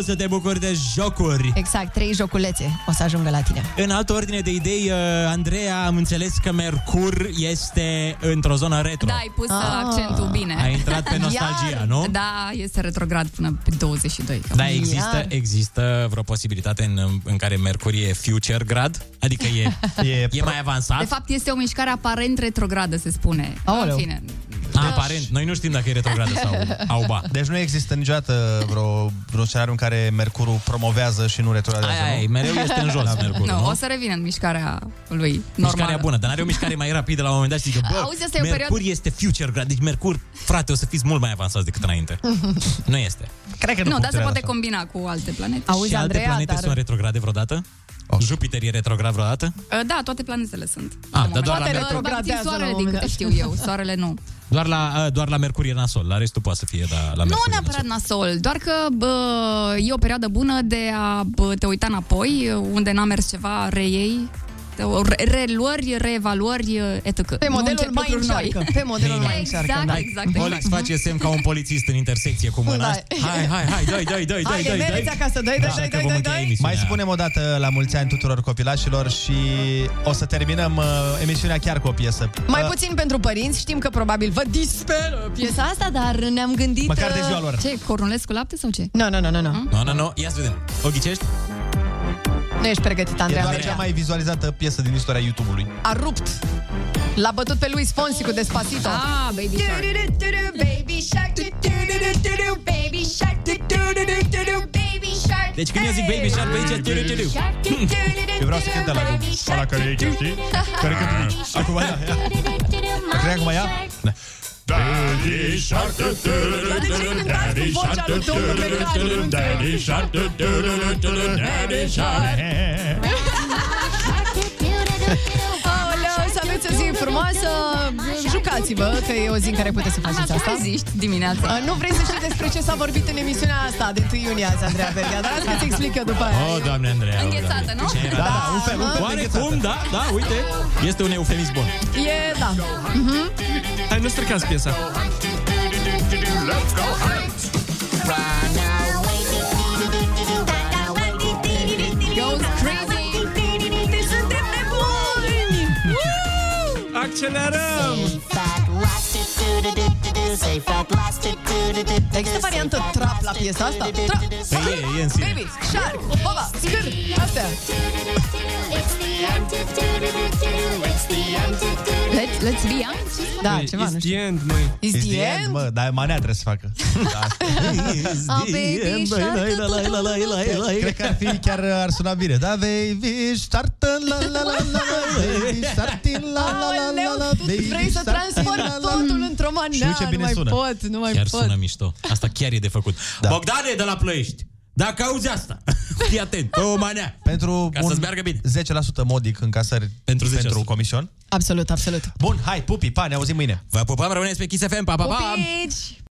[SPEAKER 5] Să te bucuri de jocuri!
[SPEAKER 6] Exact, trei joculețe o să ajungă la tine.
[SPEAKER 5] În altă ordine de idei, uh, Andreea, am înțeles că Mercur este într-o zonă retro.
[SPEAKER 18] Da, ai pus ah. accentul bine.
[SPEAKER 5] A intrat pe nostalgia,
[SPEAKER 18] Iar?
[SPEAKER 5] nu?
[SPEAKER 18] Da, este retrograd până pe 22.
[SPEAKER 5] Da, există, există vreo posibilitate în, în care Mercur e future grad? Adică e, e, e mai avansat?
[SPEAKER 18] De fapt, este o mișcare aparent retrogradă, se spune.
[SPEAKER 5] Aoleu.
[SPEAKER 18] În fine.
[SPEAKER 5] A, Ah, aparent, noi nu știm dacă e retrogradă sau auba.
[SPEAKER 4] Deci nu există niciodată vreo, vreo scenariu în care Mercurul promovează și nu retrogradează,
[SPEAKER 5] Aia e,
[SPEAKER 4] nu?
[SPEAKER 5] mereu este în jos Mercurul,
[SPEAKER 18] nu,
[SPEAKER 5] nu?
[SPEAKER 18] o să revină în mișcarea lui
[SPEAKER 5] Mișcarea
[SPEAKER 18] normală.
[SPEAKER 5] bună, dar are o mișcare mai rapidă la un moment dat și zice, bă,
[SPEAKER 18] Auzi, asta e o
[SPEAKER 5] Mercur
[SPEAKER 18] perioadă-
[SPEAKER 5] este future grad, deci Mercur, frate, o să fiți mult mai avansați decât înainte. nu este.
[SPEAKER 4] Cred
[SPEAKER 18] Nu, dar se poate combina cu alte planete.
[SPEAKER 5] și alte planete sunt retrograde vreodată? Jupiter e retrograd vreodată?
[SPEAKER 18] Da, toate planetele sunt.
[SPEAKER 5] Ah, dar doar la,
[SPEAKER 18] Toate
[SPEAKER 5] Mercur,
[SPEAKER 18] retrogradează
[SPEAKER 6] retrogradează la
[SPEAKER 18] soarele,
[SPEAKER 6] un
[SPEAKER 18] din
[SPEAKER 6] moment
[SPEAKER 18] câte
[SPEAKER 6] dat.
[SPEAKER 18] știu eu. Soarele nu.
[SPEAKER 5] doar, la, doar la Mercur e nasol, la restul poate să fie da, la Mercur.
[SPEAKER 18] Nu neapărat nasol, doar că bă, e o perioadă bună de a bă, te uita înapoi, unde n-a mers ceva, reiei, te- o- re- reluări, reevaluări, etc.
[SPEAKER 6] Pe
[SPEAKER 18] Nu
[SPEAKER 6] modelul
[SPEAKER 18] încerc
[SPEAKER 6] mai
[SPEAKER 18] lucruri noi.
[SPEAKER 6] încearcă. Pe modelul
[SPEAKER 5] Bine.
[SPEAKER 6] mai încearcă.
[SPEAKER 18] Exact,
[SPEAKER 6] da.
[SPEAKER 18] exact,
[SPEAKER 5] Olix
[SPEAKER 18] exact.
[SPEAKER 5] face semn ca un polițist în intersecție cu mâna.
[SPEAKER 6] Da.
[SPEAKER 5] asta. Hai, hai, hai, dai, dai, dai, dai,
[SPEAKER 6] Haide,
[SPEAKER 5] dai,
[SPEAKER 6] mergeți
[SPEAKER 5] dai.
[SPEAKER 6] acasă, dai, dai,
[SPEAKER 5] Așa
[SPEAKER 6] dai,
[SPEAKER 5] Da,
[SPEAKER 6] dai,
[SPEAKER 5] că vom
[SPEAKER 6] dai,
[SPEAKER 5] încheia
[SPEAKER 6] dai.
[SPEAKER 5] emisiunea.
[SPEAKER 4] Mai spunem o dată la mulți ani tuturor copilașilor și o să terminăm uh, emisiunea chiar cu o piesă.
[SPEAKER 6] Mai
[SPEAKER 4] Uh,
[SPEAKER 6] puțin pentru părinți, știm că probabil vă disperă piesa asta, dar ne-am gândit...
[SPEAKER 4] Măcar de
[SPEAKER 6] uh,
[SPEAKER 4] ziua lor.
[SPEAKER 18] Ce, cornulesc cu lapte sau ce?
[SPEAKER 6] Nu, nu, nu, nu, nu.
[SPEAKER 5] Nu, nu, nu, ia să vedem. O ghicești?
[SPEAKER 6] Nu ești pregătit,
[SPEAKER 4] E
[SPEAKER 6] Andreea.
[SPEAKER 4] doar cea mai vizualizată piesă din istoria YouTube-ului.
[SPEAKER 6] A rupt. L-a bătut pe Luis Fonsi cu Despacito.
[SPEAKER 18] Ah, baby shark.
[SPEAKER 6] Baby shark, du-du-du-du-du, baby shark, du-du-du-du-du, baby shark.
[SPEAKER 5] Deci când eu zic baby shark, vă zice tiu, tiu, tiu.
[SPEAKER 4] Eu vreau să cânt la cum ala care e știi? Care cântă mici. Acum da. Cred acum ea?
[SPEAKER 16] Daddy Shark Daddy Shark Daddy Shark Daddy Shark
[SPEAKER 6] Aoleu, să aveți o zi frumoasă. Jucați-vă, că e o zi în care puteți să faceți
[SPEAKER 18] Ana,
[SPEAKER 6] asta.
[SPEAKER 18] tu ziști dimineața.
[SPEAKER 6] A, Nu vrei să știi despre ce s-a vorbit în emisiunea asta de 1 iunie azi, Andreea Berghia, dar asta ți explic eu după aia.
[SPEAKER 5] Oh, doamne, Andreea.
[SPEAKER 18] Înghețată, nu?
[SPEAKER 5] Ce era?
[SPEAKER 6] Da, da, un fel, un fel de
[SPEAKER 5] Oarecum, da, da, uite. Este un eufemism bun.
[SPEAKER 6] E, da. Mhm.
[SPEAKER 7] Hai, nu stricați piesa.
[SPEAKER 6] Goes crazy. Suntem nebuni!
[SPEAKER 7] Accelerăm!
[SPEAKER 6] Există variantă trap la piesa asta? Trap!
[SPEAKER 5] Păi e, e în sine.
[SPEAKER 6] Baby, shark, baba, scâr, astea. Let's,
[SPEAKER 18] Let's be young? Da, ceva, nu știu.
[SPEAKER 19] Păi, end, măi.
[SPEAKER 18] Is
[SPEAKER 4] Is
[SPEAKER 18] the
[SPEAKER 4] the end,
[SPEAKER 18] end?
[SPEAKER 4] mă, dar manea trebuie să facă.
[SPEAKER 18] Ah,
[SPEAKER 6] Oh,
[SPEAKER 18] baby shark, tu, tu, tu, tu, tu, tu.
[SPEAKER 4] Cred că ar fi chiar ar suna bine. Da, baby, start la la la la la, baby, start la la la la la,
[SPEAKER 6] Tu
[SPEAKER 4] baby,
[SPEAKER 6] vrei să
[SPEAKER 4] shark, la, la,
[SPEAKER 6] transformi
[SPEAKER 4] la, la.
[SPEAKER 6] totul într-o manea, nu mai pot, nu mai
[SPEAKER 5] Chiar
[SPEAKER 6] pot.
[SPEAKER 5] sună mișto. Asta chiar e de făcut. Da. Bogdane de la Ploiești, dacă auzi asta, fii atent, pe o manea.
[SPEAKER 4] Pentru
[SPEAKER 5] Ca
[SPEAKER 4] un
[SPEAKER 5] să-ți meargă bine.
[SPEAKER 4] 10% modic în casări pentru, pentru comision.
[SPEAKER 6] Absolut, absolut.
[SPEAKER 4] Bun, hai, pupi, pa, ne auzim mâine.
[SPEAKER 6] Oh,
[SPEAKER 5] Vă pupăm, rămâneți pe Kiss FM, pa, pa, pa!
[SPEAKER 6] Pupici!